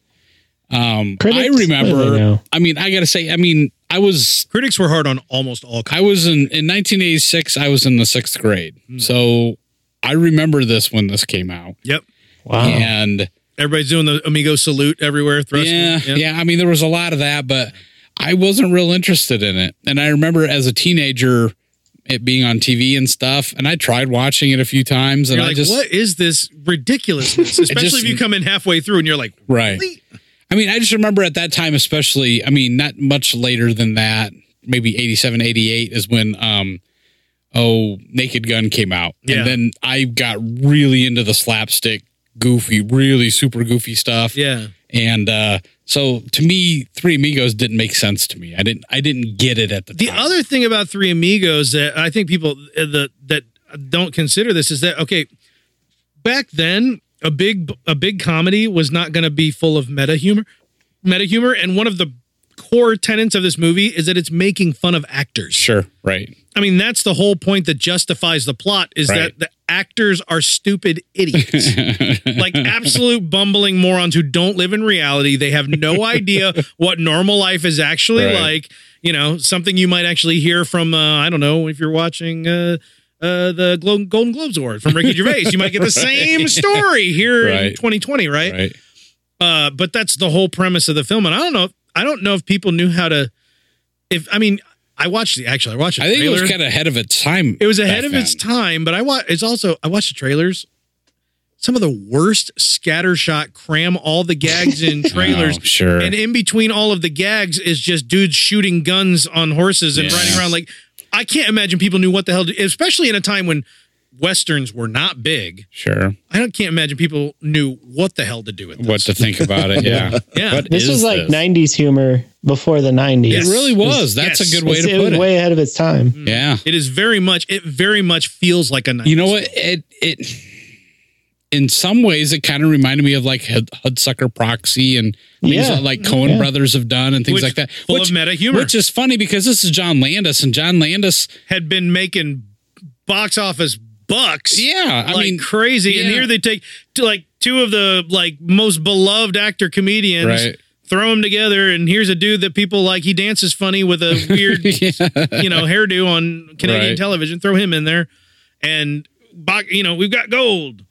Speaker 4: Um, I
Speaker 5: Critics? What do they
Speaker 4: remember.
Speaker 5: know?
Speaker 4: I mean, I gotta say, I mean, I was
Speaker 1: Critics were hard on almost all.
Speaker 4: I was in in 1986. I was in the sixth grade,
Speaker 1: Hmm.
Speaker 4: so I remember this when this came out,
Speaker 1: yep.
Speaker 5: Wow.
Speaker 4: and.
Speaker 1: Everybody's doing the amigo salute everywhere. Thrusting.
Speaker 4: Yeah, yeah, I mean, there was a lot of that, but I wasn't real interested in it. And I remember as a teenager, it being on TV and stuff, and I tried watching it a few times, and
Speaker 1: You're
Speaker 4: I
Speaker 1: like,
Speaker 4: just
Speaker 1: what is this
Speaker 4: *laughs*
Speaker 1: ridiculousness? Especially
Speaker 4: just-
Speaker 1: if you come in halfway through and you're like,
Speaker 4: right. I mean, I just remember at that time, especially. I mean, not much later than that, maybe 87, 88 is when um, oh, Naked Gun came out,
Speaker 1: Yeah.
Speaker 4: and then I got really into the slapstick, goofy, really super goofy stuff.
Speaker 1: yeah.
Speaker 4: And uh, so to me, Three Amigos didn't make sense to me. I didn't I didn't get it at the,
Speaker 1: The
Speaker 4: time.
Speaker 1: other thing about Three Amigos that I think people uh, the, that don't consider this is that okay, back then a big a big comedy was not going to be full of meta humor, meta humor, and one of the core tenets of this movie is that it's making fun of actors.
Speaker 4: sure right
Speaker 1: I mean, that's the whole point that justifies the plot is
Speaker 4: Right.
Speaker 1: that the actors are stupid
Speaker 4: *laughs*
Speaker 1: idiots, like absolute bumbling morons who don't live in reality. They have no
Speaker 4: *laughs*
Speaker 1: idea what normal life is actually
Speaker 4: Right.
Speaker 1: like. You know, something you might actually hear from, uh, I don't know, if you're watching. Uh, uh, the Glo- Golden Globes Award from Ricky Gervais. You might get the
Speaker 4: *laughs*
Speaker 1: same story here in
Speaker 4: Right.
Speaker 1: 2020, right?
Speaker 4: right
Speaker 1: Uh, but that's the whole premise of the film, and I don't know. I don't know if people knew how to. If I mean, I watched the actually, I watched. The
Speaker 4: I think it
Speaker 1: trailer.
Speaker 4: was kind of ahead of its time
Speaker 1: It was
Speaker 4: back
Speaker 1: ahead of its
Speaker 4: then.
Speaker 1: time, but I watch. It's also I watched the trailers. Some of the worst scattershot cram all the gags
Speaker 4: *laughs*
Speaker 1: in trailers,
Speaker 4: Oh, sure
Speaker 1: and in between all of the gags is just dudes shooting guns on horses and
Speaker 4: Yeah.
Speaker 1: riding around. Like I can't imagine people knew what the hell, to, especially in a time when westerns were not big.
Speaker 4: sure
Speaker 1: I don't, can't imagine people knew what the hell to do with this.
Speaker 4: what to think about it *laughs* yeah
Speaker 1: Yeah.
Speaker 4: What
Speaker 5: This was
Speaker 4: is
Speaker 5: like
Speaker 4: this?
Speaker 5: 90s humor before the 90s.
Speaker 1: Yes.
Speaker 4: it really was that's
Speaker 1: Yes.
Speaker 4: a good way
Speaker 5: It's-
Speaker 4: to
Speaker 5: it was
Speaker 4: put it
Speaker 5: way ahead of its time.
Speaker 4: yeah
Speaker 1: It is very much. It very much feels like a. 90s.
Speaker 4: you know what it it in some ways it kind of reminded me of like Hud- Hudsucker Proxy and things
Speaker 5: Yeah.
Speaker 4: that like Cohen
Speaker 5: Yeah.
Speaker 4: Brothers have done and things
Speaker 1: Which-
Speaker 4: like that
Speaker 1: full of meta humor.
Speaker 4: which is funny because this is John Landis and John Landis
Speaker 1: had been making box office bucks.
Speaker 4: yeah I
Speaker 1: like
Speaker 4: mean
Speaker 1: crazy. And
Speaker 4: yeah.
Speaker 1: here they take t- like two of the like most beloved actor comedians,
Speaker 4: Right.
Speaker 1: throw them together, and here's a dude that people like. He dances funny with a
Speaker 4: *laughs*
Speaker 1: weird, you know, hairdo on Canadian
Speaker 4: Right.
Speaker 1: television. Throw him in there, and bo- you know we've got gold.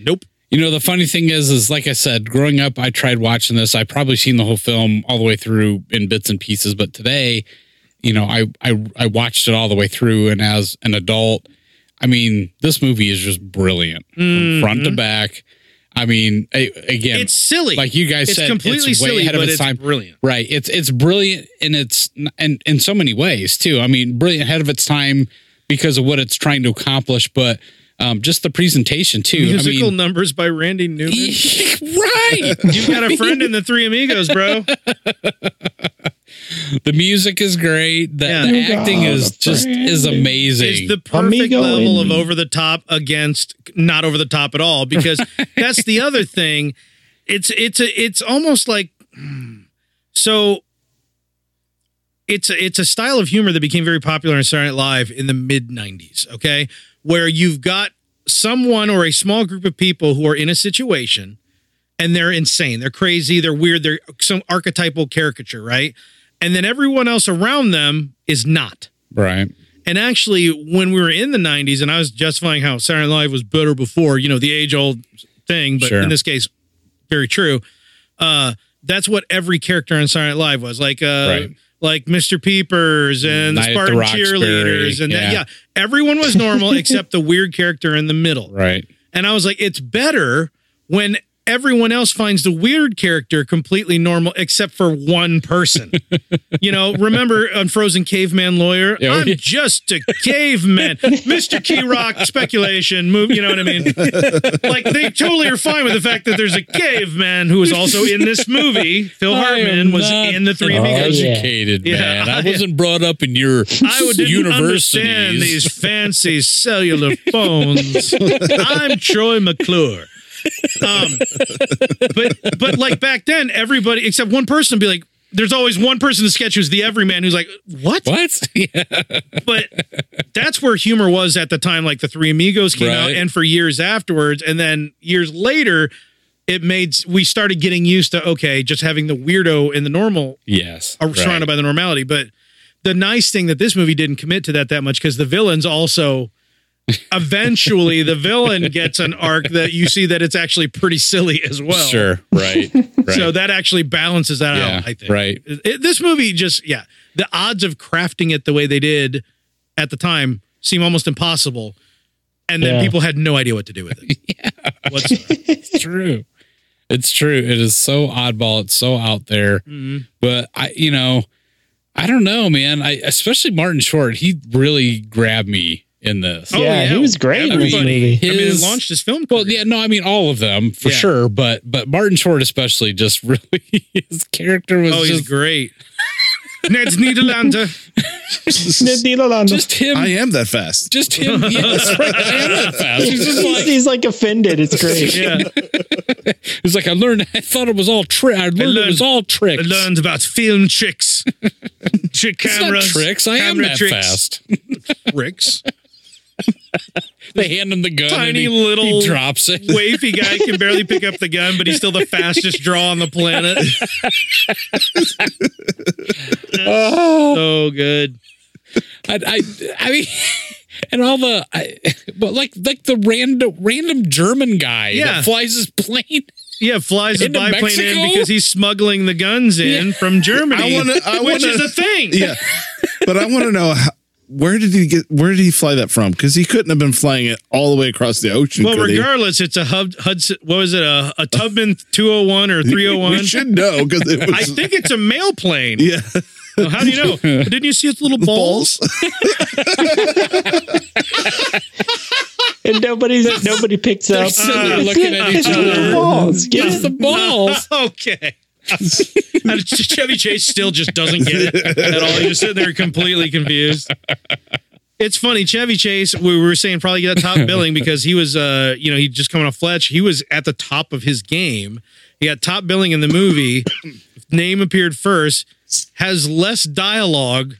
Speaker 1: Nope.
Speaker 4: You know, the funny thing is, is like I said, growing up, I tried watching this. I probably seen the whole film all the way through in bits and pieces, but today, you know, I I, I watched it all the way through, and as an adult, I mean, this movie is just brilliant from front to back. I mean, a, again,
Speaker 1: Mm-hmm. It's silly.
Speaker 4: like you guys
Speaker 1: it's
Speaker 4: said,
Speaker 1: completely
Speaker 4: it's way
Speaker 1: silly,
Speaker 4: ahead of
Speaker 1: but
Speaker 4: its
Speaker 1: it's
Speaker 4: time.
Speaker 1: brilliant.
Speaker 4: Right. It's it's brilliant and it's and in so many ways too. I mean, brilliant ahead of its time because of what it's trying to accomplish, but um, just the presentation too.
Speaker 1: Musical
Speaker 4: I mean,
Speaker 1: numbers by Randy Newman.
Speaker 4: *laughs* right.
Speaker 1: you got a friend
Speaker 4: *laughs*
Speaker 1: in the Three Amigos, bro.
Speaker 4: The music is great. The,
Speaker 1: Yeah.
Speaker 4: the
Speaker 5: You
Speaker 4: acting
Speaker 5: got
Speaker 4: is
Speaker 5: a
Speaker 4: just
Speaker 5: friend
Speaker 4: is
Speaker 5: in-
Speaker 4: amazing.
Speaker 1: It's the perfect
Speaker 5: Amigo
Speaker 1: level of
Speaker 5: in-
Speaker 1: over the top against not over the top at all
Speaker 5: *laughs*
Speaker 1: because that's the other thing. It's it's a, it's almost like hmm, so it's a, it's a style of humor that became very popular in Saturday Night Live in the mid '90s. Okay, where you've got someone or a small group of people who are in a situation and they're insane, they're crazy, they're weird, they're some archetypal caricature, right? And then everyone else around them is not.
Speaker 4: right.
Speaker 1: And actually, when we were in the 90s, and I was justifying how Saturday Night Live was better before, you know, the age old thing, but
Speaker 4: Sure.
Speaker 1: in this case, very true. Uh, that's what every character on Saturday Night Live was like, uh,
Speaker 4: Right.
Speaker 1: like Mr. Peepers and the
Speaker 4: Night at the
Speaker 1: Spartan
Speaker 4: Roxbury,
Speaker 1: cheerleaders. And that,
Speaker 4: yeah.
Speaker 1: yeah, everyone was
Speaker 4: *laughs*
Speaker 1: normal except the weird character in the middle.
Speaker 4: Right.
Speaker 1: And I was like, it's better when everyone else finds the weird character completely normal except for one
Speaker 4: *laughs*
Speaker 1: person. you know, remember on Frozen Caveman Lawyer?
Speaker 4: Yeah.
Speaker 1: I'm just a caveman. Mr. Key Rock
Speaker 4: *laughs*
Speaker 1: speculation move, you know what I mean? like they totally are fine with the fact that there's a caveman who is also in this movie. Phil Hartman was in the Three
Speaker 5: an
Speaker 1: Amigos.
Speaker 5: yeah.
Speaker 4: Educated
Speaker 1: Yeah.
Speaker 4: man.
Speaker 1: *laughs*
Speaker 4: I
Speaker 1: Yeah.
Speaker 4: wasn't brought up in your
Speaker 1: I would didn't understand
Speaker 4: universities.
Speaker 1: these fancy cellular phones. I'm Troy McClure. Um, but but like back then, everybody except one person would be like, "There's always one person in the sketch who's the everyman who's like, what?"
Speaker 4: *laughs* What? *laughs* Yeah.
Speaker 1: But that's where humor was at the time. Like the Three Amigos came out,
Speaker 4: Right.
Speaker 1: and for years afterwards, and then years later. It made we started getting used to okay, just having the weirdo and the normal
Speaker 4: Yes.
Speaker 1: are surrounded by the normality. But the nice thing that this movie didn't commit to that that much because the villains
Speaker 4: *laughs*
Speaker 1: also eventually the villain gets an arc that you see that it's actually pretty silly as well.
Speaker 4: Sure. Right. right.
Speaker 1: So that actually balances that
Speaker 4: Yeah,
Speaker 1: out. I think.
Speaker 4: right.
Speaker 1: It- it- this movie just yeah the odds of crafting it the way they did at the time seem almost impossible. And then
Speaker 5: Yeah.
Speaker 1: people had no idea what to do with
Speaker 4: *laughs*
Speaker 1: it. What's,
Speaker 4: It's true. It's true. It is so oddball. It's so out there.
Speaker 1: Mm-hmm.
Speaker 4: But I, you know, I don't know, man. I especially Martin Short. He really grabbed me in this.
Speaker 1: Oh,
Speaker 5: yeah,
Speaker 1: yeah.
Speaker 5: he was great in this
Speaker 1: Everybody.
Speaker 5: movie.
Speaker 1: I mean, it
Speaker 4: His-
Speaker 1: launched his film.
Speaker 4: Well,
Speaker 1: career.
Speaker 4: yeah, no, I mean all of them for
Speaker 1: Yeah.
Speaker 4: sure, but but Martin Short especially just *laughs* really his character was
Speaker 1: oh, he's
Speaker 4: just
Speaker 1: great. *laughs* Ned's Niederlander.
Speaker 4: *laughs* just him,
Speaker 3: I am that fast.
Speaker 1: *laughs*
Speaker 4: just him. Yes, right. I am that fast. He's
Speaker 5: *laughs*
Speaker 4: just
Speaker 5: he's,
Speaker 4: like
Speaker 5: he's like offended. It's
Speaker 4: *laughs*
Speaker 5: great.
Speaker 1: Yeah.
Speaker 4: he's like I learned. I thought it was all trick. I learned, it
Speaker 1: learned-
Speaker 4: was all tricks.
Speaker 1: I learned about film tricks, trick
Speaker 4: It's not
Speaker 1: cameras,
Speaker 4: tricks. I am
Speaker 1: camera
Speaker 4: that fast. *laughs*
Speaker 1: tricks.
Speaker 4: They hand him the gun. and
Speaker 1: Tiny
Speaker 4: he-
Speaker 1: little
Speaker 4: he drops it.
Speaker 1: Wavy guy can barely pick up the gun, but he's still the fastest draw on the planet. Oh. so good.
Speaker 4: I, I, I mean, *laughs* and all the, I, but like, like the random, random German guy
Speaker 1: Yeah.
Speaker 4: that flies his plane. *laughs*
Speaker 1: Yeah, flies a
Speaker 4: Into
Speaker 1: biplane
Speaker 4: Mexico?
Speaker 1: in because he's smuggling the guns in from Germany,
Speaker 3: I wanna- I
Speaker 1: which
Speaker 3: wanna-
Speaker 1: is a thing.
Speaker 3: Yeah, but I want to know how, where did he get? Where did he fly that from? Because he couldn't have been flying it all the way across the ocean.
Speaker 1: Well,
Speaker 3: could he?
Speaker 1: regardless, it's a Hub, Hudson. What was it? A, a Tubman 201 or
Speaker 3: we
Speaker 1: 301?
Speaker 3: should know because it
Speaker 1: *laughs*
Speaker 3: was.
Speaker 1: I think it's a mail plane.
Speaker 3: yeah,
Speaker 1: Well, How do you know? Didn't you see its little balls?
Speaker 3: balls.
Speaker 5: And nobody's nobody picks up.
Speaker 4: sitting there looking at each
Speaker 5: It's
Speaker 4: other.
Speaker 5: the balls. Get
Speaker 4: It's
Speaker 1: *laughs*
Speaker 5: it.
Speaker 4: the balls.
Speaker 1: okay. *laughs* And Chevy Chase still just doesn't get it at all. He's just sitting there completely confused. It's funny, Chevy Chase. We were saying probably got top billing because he was, uh, you know, he just coming off Fletch. He was at the top of his game. He got top billing in the movie. Name appeared first. Has less dialogue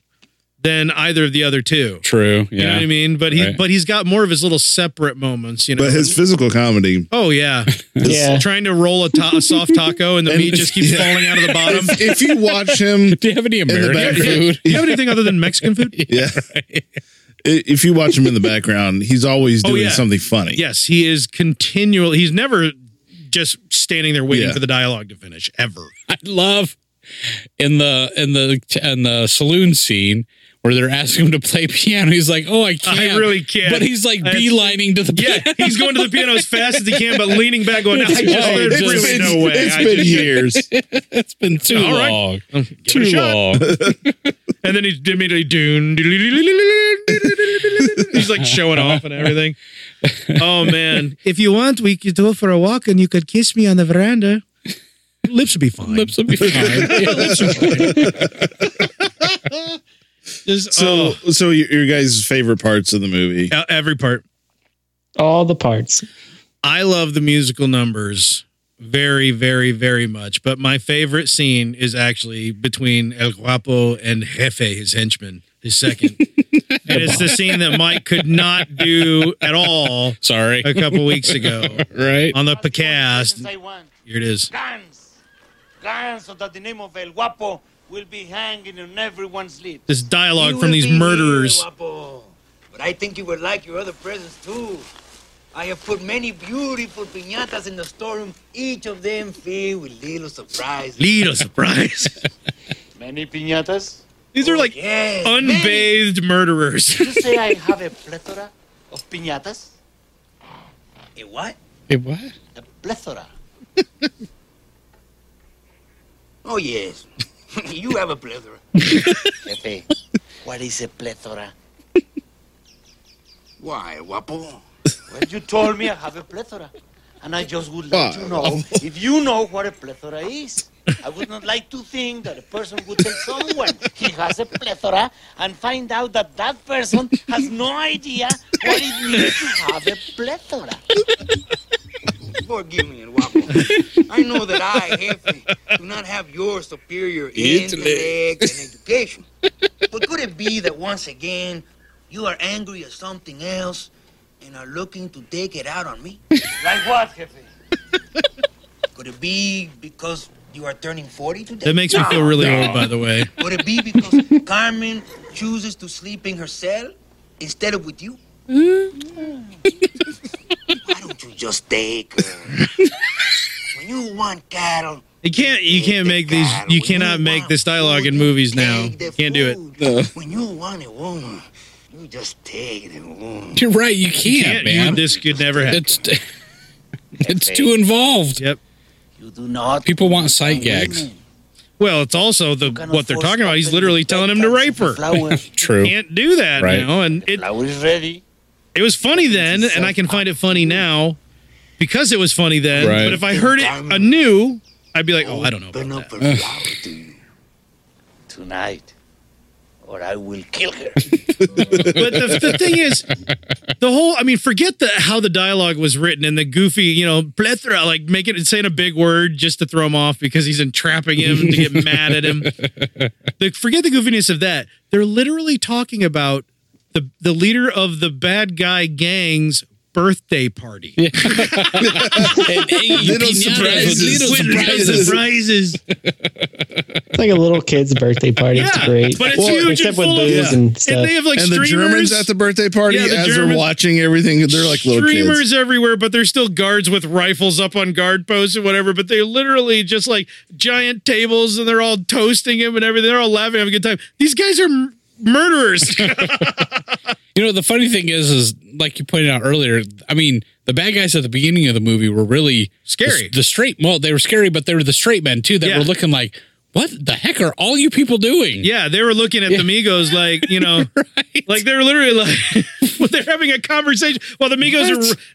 Speaker 1: than either of the other two.
Speaker 4: True.
Speaker 1: You know what I mean? But he,
Speaker 4: Right.
Speaker 1: but he's got more of his little separate moments. You know,
Speaker 3: But his physical comedy.
Speaker 1: Oh
Speaker 3: *laughs*
Speaker 1: yeah,
Speaker 5: Yeah.
Speaker 1: trying to roll a, ta- a soft taco and the meat just keeps
Speaker 3: yeah.
Speaker 1: falling out
Speaker 3: *laughs*
Speaker 1: of the bottom.
Speaker 3: If you watch
Speaker 1: *laughs*
Speaker 3: him
Speaker 4: Do you have any American
Speaker 3: back-
Speaker 4: food? *laughs*
Speaker 1: Do you have anything other than Mexican food?
Speaker 3: *laughs* Yeah. I- If you watch him in the background, he's always
Speaker 1: Oh,
Speaker 3: doing
Speaker 1: yeah.
Speaker 3: something funny.
Speaker 1: Yes, he is continually. He's never just standing there waiting
Speaker 3: Yeah.
Speaker 1: for the dialogue to finish ever.
Speaker 4: I love in the in the in the saloon scene where they're asking him to play *laughs* piano. He's like, "Oh, I can't,
Speaker 1: really can't."
Speaker 4: But he's like
Speaker 1: That's-
Speaker 4: beelining to the
Speaker 3: *laughs*
Speaker 1: Yeah,
Speaker 4: piano. *laughs*
Speaker 1: he's going to the piano as fast as he can, but leaning back, going, "I just
Speaker 4: Oh,
Speaker 1: there's
Speaker 4: just-
Speaker 1: really
Speaker 3: it's,
Speaker 1: no way."
Speaker 3: it's
Speaker 1: I
Speaker 3: been
Speaker 1: just-
Speaker 3: years.
Speaker 4: it's been too
Speaker 1: All right.
Speaker 4: long,
Speaker 1: Give it a
Speaker 4: too
Speaker 1: shot.
Speaker 4: long.
Speaker 1: And then he's immediately doon. *laughs* He's like showing off and everything. Oh man! If you want, we could go for a walk, and you could kiss me on the veranda. Lips would be fine. *laughs*
Speaker 4: Lips will be fine.
Speaker 1: Just,
Speaker 3: *laughs* So, so your, your guys' favorite parts of the movie?
Speaker 1: oh, every part.
Speaker 5: All the parts.
Speaker 1: I love the musical numbers very, very, very much. But my favorite scene is actually between El Guapo and Jefe, his henchman, his
Speaker 4: *laughs*
Speaker 1: second. and it's the scene that Mike could not do at all
Speaker 4: *laughs* Sorry,
Speaker 1: a couple weeks ago
Speaker 4: *laughs* right?
Speaker 1: on the
Speaker 7: Guns
Speaker 1: podcast.
Speaker 7: I want.
Speaker 1: Here it is.
Speaker 7: Guns. Guns so that the name of El Guapo will be hanging on everyone's lips.
Speaker 1: This dialogue
Speaker 7: You
Speaker 1: from
Speaker 7: will
Speaker 1: these
Speaker 7: be here,
Speaker 1: murderers.
Speaker 7: Guapo. But I think you will like your other presents too. I have put many beautiful piñatas in the storeroom, each of them filled with little surprises.
Speaker 1: Little surprise.
Speaker 7: Many piñatas?
Speaker 1: These are like
Speaker 7: Yes. many.
Speaker 1: unbathed murderers.
Speaker 7: You say I have a plethora of piñatas? A what?
Speaker 4: Hey, what?
Speaker 7: A
Speaker 1: *laughs*
Speaker 7: plethora. oh, yes. *laughs* you have a plethora. Pepe, what is a plethora? Why, Wapo? Well, you told me I have a plethora. And I just would like
Speaker 3: Why,
Speaker 7: to know if you know what a plethora is. I would not like to think that a person would tell someone he has a plethora and find out that that person has no idea what it means to have a plethora. Forgive me, Wapo. I know that I, Hefe, do not have your superior intellect and education. But could it be that once again you are angry at something else and are looking to take it out on me? Like what, Jefe? Could it be because you are turning 40 today?
Speaker 1: That makes me feel really old, by the way.
Speaker 7: Could it be because Carmen chooses to sleep in her cell instead of with you?
Speaker 1: Hmm?
Speaker 7: Why don't you just take her? When you want cattle,
Speaker 1: You can't. You can't make these. You cannot make this dialogue in movies now. You Can't do it.
Speaker 7: it. When you want a woman, you just take the woman.
Speaker 4: You're right. You can't,
Speaker 1: Can't, you,
Speaker 4: man.
Speaker 1: this could never happen.
Speaker 4: it's it's too involved.
Speaker 1: Yep.
Speaker 7: You do not.
Speaker 4: People want sight gags.
Speaker 7: Women
Speaker 1: Well, it's also the
Speaker 7: cannot
Speaker 1: what they're
Speaker 7: force
Speaker 1: talking about. He's
Speaker 7: open
Speaker 1: literally
Speaker 7: the
Speaker 1: telling him to
Speaker 7: petals
Speaker 1: rape
Speaker 7: of the
Speaker 1: her. *laughs*
Speaker 7: Flowers.
Speaker 4: True.
Speaker 1: Can't do that
Speaker 4: Right.
Speaker 1: now. And it
Speaker 7: Flower is ready.
Speaker 1: it was funny then, and I can find it funny now because it was funny then.
Speaker 4: Right.
Speaker 1: But if I heard it anew, I'd be like, oh, I don't know.
Speaker 7: Open
Speaker 1: About
Speaker 7: up a flower to you tonight, or I will kill *laughs* her.
Speaker 1: that. But the, the thing is, the whole. I mean, forget the how the dialogue was written and the goofy, you know, plethora, like making it saying a big word just to throw him off because he's entrapping him to get mad at
Speaker 5: *laughs*
Speaker 1: him. The, forget the goofiness of that. They're literally talking about the the leader of the bad guy gang's birthday party.
Speaker 4: And, hey,
Speaker 3: Little
Speaker 4: piñatas,
Speaker 3: surprises.
Speaker 4: little
Speaker 3: Little
Speaker 4: surprises.
Speaker 1: Surprises.
Speaker 5: It's like a little kid's birthday party. It's
Speaker 1: Yeah,
Speaker 5: great.
Speaker 1: but it's huge and
Speaker 5: Except with
Speaker 1: full of
Speaker 5: booze and stuff.
Speaker 1: And they have like
Speaker 3: and the
Speaker 1: streamers.
Speaker 3: Germans at the birthday party,
Speaker 1: Yeah, the
Speaker 3: as
Speaker 1: Germans-
Speaker 3: they're watching everything, they're like little
Speaker 1: streamers
Speaker 3: kids.
Speaker 1: everywhere, but they're still guards with rifles up on guard posts and whatever. But they're literally just like giant tables, and they're all toasting him and everything. They're all laughing, having a good time. These guys are m-
Speaker 3: *laughs*
Speaker 1: murderers.
Speaker 4: You know, the funny thing is, is like you pointed out earlier. I mean, the bad guys at the beginning of the movie were really
Speaker 1: Scary.
Speaker 4: The, the straight, well, they were scary, but they were the straight men too that
Speaker 1: Yeah.
Speaker 4: were looking like, "What the heck are all you people doing?"
Speaker 1: yeah, they were looking at the Migos like you
Speaker 3: *laughs*
Speaker 1: know, like they were literally like *laughs* well, they're having a conversation while the Migos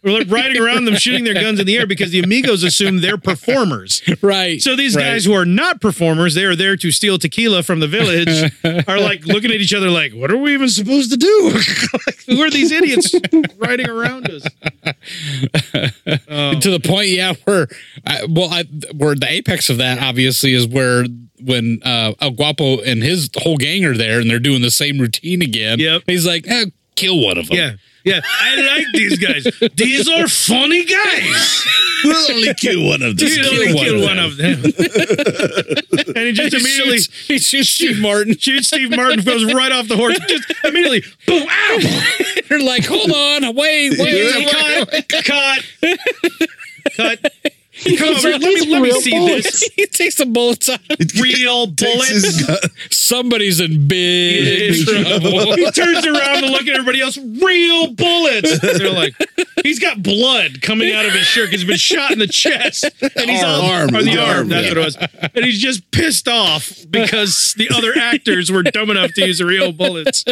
Speaker 1: are r- riding around them, shooting their guns in the air because the Amigos assume they're performers.
Speaker 4: *laughs* right.
Speaker 1: So these
Speaker 4: right.
Speaker 1: guys who are not performers, they are there to steal tequila from the *laughs* village, are like looking at each other like, what are we even supposed to do? *laughs* Like, who are these *laughs* idiots riding around us?
Speaker 4: to the point, yeah, where I, well, I where the apex of that obviously is where when uh, El Guapo and his whole gang are there and they're doing the same routine again.
Speaker 1: Yep.
Speaker 4: He's like, eh, "Kill one of them." *laughs*
Speaker 1: Yeah. Yeah. I like these guys. These are funny guys.
Speaker 3: We'll only kill one of them.
Speaker 1: You
Speaker 4: kill
Speaker 1: only
Speaker 4: one
Speaker 1: kill
Speaker 4: of
Speaker 1: one of them. *laughs* and he just
Speaker 4: He
Speaker 1: immediately
Speaker 4: shoots, he shoots Steve Martin. *laughs*
Speaker 1: shoots Steve Martin, goes right off the horse, just immediately, boom, ow! *laughs*
Speaker 4: They're like, "Hold on, wait, wait."
Speaker 1: Cut, cut, cut. me come over. Let me let me see *laughs* this
Speaker 4: *laughs* he takes the
Speaker 1: *laughs*
Speaker 4: bullets out. of-
Speaker 1: real
Speaker 3: Takes
Speaker 1: bullet.
Speaker 3: *laughs* his gun.
Speaker 4: Somebody's in big
Speaker 1: Big
Speaker 4: trouble.
Speaker 1: He turns around to look at everybody else. Real bullets. They're like, he's got blood coming out of his shirt. 'cause He's been shot in the chest, and he's
Speaker 3: Arm.
Speaker 1: all-
Speaker 3: Arm.
Speaker 1: or the
Speaker 3: The
Speaker 1: arm.
Speaker 3: arm,
Speaker 1: That's
Speaker 3: yeah.
Speaker 1: what it was. And he's just pissed off because the other actors were dumb enough to use real
Speaker 3: *laughs*
Speaker 1: bullets.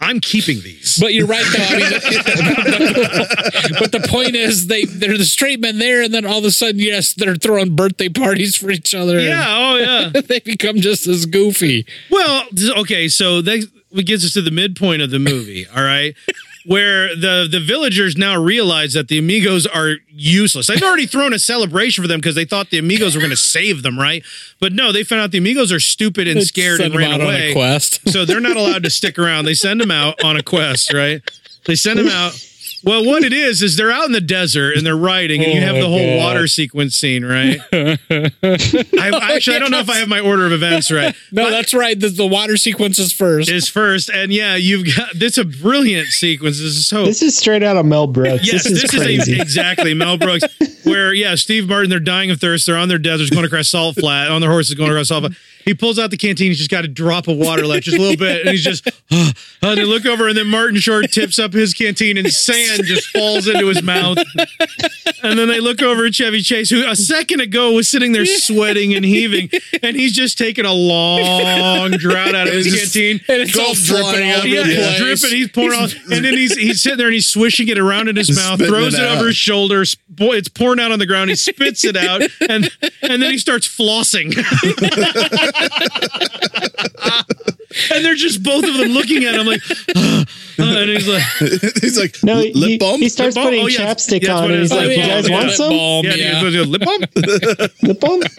Speaker 1: I'm keeping these.
Speaker 4: But you're right, though. I mean, *laughs* but the point is, they they're the straight men there, and then all of a sudden, yes, they're throwing birthday parties for each other. and
Speaker 1: yeah. Oh yeah.
Speaker 4: *laughs* they become just as goofy.
Speaker 1: Well, th- okay, so that gets us to the midpoint of the movie, all
Speaker 4: *laughs*
Speaker 1: right? Where the the villagers now realize that the amigos are useless. They've already thrown a celebration for them because they thought the amigos were going to save them, right? But no, they found out the amigos are stupid and scared
Speaker 4: Send
Speaker 1: and
Speaker 4: them
Speaker 1: ran
Speaker 4: out on a
Speaker 1: away.
Speaker 4: quest. *laughs*
Speaker 1: So they're not allowed to stick around. They send them out on a quest, right? They send them out. Well, what it is is they're out in the desert and they're riding, and you have the whole
Speaker 4: Oh God.
Speaker 1: water sequence scene,
Speaker 4: *laughs*
Speaker 1: right? I, actually, I don't know if I have my order of events
Speaker 4: *laughs*
Speaker 1: right
Speaker 4: No, that's right. The, the water sequence is first.
Speaker 1: is first, and yeah, you've got this a brilliant sequence. This is so
Speaker 5: *laughs* This is straight out of Mel Brooks.
Speaker 1: yes,
Speaker 5: this is crazy.
Speaker 1: a, *laughs* exactly Mel Brooks, where yeah, Steve Martin, they're dying of thirst, they're on their deserts, going across salt flat, on their horses, going across salt flat. He pulls out the canteen, he's just got a drop of water left, just a little bit, and he's just *sighs* "Ah, ah," and they look over, and then Martin Short tips up his canteen, and sand just falls into his mouth, and then they look over at Chevy Chase, who a second ago was sitting there sweating and heaving, and he's just taking a long drought out of his
Speaker 3: It's just-
Speaker 1: canteen,
Speaker 4: and it's
Speaker 3: Go
Speaker 4: all dripping
Speaker 3: flying
Speaker 4: all
Speaker 3: out
Speaker 4: over
Speaker 1: yeah,
Speaker 4: the
Speaker 1: it's
Speaker 4: place.
Speaker 1: dripping. He's pouring out, and then he's he's sitting there and he's swishing it around in his
Speaker 3: Just
Speaker 1: mouth,
Speaker 3: spitting
Speaker 1: throws it,
Speaker 3: it
Speaker 1: over
Speaker 3: out.
Speaker 1: his shoulder. sp- It's pouring out on the ground. He spits it out, and and then he starts flossing. *laughs* and they're just both of them looking at him like, *gasps* and he's like,
Speaker 3: *laughs* He's like
Speaker 5: no,
Speaker 3: lip
Speaker 5: he,
Speaker 3: balm.
Speaker 5: he starts
Speaker 1: Lip balm?
Speaker 5: putting
Speaker 1: Oh, yes.
Speaker 5: chapstick
Speaker 1: Yes,
Speaker 5: on
Speaker 1: what
Speaker 5: and
Speaker 1: it
Speaker 5: he's
Speaker 1: is.
Speaker 5: like,
Speaker 1: Lip
Speaker 5: you
Speaker 1: balm,
Speaker 5: guys
Speaker 1: yeah.
Speaker 5: want
Speaker 1: Lip
Speaker 5: some?
Speaker 1: yeah,
Speaker 4: Balm, yeah.
Speaker 1: lip balm.
Speaker 5: Lip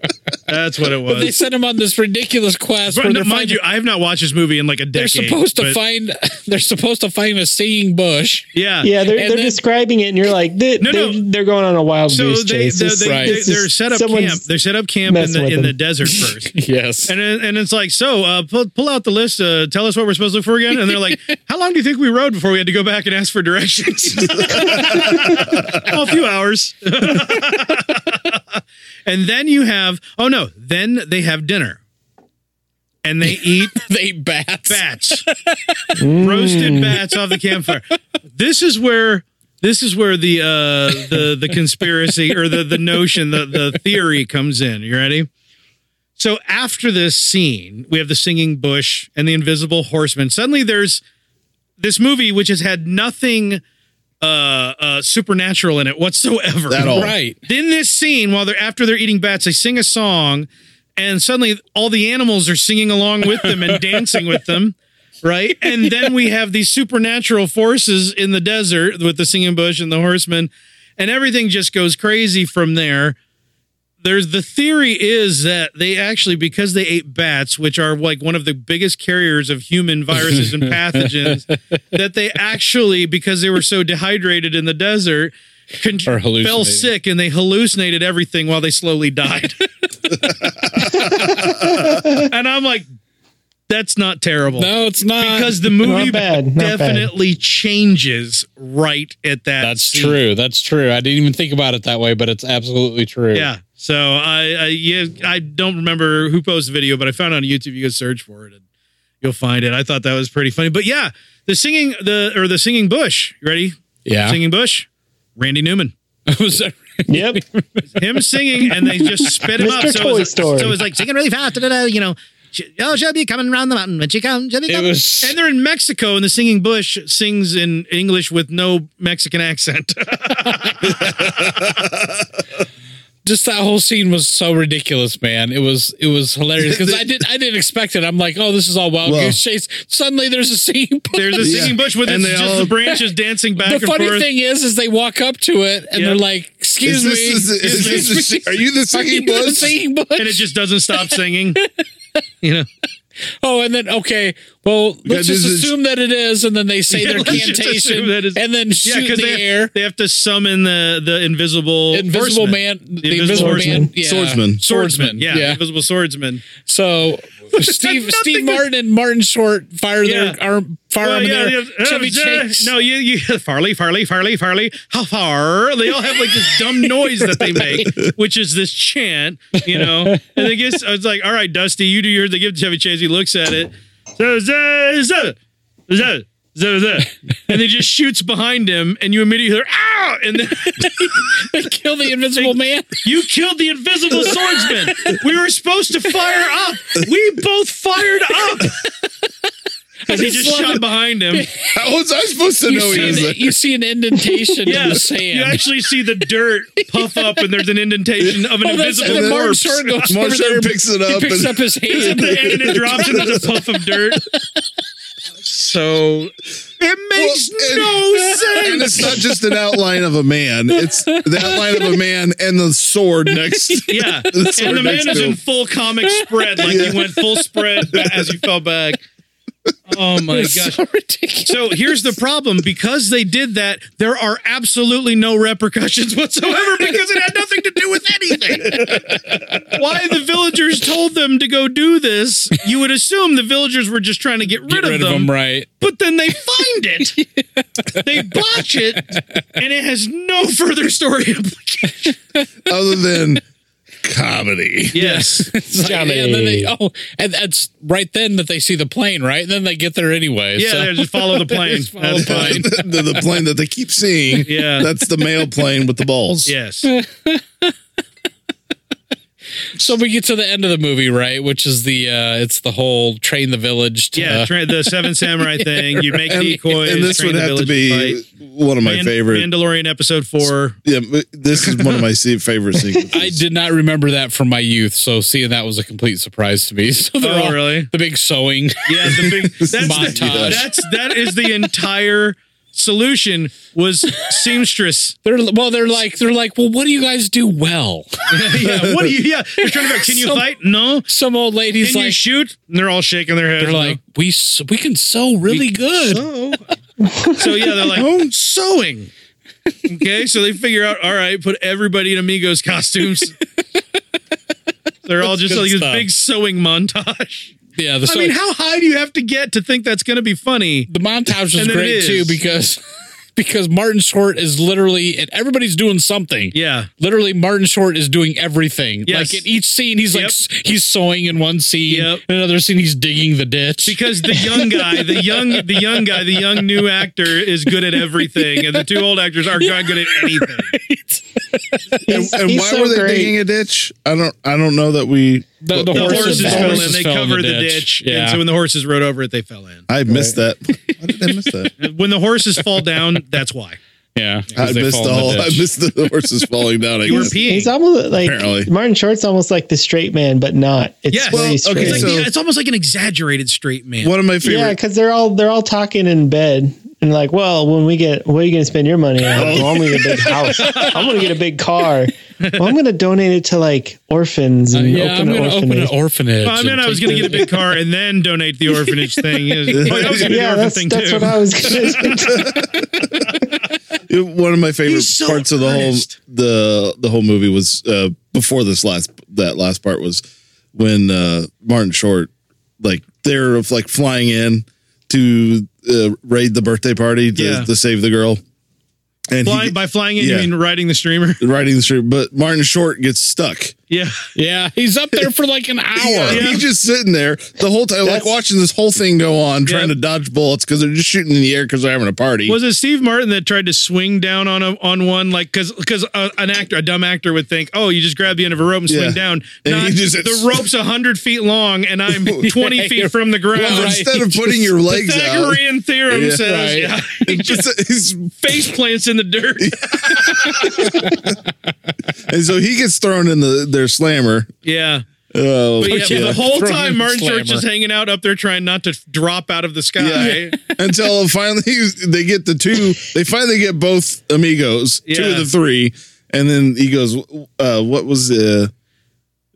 Speaker 5: balm?
Speaker 1: *laughs* That's what it was.
Speaker 4: They sent him on this ridiculous quest.
Speaker 1: But
Speaker 4: where
Speaker 1: no,
Speaker 4: they're
Speaker 1: mind
Speaker 4: finding-
Speaker 1: you, I have not watched this movie in like a
Speaker 4: they're
Speaker 1: decade.
Speaker 4: supposed to
Speaker 1: but-
Speaker 4: find. *laughs* They're supposed to find a singing bush. *laughs*
Speaker 1: yeah,
Speaker 5: Yeah, they're,
Speaker 4: And
Speaker 5: they're
Speaker 4: then-
Speaker 5: describing it, and you're like, they,
Speaker 1: No, no.
Speaker 5: They're, they're going on a wild
Speaker 1: So
Speaker 5: goose
Speaker 1: they, they,
Speaker 5: chase. This-
Speaker 1: they,
Speaker 4: Right.
Speaker 1: they,
Speaker 5: this is
Speaker 1: they're set up
Speaker 5: someone's-
Speaker 1: camp. They're set up camp in
Speaker 5: messing
Speaker 1: the
Speaker 5: with
Speaker 1: in the
Speaker 5: them.
Speaker 1: desert
Speaker 5: *laughs*
Speaker 1: first.
Speaker 4: Yes.
Speaker 1: And it- and it's like, so uh, pull, pull out the list. Uh, tell us what we're supposed to look for again. And they're like, how long do you think we rode before we had to go back and ask for directions? oh, a few hours. *laughs* and then you have, oh no, then they have dinner, and they eat
Speaker 4: they bats.
Speaker 1: bats,
Speaker 3: Mm.
Speaker 1: roasted bats off the campfire. This is where this is where the uh, the the conspiracy or the the notion the the theory comes in. You ready? So after this scene, we have the singing bush and the invisible horseman. Suddenly, there's this movie which has had nothing uh, uh, supernatural in it whatsoever
Speaker 3: At all.
Speaker 4: Right.
Speaker 1: in this scene while they're after they're eating bats they sing a song and suddenly all the animals are singing along with them and dancing with them right and then we have these supernatural forces in the desert with the singing bush and the horsemen and everything just goes crazy from there there's the theory is that they actually because they ate bats which are like one of the biggest carriers of human viruses and pathogens that they actually because they were so dehydrated in the desert con- fell
Speaker 4: Are hallucinating.
Speaker 1: sick and they hallucinated everything while they slowly died and i'm like that's not terrible
Speaker 4: No, it's not.
Speaker 1: because the movie
Speaker 5: Not bad, not bad.
Speaker 1: definitely changes right at that
Speaker 4: that's
Speaker 1: scene.
Speaker 4: true. That's true. I didn't even think about it that way, but it's absolutely true.
Speaker 1: Yeah. So I, I yeah, I don't remember who posted the video, but I found it on YouTube. You can search for it and you'll find it. I thought that was pretty funny. But yeah, the singing the or the singing bush. You ready?
Speaker 4: Yeah.
Speaker 1: *laughs* Singing bush. Randy Newman.
Speaker 4: Was that-
Speaker 5: *laughs* yep.
Speaker 1: *laughs* Him singing and they just spit him up.
Speaker 5: Mr.
Speaker 1: it
Speaker 5: Toy
Speaker 1: was,
Speaker 5: Story.
Speaker 1: so it was like singing really fast. da-da-da, you know. she- Oh, she'll be coming around the mountain when she comes. She'll be
Speaker 4: It
Speaker 1: coming.
Speaker 4: was-
Speaker 1: and they're in Mexico, and the singing bush sings in English with no Mexican accent.
Speaker 4: just that whole scene was so ridiculous, man. It was it was hilarious because I didn't I didn't expect it. I'm like, oh, this is all wild
Speaker 3: Well-
Speaker 4: goose chase. Suddenly, there's a scene.
Speaker 1: *laughs*
Speaker 4: *laughs*
Speaker 1: There's a
Speaker 3: Yeah.
Speaker 1: singing bush with
Speaker 3: And
Speaker 1: it's
Speaker 3: they
Speaker 1: just
Speaker 3: all-
Speaker 1: the *laughs* branches dancing back
Speaker 4: the
Speaker 1: and
Speaker 4: funny
Speaker 1: forth.
Speaker 4: thing is, is they walk up to it and
Speaker 1: Yeah.
Speaker 4: they're like, "Excuse
Speaker 3: Is
Speaker 4: me,
Speaker 3: this, is, this- is
Speaker 4: excuse
Speaker 3: this the,
Speaker 4: me.
Speaker 3: si- are you the
Speaker 4: *laughs* Are you
Speaker 3: singing
Speaker 4: the
Speaker 3: bush?
Speaker 4: singing bush?"
Speaker 1: *laughs* and it just doesn't stop singing. you know,
Speaker 4: oh, and then okay, Well, let's
Speaker 3: this
Speaker 4: just
Speaker 3: is-
Speaker 4: assume that it is, and then they say
Speaker 1: Yeah,
Speaker 4: their
Speaker 1: let's just
Speaker 4: cantation,
Speaker 1: assume that is-
Speaker 4: and then shoot in the
Speaker 1: they,
Speaker 4: air.
Speaker 1: they have to summon the the invisible
Speaker 4: Invisible
Speaker 1: horseman.
Speaker 4: man, the invisible,
Speaker 1: horseman.
Speaker 4: man, yeah.
Speaker 3: Swordsman.
Speaker 1: swordsman. Yeah,
Speaker 4: yeah.
Speaker 1: invisible swordsman.
Speaker 4: So Steve
Speaker 1: nothing
Speaker 4: Steve
Speaker 1: that-
Speaker 4: Martin and Martin Short fire
Speaker 1: Yeah.
Speaker 4: their arm, fire
Speaker 1: Well,
Speaker 4: them in
Speaker 1: yeah,
Speaker 4: their
Speaker 1: yeah,
Speaker 4: Chevy
Speaker 1: uh,
Speaker 4: Chase.
Speaker 1: No, you, you Farley, Farley, Farley, Farley. How far? They all have like this *laughs* dumb noise that they make, which is this chant, you know. And I guess I was like, all right, Dusty, you do yours. They give it to Chevy Chase. He looks at it. So, zo, zo, zo, zo, zo. And he just shoots behind him, and you immediately hear, ow! And then
Speaker 4: *laughs*
Speaker 1: *laughs*
Speaker 4: they kill the Invisible Man.
Speaker 1: you killed the invisible swordsman. We were supposed to fire up. We both fired *laughs* up. And he just
Speaker 4: love
Speaker 1: shot
Speaker 4: it.
Speaker 1: behind him.
Speaker 3: *laughs* How was I supposed to
Speaker 4: You,
Speaker 3: know he was
Speaker 4: see
Speaker 3: there?
Speaker 4: an, you see an indentation in the sand.
Speaker 1: You actually see the
Speaker 4: *laughs*
Speaker 1: dirt puff up, and there's an indentation of an
Speaker 4: Oh, that's- *laughs*
Speaker 1: invisible
Speaker 4: and then Martin
Speaker 1: corpse.
Speaker 4: Short goes
Speaker 3: Martin
Speaker 4: over
Speaker 3: Short
Speaker 4: there,
Speaker 3: picks it
Speaker 4: He
Speaker 3: up
Speaker 4: picks
Speaker 3: and-
Speaker 4: up his
Speaker 1: and
Speaker 4: hand.
Speaker 1: it drops, and there's a puff of dirt. So it makes no sense.
Speaker 3: And it's not just an outline of a man; it's the outline of a man and the sword next.
Speaker 1: Yeah,
Speaker 3: That's
Speaker 1: and
Speaker 3: our
Speaker 1: the man
Speaker 3: next
Speaker 1: is in
Speaker 3: film.
Speaker 1: full comic spread, like he went full spread ba- as he fell back. Oh my gosh!
Speaker 4: so ridiculous.
Speaker 1: So here's the problem because they did that, there are absolutely no repercussions whatsoever because it had nothing to do with anything. Why the villagers told them to go do this, you would assume the villagers were just trying to get rid,
Speaker 4: Get
Speaker 1: of,
Speaker 4: rid of
Speaker 1: them,
Speaker 4: him, right?
Speaker 1: but then they find
Speaker 4: *laughs*
Speaker 1: it, they botch it, and it has no further story implication.
Speaker 3: other than comedy.
Speaker 1: Yes.
Speaker 5: Johnny.
Speaker 4: And then they, oh, and that's right then that they see the plane, right? And then they get there anyway.
Speaker 1: Yeah,
Speaker 4: *laughs* so-
Speaker 1: they just follow the plane.
Speaker 4: Just follow
Speaker 1: That's
Speaker 4: the
Speaker 1: fine.
Speaker 4: plane.
Speaker 3: *laughs* the, the plane that they keep seeing.
Speaker 1: Yeah.
Speaker 3: That's the male plane with the balls.
Speaker 1: Yes.
Speaker 4: so we get to the end of the movie, right? Which is the uh it's the whole train the village. To,
Speaker 1: Yeah, tra- the Seven
Speaker 4: *laughs*
Speaker 1: Samurai thing. You make
Speaker 3: And,
Speaker 1: decoys.
Speaker 3: and this
Speaker 1: train
Speaker 3: would
Speaker 1: the
Speaker 3: have to
Speaker 1: village
Speaker 3: be
Speaker 1: fight.
Speaker 3: one of my
Speaker 1: Mand-
Speaker 3: favorite.
Speaker 1: Mandalorian episode four.
Speaker 3: yeah, but this is one of my se- favorite sequences.
Speaker 4: I did not remember that from my youth, so seeing that was a complete surprise to me. *laughs* So they're
Speaker 1: Oh,
Speaker 4: all-
Speaker 1: really?
Speaker 4: the big sewing. *laughs*
Speaker 1: Yeah, the big
Speaker 3: *laughs*
Speaker 1: that's the,
Speaker 4: Montage.
Speaker 1: that's that is the entire solution was seamstress. *laughs*
Speaker 4: They're well, they're like they're like, well, what do you guys do well?
Speaker 1: yeah, what do you? Yeah, they're trying to figure out, Can you
Speaker 4: Some-
Speaker 1: fight? No.
Speaker 4: Some old
Speaker 1: Can
Speaker 4: ladies
Speaker 1: you
Speaker 4: like
Speaker 1: shoot? And they're all shaking their heads.
Speaker 4: they're
Speaker 1: no.
Speaker 4: like we s- we can sew really good. Oh.
Speaker 1: so yeah, they're like sewing. Okay, so they figure out. All right, put everybody in amigos costumes. They're all just
Speaker 4: good
Speaker 1: like this
Speaker 4: stuff.
Speaker 1: big sewing montage.
Speaker 4: Yeah, the
Speaker 1: I
Speaker 4: sewing.
Speaker 1: mean, how high do you have to get to think that's going to be funny?
Speaker 4: the montage was
Speaker 1: And then it
Speaker 4: great
Speaker 1: is.
Speaker 4: too because *laughs* because Martin Short is literally and everybody's doing something.
Speaker 1: Yeah.
Speaker 4: Literally, Martin Short is doing everything.
Speaker 1: Yes.
Speaker 4: Like in each scene, he's like
Speaker 1: Yep.
Speaker 4: s- he's sewing in one scene.
Speaker 1: Yep.
Speaker 4: In another scene, he's digging the ditch.
Speaker 1: because the young guy, the young, the young guy, the young new actor is good at everything, and the two old actors are not good at anything.
Speaker 5: He's,
Speaker 3: And
Speaker 5: he's
Speaker 3: why
Speaker 5: so
Speaker 3: were they
Speaker 5: great.
Speaker 3: digging a ditch? I don't. I don't know that we.
Speaker 4: the,
Speaker 1: The
Speaker 4: horses,
Speaker 1: horses,
Speaker 4: the
Speaker 1: fell in;
Speaker 4: horses
Speaker 1: they
Speaker 4: fell in
Speaker 1: covered the ditch, and
Speaker 4: Yeah.
Speaker 1: so when the horses rode over it, they fell in.
Speaker 3: I missed that. Why did I miss that?
Speaker 1: *laughs* When the horses fall down, that's why.
Speaker 4: yeah. 'cause
Speaker 3: I
Speaker 4: they
Speaker 3: missed
Speaker 4: fall
Speaker 3: the
Speaker 4: in
Speaker 3: whole. I
Speaker 4: ditch.
Speaker 3: missed the horses falling down. I
Speaker 1: You were
Speaker 3: guess.
Speaker 1: peeing.
Speaker 5: He's almost like
Speaker 3: Apparently.
Speaker 5: Martin Short's almost like the straight man, but not. It's
Speaker 1: Yes.
Speaker 5: very
Speaker 1: Well, okay,
Speaker 5: straight.
Speaker 1: it's, like
Speaker 3: so-
Speaker 1: the- it's almost like an exaggerated straight man.
Speaker 3: One of my favorite.
Speaker 5: yeah, because they're all they're all talking in bed and like, well, when we get, what are you going to spend your money on? Well, I'm going to get a big house. I'm going to get a big car. Well, I'm going to donate it to like orphans and
Speaker 4: Uh, Yeah,
Speaker 5: open
Speaker 4: I'm
Speaker 5: an
Speaker 4: gonna open an
Speaker 5: orphanage.
Speaker 4: orphanage.
Speaker 1: Well, I mean,
Speaker 4: and
Speaker 1: I was
Speaker 4: take
Speaker 1: going to
Speaker 4: the-
Speaker 1: get a
Speaker 4: *laughs*
Speaker 1: big car and then donate the orphanage thing. Oh, I was going to do
Speaker 5: yeah,
Speaker 1: the orphan
Speaker 5: that's,
Speaker 1: thing
Speaker 5: that's
Speaker 1: too.
Speaker 5: what I was
Speaker 1: *laughs*
Speaker 5: going to say.
Speaker 3: one of my favorite
Speaker 1: He's so
Speaker 3: parts of the
Speaker 1: earnest.
Speaker 3: whole the the whole movie was uh, before this last that last part was when uh, Martin Short like they're like flying in to uh, raid the birthday party to,
Speaker 1: Yeah.
Speaker 3: to save the girl and
Speaker 1: Fly,
Speaker 3: he,
Speaker 1: by flying in,
Speaker 3: Yeah.
Speaker 1: you mean riding the streamer?
Speaker 3: *laughs* riding the street, but Martin Short gets stuck.
Speaker 1: Yeah.
Speaker 4: Yeah, he's up there
Speaker 3: *laughs*
Speaker 4: for like an hour.
Speaker 1: Yeah.
Speaker 3: He's just sitting there the whole time, like
Speaker 5: That's-
Speaker 3: watching this whole thing go on, trying
Speaker 1: Yeah.
Speaker 3: to dodge bullets because they're just shooting in the air because they're having a party.
Speaker 1: Was it Steve Martin that tried to swing down on a on one like because because an actor a dumb actor would think oh you just grab the end of a rope and swing
Speaker 3: Yeah.
Speaker 1: down
Speaker 3: And he
Speaker 1: Not,
Speaker 3: just-
Speaker 1: the rope's hundred feet long and I'm twenty feet from the ground.
Speaker 3: Well,
Speaker 4: Right.
Speaker 3: Instead of putting
Speaker 1: *laughs*
Speaker 3: your legs out,
Speaker 1: Pythagorean theorem
Speaker 3: Yeah.
Speaker 1: says
Speaker 4: Right.
Speaker 1: yeah,
Speaker 3: *laughs*
Speaker 1: he just
Speaker 3: he's
Speaker 1: face plants in the dirt.
Speaker 3: And so he gets thrown in the their slammer.
Speaker 1: Yeah,
Speaker 3: Oh,
Speaker 1: but yeah, but
Speaker 3: yeah.
Speaker 1: the whole
Speaker 4: Throwing
Speaker 1: time Martin
Speaker 4: slammer.
Speaker 1: Short's just hanging out up there trying not to f- drop out of the sky. *laughs*
Speaker 3: until finally *laughs* they get the two. They finally get both amigos, two
Speaker 1: Yeah.
Speaker 3: of the three, and then he goes, uh, "What was the?"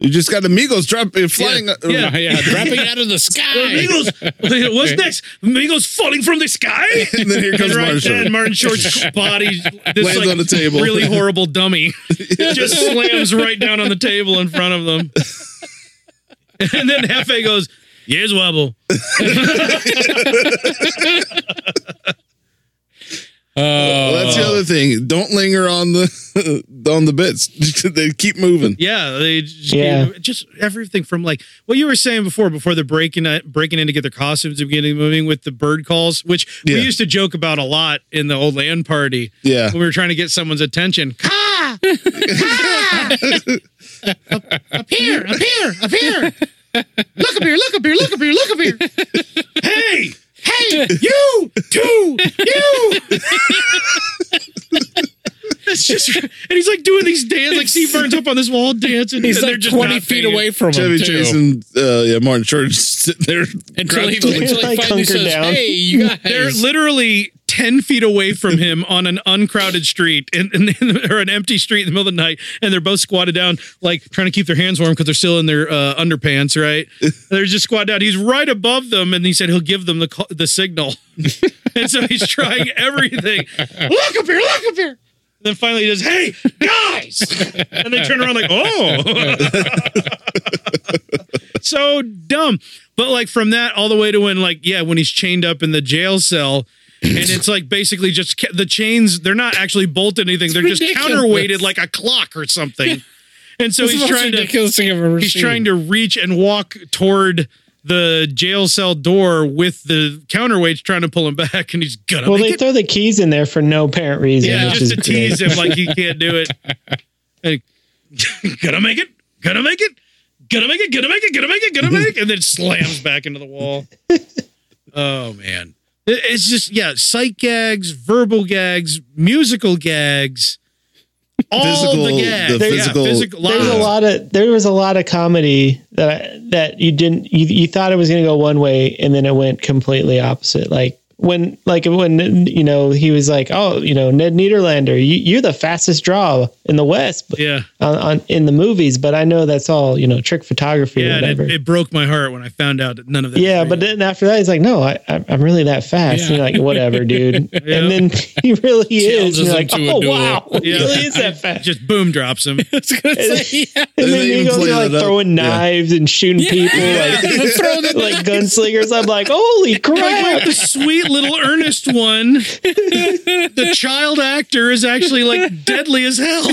Speaker 3: You just got amigos dropping, flying. uh,
Speaker 1: yeah.
Speaker 4: yeah, dropping
Speaker 1: *laughs*
Speaker 4: out of the
Speaker 3: *laughs*
Speaker 4: sky.
Speaker 1: Migos, what's next? Migos falling from the sky.
Speaker 3: And then here comes
Speaker 1: *laughs* right
Speaker 3: Martin Short. *laughs*
Speaker 1: then, Martin Short's body this,
Speaker 3: Lands
Speaker 1: like,
Speaker 3: on the table.
Speaker 1: Really horrible
Speaker 3: *laughs*
Speaker 1: dummy just slams right down on the table in front of them. *laughs* And then Hefe goes, "Here's Wobble."
Speaker 3: Well, that's the other thing. Don't linger on the *laughs* on the bits. they keep moving.
Speaker 1: Yeah, they just,
Speaker 5: Yeah.
Speaker 1: just everything from like what you were saying before, before the breaking uh, breaking in to get their costumes and getting moving with the bird calls, which
Speaker 3: Yeah.
Speaker 1: we used to joke about a lot in the old land party.
Speaker 3: Yeah.
Speaker 1: when we were trying to get someone's attention. Ka! Ka! up, up here, up here, up here. Look up here, look up here, look up here, look up here. Hey, *laughs* hey, you, two, you. It's just, and he's like doing these dance, like Steve Burns up on this wall dancing.
Speaker 4: He's
Speaker 1: and they're
Speaker 4: like
Speaker 1: just
Speaker 4: twenty
Speaker 1: not
Speaker 4: feet
Speaker 1: paying.
Speaker 4: away from
Speaker 3: Chevy
Speaker 4: him. too.
Speaker 3: Chase and uh, yeah, Martin Short just sitting there.
Speaker 4: until he,
Speaker 3: grabbed the-
Speaker 4: until he
Speaker 5: Like, hunker
Speaker 4: finally says,
Speaker 5: down.
Speaker 4: "Hey, you guys."
Speaker 1: They're literally 10 feet away from him on an uncrowded street in, in, or an empty street in the middle of the night. And they're both squatted down, like trying to keep their hands warm because they're still in their uh, underpants, right?
Speaker 4: *laughs*
Speaker 1: they're just squatted down. He's right above them and he said he'll give them the, call, the signal. *laughs* and so he's trying
Speaker 4: *laughs*
Speaker 1: everything. Look up here, look up here. And then finally he does, hey, guys.
Speaker 4: *laughs*
Speaker 1: and they turn around like, oh. so dumb. But like from that all the way to when like yeah, when he's chained up in the jail cell. And it's like basically just ca- the chains. They're not actually bolted anything. They're just
Speaker 4: ridiculous.
Speaker 1: counterweighted like a clock or
Speaker 4: *laughs*
Speaker 1: something. And so
Speaker 4: This is
Speaker 1: he's
Speaker 4: the most
Speaker 1: trying to
Speaker 4: ridiculous thing I've ever
Speaker 1: he's
Speaker 4: seen.
Speaker 1: trying to reach and walk toward the jail cell door with the counterweights trying to pull him back, and he's gonna
Speaker 5: Well,
Speaker 1: make
Speaker 5: they
Speaker 1: it
Speaker 5: throw the keys in there for no apparent reason,
Speaker 1: yeah,
Speaker 5: which
Speaker 1: just
Speaker 5: is
Speaker 1: to
Speaker 5: *laughs* great.
Speaker 1: tease him like he can't do it. And *laughs* gonna make it, gonna make it, gonna make it, gonna make it, gonna make it, gonna make it, and then slams back into the wall. Oh man, It- it's just yeah, sight gags, verbal gags, musical gags, all
Speaker 3: Physical-
Speaker 1: the gags,
Speaker 3: the
Speaker 1: Yeah,
Speaker 3: physical-
Speaker 5: There's a
Speaker 1: lines.
Speaker 5: lot of there was a lot of comedy that I, that you didn't you, you thought it was going to go one way and then it went completely opposite. Like when like when you know he was like, oh, you know, Ned Niederlander, you, you're the fastest draw in the West but
Speaker 1: Yeah,
Speaker 5: on, on in the movies, but I know that's all you know trick photography or
Speaker 1: yeah, and
Speaker 5: whatever.
Speaker 1: it, it broke my heart when I found out that none of that.
Speaker 5: yeah,
Speaker 1: was
Speaker 5: but
Speaker 1: real.
Speaker 5: then after that, he's like, "No, I, I'm I'm really that fast." And you're like,
Speaker 1: *laughs*
Speaker 5: "Whatever, dude." And then *laughs* he really is.
Speaker 4: Challenges
Speaker 5: And you're
Speaker 4: him
Speaker 5: like,
Speaker 4: to a
Speaker 5: "Oh
Speaker 4: duel."
Speaker 5: wow, he
Speaker 1: Yeah.
Speaker 5: really
Speaker 1: *laughs*
Speaker 5: is that fast."
Speaker 1: just boom drops him.
Speaker 4: *laughs*
Speaker 5: And
Speaker 3: They
Speaker 5: then
Speaker 3: even
Speaker 5: he goes
Speaker 3: play
Speaker 5: to like
Speaker 3: that up.
Speaker 5: throwing
Speaker 3: Yeah.
Speaker 5: knives and shooting people like, like gunslingers. I'm like,
Speaker 4: *laughs*
Speaker 5: holy
Speaker 1: like,
Speaker 5: crap!
Speaker 1: the sweet little earnest one, the child actor is actually like deadly as
Speaker 4: *laughs*
Speaker 1: hell.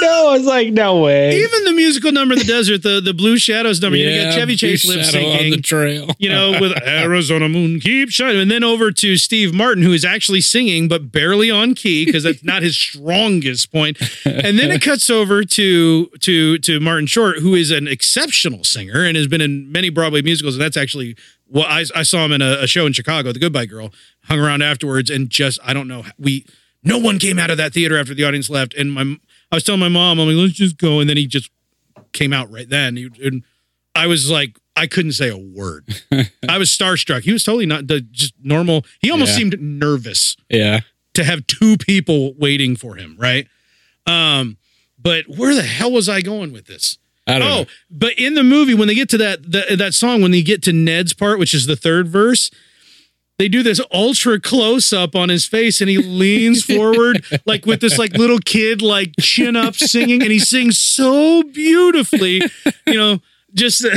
Speaker 5: no, I was like, no way.
Speaker 1: Even the musical number in the desert, the the Blue Shadows number, you got Chevy Chase
Speaker 4: Blue
Speaker 1: lip
Speaker 4: Shadow on the
Speaker 1: syncing. *laughs*
Speaker 4: trail.
Speaker 1: You know, with Arizona Moon Keep Shining. And then over to Steve Martin, who is actually singing, but barely on key, because that's not his strongest point. And then it cuts over to to to Martin Short, who is an exceptional singer and has been in many Broadway musicals. And that's actually what I, I saw him in a, a show in Chicago, The Goodbye Girl, hung around afterwards and just, I don't know, we no one came out of that theater after the audience left. And my I was telling my mom, I'm like, let's just go. And then he just came out right then. He- and I was like, I couldn't say a word. I was starstruck. He was totally not the just normal. He almost
Speaker 4: Yeah.
Speaker 1: seemed nervous
Speaker 4: yeah,
Speaker 1: to have two people waiting for him, right? Um, but where the hell was I going with this?
Speaker 4: I don't
Speaker 1: Oh,
Speaker 4: know.
Speaker 1: but in the movie, when they get to that, that that song, when they get to Ned's part, which is the third verse, they do this ultra close up on his face, and he
Speaker 4: *laughs*
Speaker 1: leans forward like with this like little kid like chin up singing, and he sings so beautifully, you know, just. *laughs*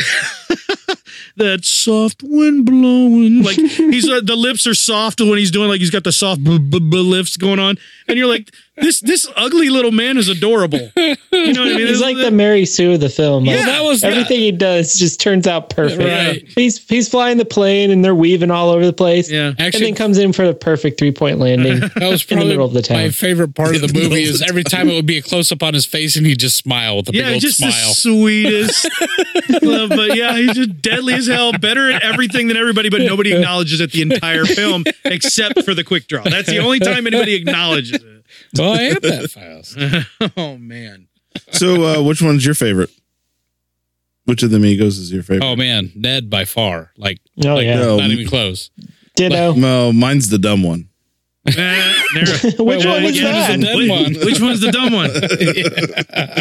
Speaker 1: That soft wind blowing, like he's uh, the lips are soft when he's doing like he's got the soft b- b- b- lips going on, and you're like this this ugly little man is adorable. You know what I mean?
Speaker 5: He's like the Mary Sue of the film. Like,
Speaker 1: Yeah,
Speaker 4: that was the-
Speaker 5: everything he does just turns out perfect.
Speaker 4: Right.
Speaker 5: He's he's flying the plane and they're weaving all over the place.
Speaker 1: Yeah.
Speaker 5: and
Speaker 4: Actually-
Speaker 5: then comes in for the perfect three point
Speaker 4: *laughs*
Speaker 5: landing.
Speaker 4: That was
Speaker 5: In the
Speaker 4: probably
Speaker 5: middle of the town.
Speaker 4: my favorite part of the
Speaker 3: middle
Speaker 4: movie
Speaker 3: of
Speaker 4: is
Speaker 3: the
Speaker 4: every time it would be a close up on his face and he'd just smile with a big
Speaker 1: Yeah,
Speaker 4: old
Speaker 1: just
Speaker 4: smile.
Speaker 1: the sweetest. *laughs* Uh, but yeah, he's just deadly as hell, better at everything than everybody, but nobody acknowledges it the entire film except for the quick draw. That's the only time anybody acknowledges it.
Speaker 4: well, Oh, I am that fast.
Speaker 1: Oh man.
Speaker 3: So, uh, which one's your favorite? Which of the Migos is your favorite?
Speaker 4: Oh man, Ned by far, like
Speaker 5: oh yeah,
Speaker 3: no.
Speaker 4: not even close.
Speaker 5: ditto.
Speaker 3: No, mine's the dumb one.
Speaker 1: Eh, narrow.
Speaker 5: Which
Speaker 4: Wait,
Speaker 5: one
Speaker 4: wait,
Speaker 5: was
Speaker 4: yeah,
Speaker 5: that?
Speaker 4: there's a dumb one.
Speaker 1: Which one's the dumb one?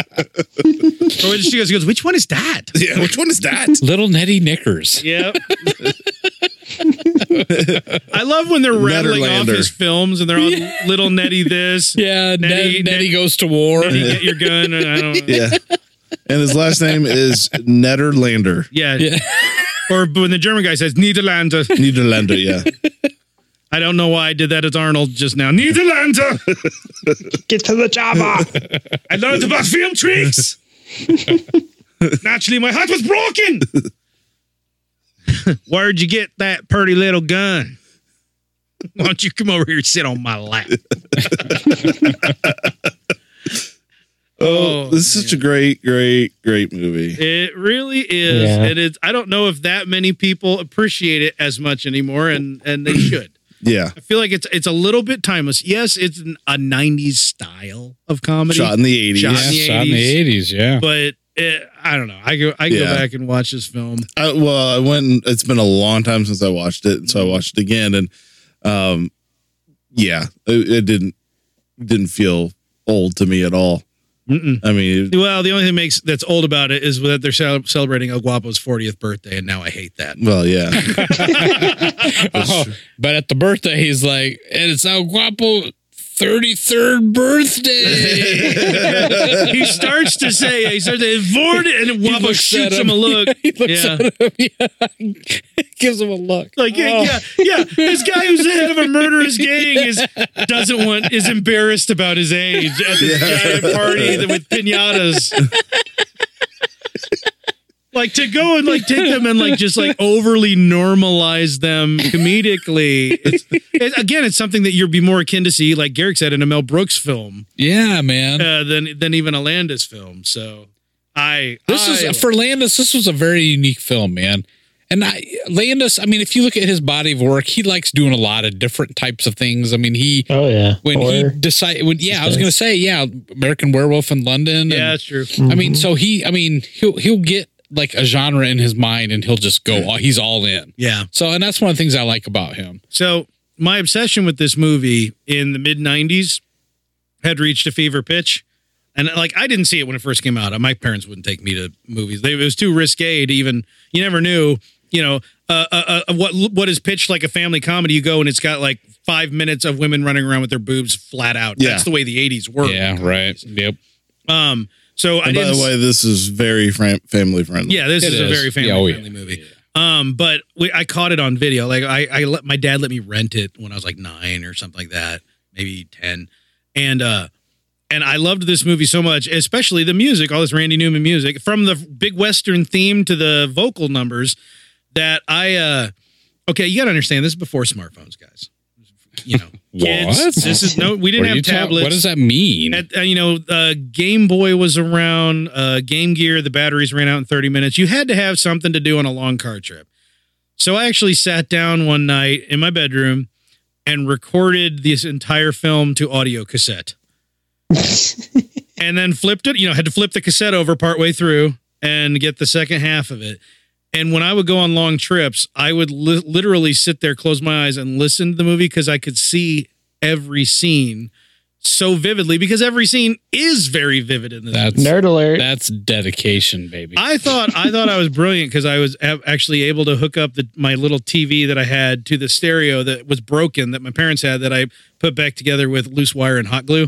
Speaker 4: *laughs*
Speaker 1: Or when she goes, she goes, which one is that?
Speaker 3: *laughs* Yeah, which one is that?
Speaker 4: Little Nettie Knickers.
Speaker 1: Yep. *laughs* I love when they're rattling off
Speaker 3: Netterlander.
Speaker 1: his films and they're
Speaker 4: *laughs*
Speaker 1: on Little Nettie this.
Speaker 4: Yeah,
Speaker 1: Nettie-
Speaker 4: Nettie, Nettie,
Speaker 1: Nettie-
Speaker 4: goes to war.
Speaker 1: You get your gun. And I
Speaker 4: *laughs*
Speaker 1: don't,
Speaker 3: *laughs* Yeah. And his last name is Netherlander.
Speaker 1: yeah.
Speaker 4: Yeah.
Speaker 1: *laughs* Or when the German guy says Niederlander,
Speaker 3: Niederlander, yeah.
Speaker 1: I don't know why I did that as Arnold just now. Niederlander,
Speaker 5: Get to the Java.
Speaker 1: *laughs* I learned about film *laughs* tricks. Naturally, my heart was broken. *laughs* Where'd you get that pretty little gun? Why don't you come over here and sit on my lap?
Speaker 3: Oh, this is such a great, great, great movie.
Speaker 1: It really is,
Speaker 5: Yeah.
Speaker 1: and it's. I don't know if that many people appreciate it as much anymore, and and they should.
Speaker 3: Yeah.
Speaker 1: I feel like it's it's a little bit timeless. Yes, it's an, a '90s style of comedy,
Speaker 3: Shot in the 80s.
Speaker 1: Shot in
Speaker 4: Yeah,
Speaker 1: the
Speaker 4: shot in the 80s, yeah.
Speaker 1: but it, I don't know. I go I go
Speaker 3: Yeah.
Speaker 1: back and watch this film.
Speaker 3: I, well, I went. and- It's been a long time since I watched it, so I watched it again, and um, yeah, it, it didn't didn't feel old to me at all.
Speaker 1: Mm-mm.
Speaker 3: I mean, it-
Speaker 1: Well, the only thing that makes that's old about it is that they're cel- celebrating El Guapo's 40th birthday, and now I hate
Speaker 4: *laughs*
Speaker 1: that.
Speaker 3: well, yeah,
Speaker 4: Oh, but at the birthday, he's like, and it's El Guapo 33rd birthday. *laughs*
Speaker 1: he starts to say he starts to avoid it, and
Speaker 4: He
Speaker 1: Guapo
Speaker 4: looks at
Speaker 1: shoots him. a look.
Speaker 4: *laughs* he looks
Speaker 1: Yeah.
Speaker 4: at him. *laughs* Yeah. *laughs* Gives him a look.
Speaker 1: Like yeah,
Speaker 4: Oh.
Speaker 1: yeah, yeah. This guy who's the head of a murderous gang is doesn't want is embarrassed about his age at this giant party that- with pinatas. Like to go and like take them and like just like overly normalize them comedically. It's, it, again, it's something that you'd be more akin to see, like Garrick said, in a Mel Brooks film
Speaker 4: Yeah, man.
Speaker 1: uh, than than even a Landis film. So I
Speaker 4: This
Speaker 1: I,
Speaker 4: is for Landis. This was a very unique film, man. And I, Landis, I mean, if you look at his body of work, he likes doing a lot of different types of things. I mean, he
Speaker 5: *laughs* Oh yeah.
Speaker 4: when he
Speaker 5: Horror.
Speaker 4: *laughs* decided, when, yeah, I was gonna say, yeah, American Werewolf in London.
Speaker 1: yeah,
Speaker 4: and-
Speaker 1: that's true.
Speaker 4: I mean, so he, I mean, he'll he'll get like a genre in his mind, and he'll just go, all, he's all in.
Speaker 1: Yeah.
Speaker 4: So, and that's one of the things I like about him.
Speaker 1: So my obsession with this movie in the mid '90s had reached a fever pitch, and like I didn't see it when it first came out. My parents wouldn't take me to movies; they, it was too risque to even. You never knew, you know, uh, uh, uh, what what is pitched like a family comedy. You go and it's got like five minutes of women running around with their boobs flat out.
Speaker 3: Yeah.
Speaker 1: That's the way the '80s were.
Speaker 4: yeah, right. Yep.
Speaker 1: Um. So I
Speaker 3: and by
Speaker 1: didn't.
Speaker 3: the way, this is very fram- family friendly.
Speaker 1: yeah, this
Speaker 4: It
Speaker 1: is, a
Speaker 4: is.
Speaker 1: very family
Speaker 4: Yeah, oh, yeah.
Speaker 1: friendly movie. Um, but we, I caught it on video. Like I, I let my dad let me rent it when I was like nine or something like that, maybe ten. And uh, and I loved this movie so much, especially the music, all this Randy Newman music, from the big Western theme to the vocal numbers. That I, uh, okay, you gotta understand. This is before smartphones, guys. You know,
Speaker 4: *laughs* What?
Speaker 1: This is no. We didn't
Speaker 4: Were you
Speaker 1: have
Speaker 4: ta-
Speaker 1: tablets
Speaker 4: what does that mean?
Speaker 1: at, uh, you know, uh, Game Boy was around, uh, Game Gear, the batteries ran out in 30 minutes. You had to have something to do on a long car trip. So I actually sat down one night in my bedroom and recorded this entire film to audio cassette. and then flipped it, you know, had to flip the cassette over partway through and get the second half of it. And when I would go on long trips, I would li- literally sit there, close my eyes, and listen to the movie because I could see every scene so vividly because every scene is very vivid in this.
Speaker 4: that's
Speaker 5: Nerd alert.
Speaker 4: that's dedication, baby.
Speaker 1: *laughs* I thought I thought I was brilliant because I was a- actually able to hook up the, my little TV that I had to the stereo that was broken that my parents had that I put back together with loose wire and hot glue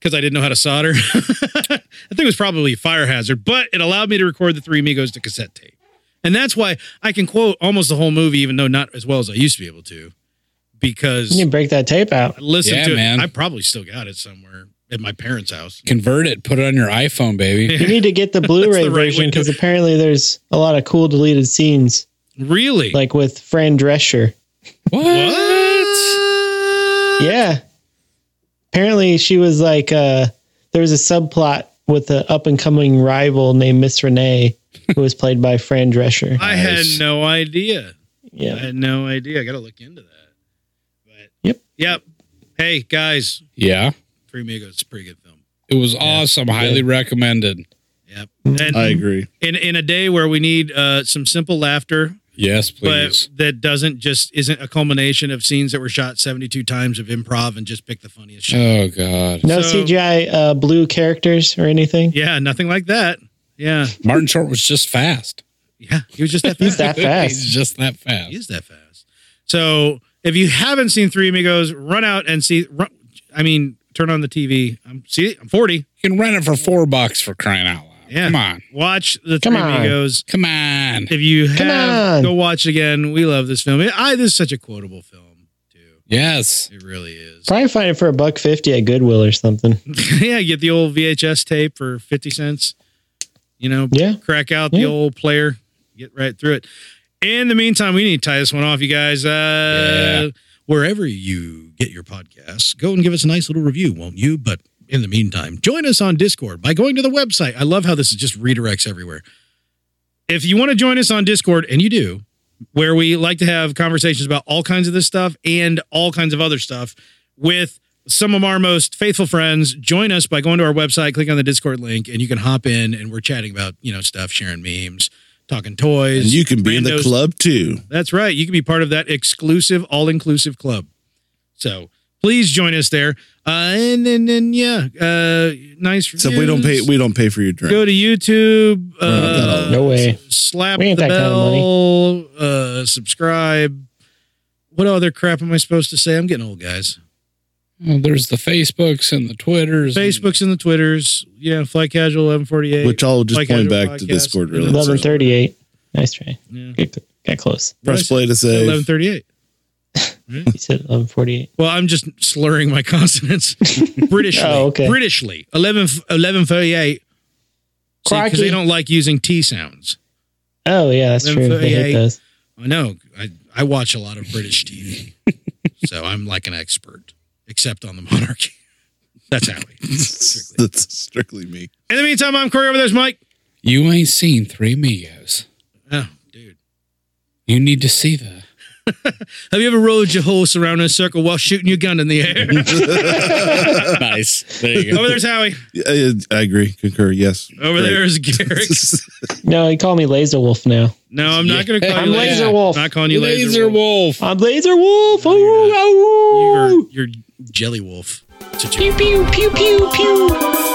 Speaker 1: because I didn't know how to solder. *laughs* I think it was probably a fire hazard, but it allowed me to record the Three Amigos to cassette tape, and that's why I can quote almost the whole movie, even though not as well as I used to be able to, because
Speaker 5: you can break that tape out.
Speaker 1: I listened
Speaker 4: Yeah,
Speaker 1: to
Speaker 4: man.
Speaker 1: it. I probably still got it somewhere at my parents' house.
Speaker 4: Convert it, put it on your iPhone, baby.
Speaker 5: You need to
Speaker 4: *laughs*
Speaker 5: get the Blu-ray
Speaker 1: the right
Speaker 5: version
Speaker 1: window.
Speaker 5: because apparently there's a lot of cool deleted scenes,
Speaker 1: Really?
Speaker 5: like with Fran Drescher.
Speaker 4: what?
Speaker 5: Yeah. Apparently she was like uh there was a subplot with an up and coming rival named Miss Renee, who was played by Fran Drescher.
Speaker 1: I had
Speaker 4: Nice.
Speaker 1: no idea. I
Speaker 5: Yeah.
Speaker 1: had no idea. I got to look into that. But
Speaker 5: Yep.
Speaker 1: yep. Hey guys,
Speaker 4: Yeah.
Speaker 1: Three Amigos, is a pretty good film.
Speaker 4: It was awesome. Highly recommended.
Speaker 1: Yep. And
Speaker 5: Mm-hmm.
Speaker 3: I agree.
Speaker 1: Mm-hmm. in in a day where we need uh, some simple laughter,
Speaker 4: Yes, please.
Speaker 1: but that doesn't just isn't a culmination of scenes that were shot 72 times of improv and just pick the funniest shit.
Speaker 4: oh God,
Speaker 5: No
Speaker 1: So-
Speaker 5: CGI uh, blue characters or anything.
Speaker 1: Yeah, nothing like that. Yeah.
Speaker 4: Martin Short was just fast.
Speaker 1: Yeah. He was just *laughs* that
Speaker 5: *laughs* He's
Speaker 1: fast.
Speaker 5: that
Speaker 4: He's
Speaker 5: fast.
Speaker 4: just that fast.
Speaker 1: He is that fast. So if you haven't seen Three Amigos, run out and see. Run, I mean, turn on the TV. I'm see. I'm 40.
Speaker 4: You can rent it for four bucks for crying out loud.
Speaker 1: Yeah.
Speaker 4: Come on,
Speaker 1: Watch the
Speaker 5: Come
Speaker 1: Three
Speaker 5: on.
Speaker 1: Amigos.
Speaker 4: come on.
Speaker 1: If you
Speaker 5: Come
Speaker 1: have,
Speaker 5: on.
Speaker 1: go watch again. We love this film. I this is such a quotable film too.
Speaker 4: Yes,
Speaker 1: It really is. *laughs*
Speaker 5: Probably find it for a buck fifty at Goodwill or something.
Speaker 1: yeah, get the old VHS tape for 50 cents. You know,
Speaker 5: Yeah.
Speaker 1: crack out the
Speaker 5: Yeah.
Speaker 1: old player, get right through it. In the meantime, we need to tie this one off, you guys. Uh, Wherever you get your podcasts, go and give us a nice little review, won't you? But in the meantime, join us on Discord by going to the website. I love how this is just redirects everywhere. If you want to join us on Discord, and you do, where we like to have conversations about all kinds of this stuff and all kinds of other stuff with some of our most faithful friends. Join us by going to our website, click on the Discord link, and you can hop in and we're chatting about, you know, stuff, sharing memes, talking toys.
Speaker 3: And you can be in the
Speaker 1: randos.
Speaker 3: club too.
Speaker 1: That's right. You can be part of that exclusive, all inclusive club. So please join us there. Uh, and then, and, yeah, uh, nice.
Speaker 3: Except we don't pay
Speaker 1: reviews.
Speaker 3: we don't pay for your drink.
Speaker 1: Go to YouTube.
Speaker 3: not
Speaker 1: Uh,
Speaker 3: that
Speaker 5: No way.
Speaker 1: slap
Speaker 5: We ain't
Speaker 1: the
Speaker 5: that kind of
Speaker 1: bell, uh, subscribe. What other crap am I supposed to say? I'm getting old, guys.
Speaker 4: Well, there's the Facebooks and the Twitters. and-
Speaker 1: Facebooks and the Twitters. Yeah, Fly Casual 1148.
Speaker 3: Which I'll just
Speaker 1: Like
Speaker 3: point
Speaker 1: Andrew
Speaker 3: back to
Speaker 1: podcast.
Speaker 3: Discord really.
Speaker 5: Eleven thirty-eight. Nice try.
Speaker 1: Yeah.
Speaker 5: Get, got close.
Speaker 3: Press play to *laughs* save.
Speaker 1: 1138.
Speaker 5: You said eleven forty-eight.
Speaker 1: Well, I'm just slurring my *laughs*
Speaker 5: *laughs*
Speaker 1: consonants. Britishly.
Speaker 5: Oh, okay.
Speaker 1: Britishly. 11, 1138. Because
Speaker 5: Crikey.
Speaker 1: they don't like using T sounds.
Speaker 5: Oh yeah, that's true.
Speaker 1: 11:38.
Speaker 5: They hate those.
Speaker 1: I know. I, I watch a lot of British TV.
Speaker 5: *laughs*
Speaker 1: so I'm like an expert, except on the monarchy. *laughs* That's how
Speaker 3: That's strictly me. *laughs*
Speaker 1: In the meantime, I'm Corey. Over there's Mike.
Speaker 4: You ain't seen Three Amigos.
Speaker 1: Oh, dude.
Speaker 4: You need to see that.
Speaker 1: Have you ever rode your horse around in a circle while shooting your gun in the air?
Speaker 4: *laughs* nice. There you *laughs*
Speaker 1: Over there's Howie.
Speaker 3: Yeah, I, I agree. Concur. Yes.
Speaker 1: Over
Speaker 3: Great.
Speaker 1: there is
Speaker 3: *laughs*
Speaker 1: Garrick.
Speaker 5: No, you call me Laser Wolf now.
Speaker 1: No, I'm not going to call
Speaker 4: Yeah.
Speaker 1: you
Speaker 5: I'm Laser Wolf.
Speaker 1: Not calling you Laser, Wolf.
Speaker 4: Wolf.
Speaker 5: I'm Laser Wolf. Oh, oh, oh.
Speaker 1: You're, you're Jelly Wolf. It's a joke.
Speaker 5: Pew pew pew pew pew.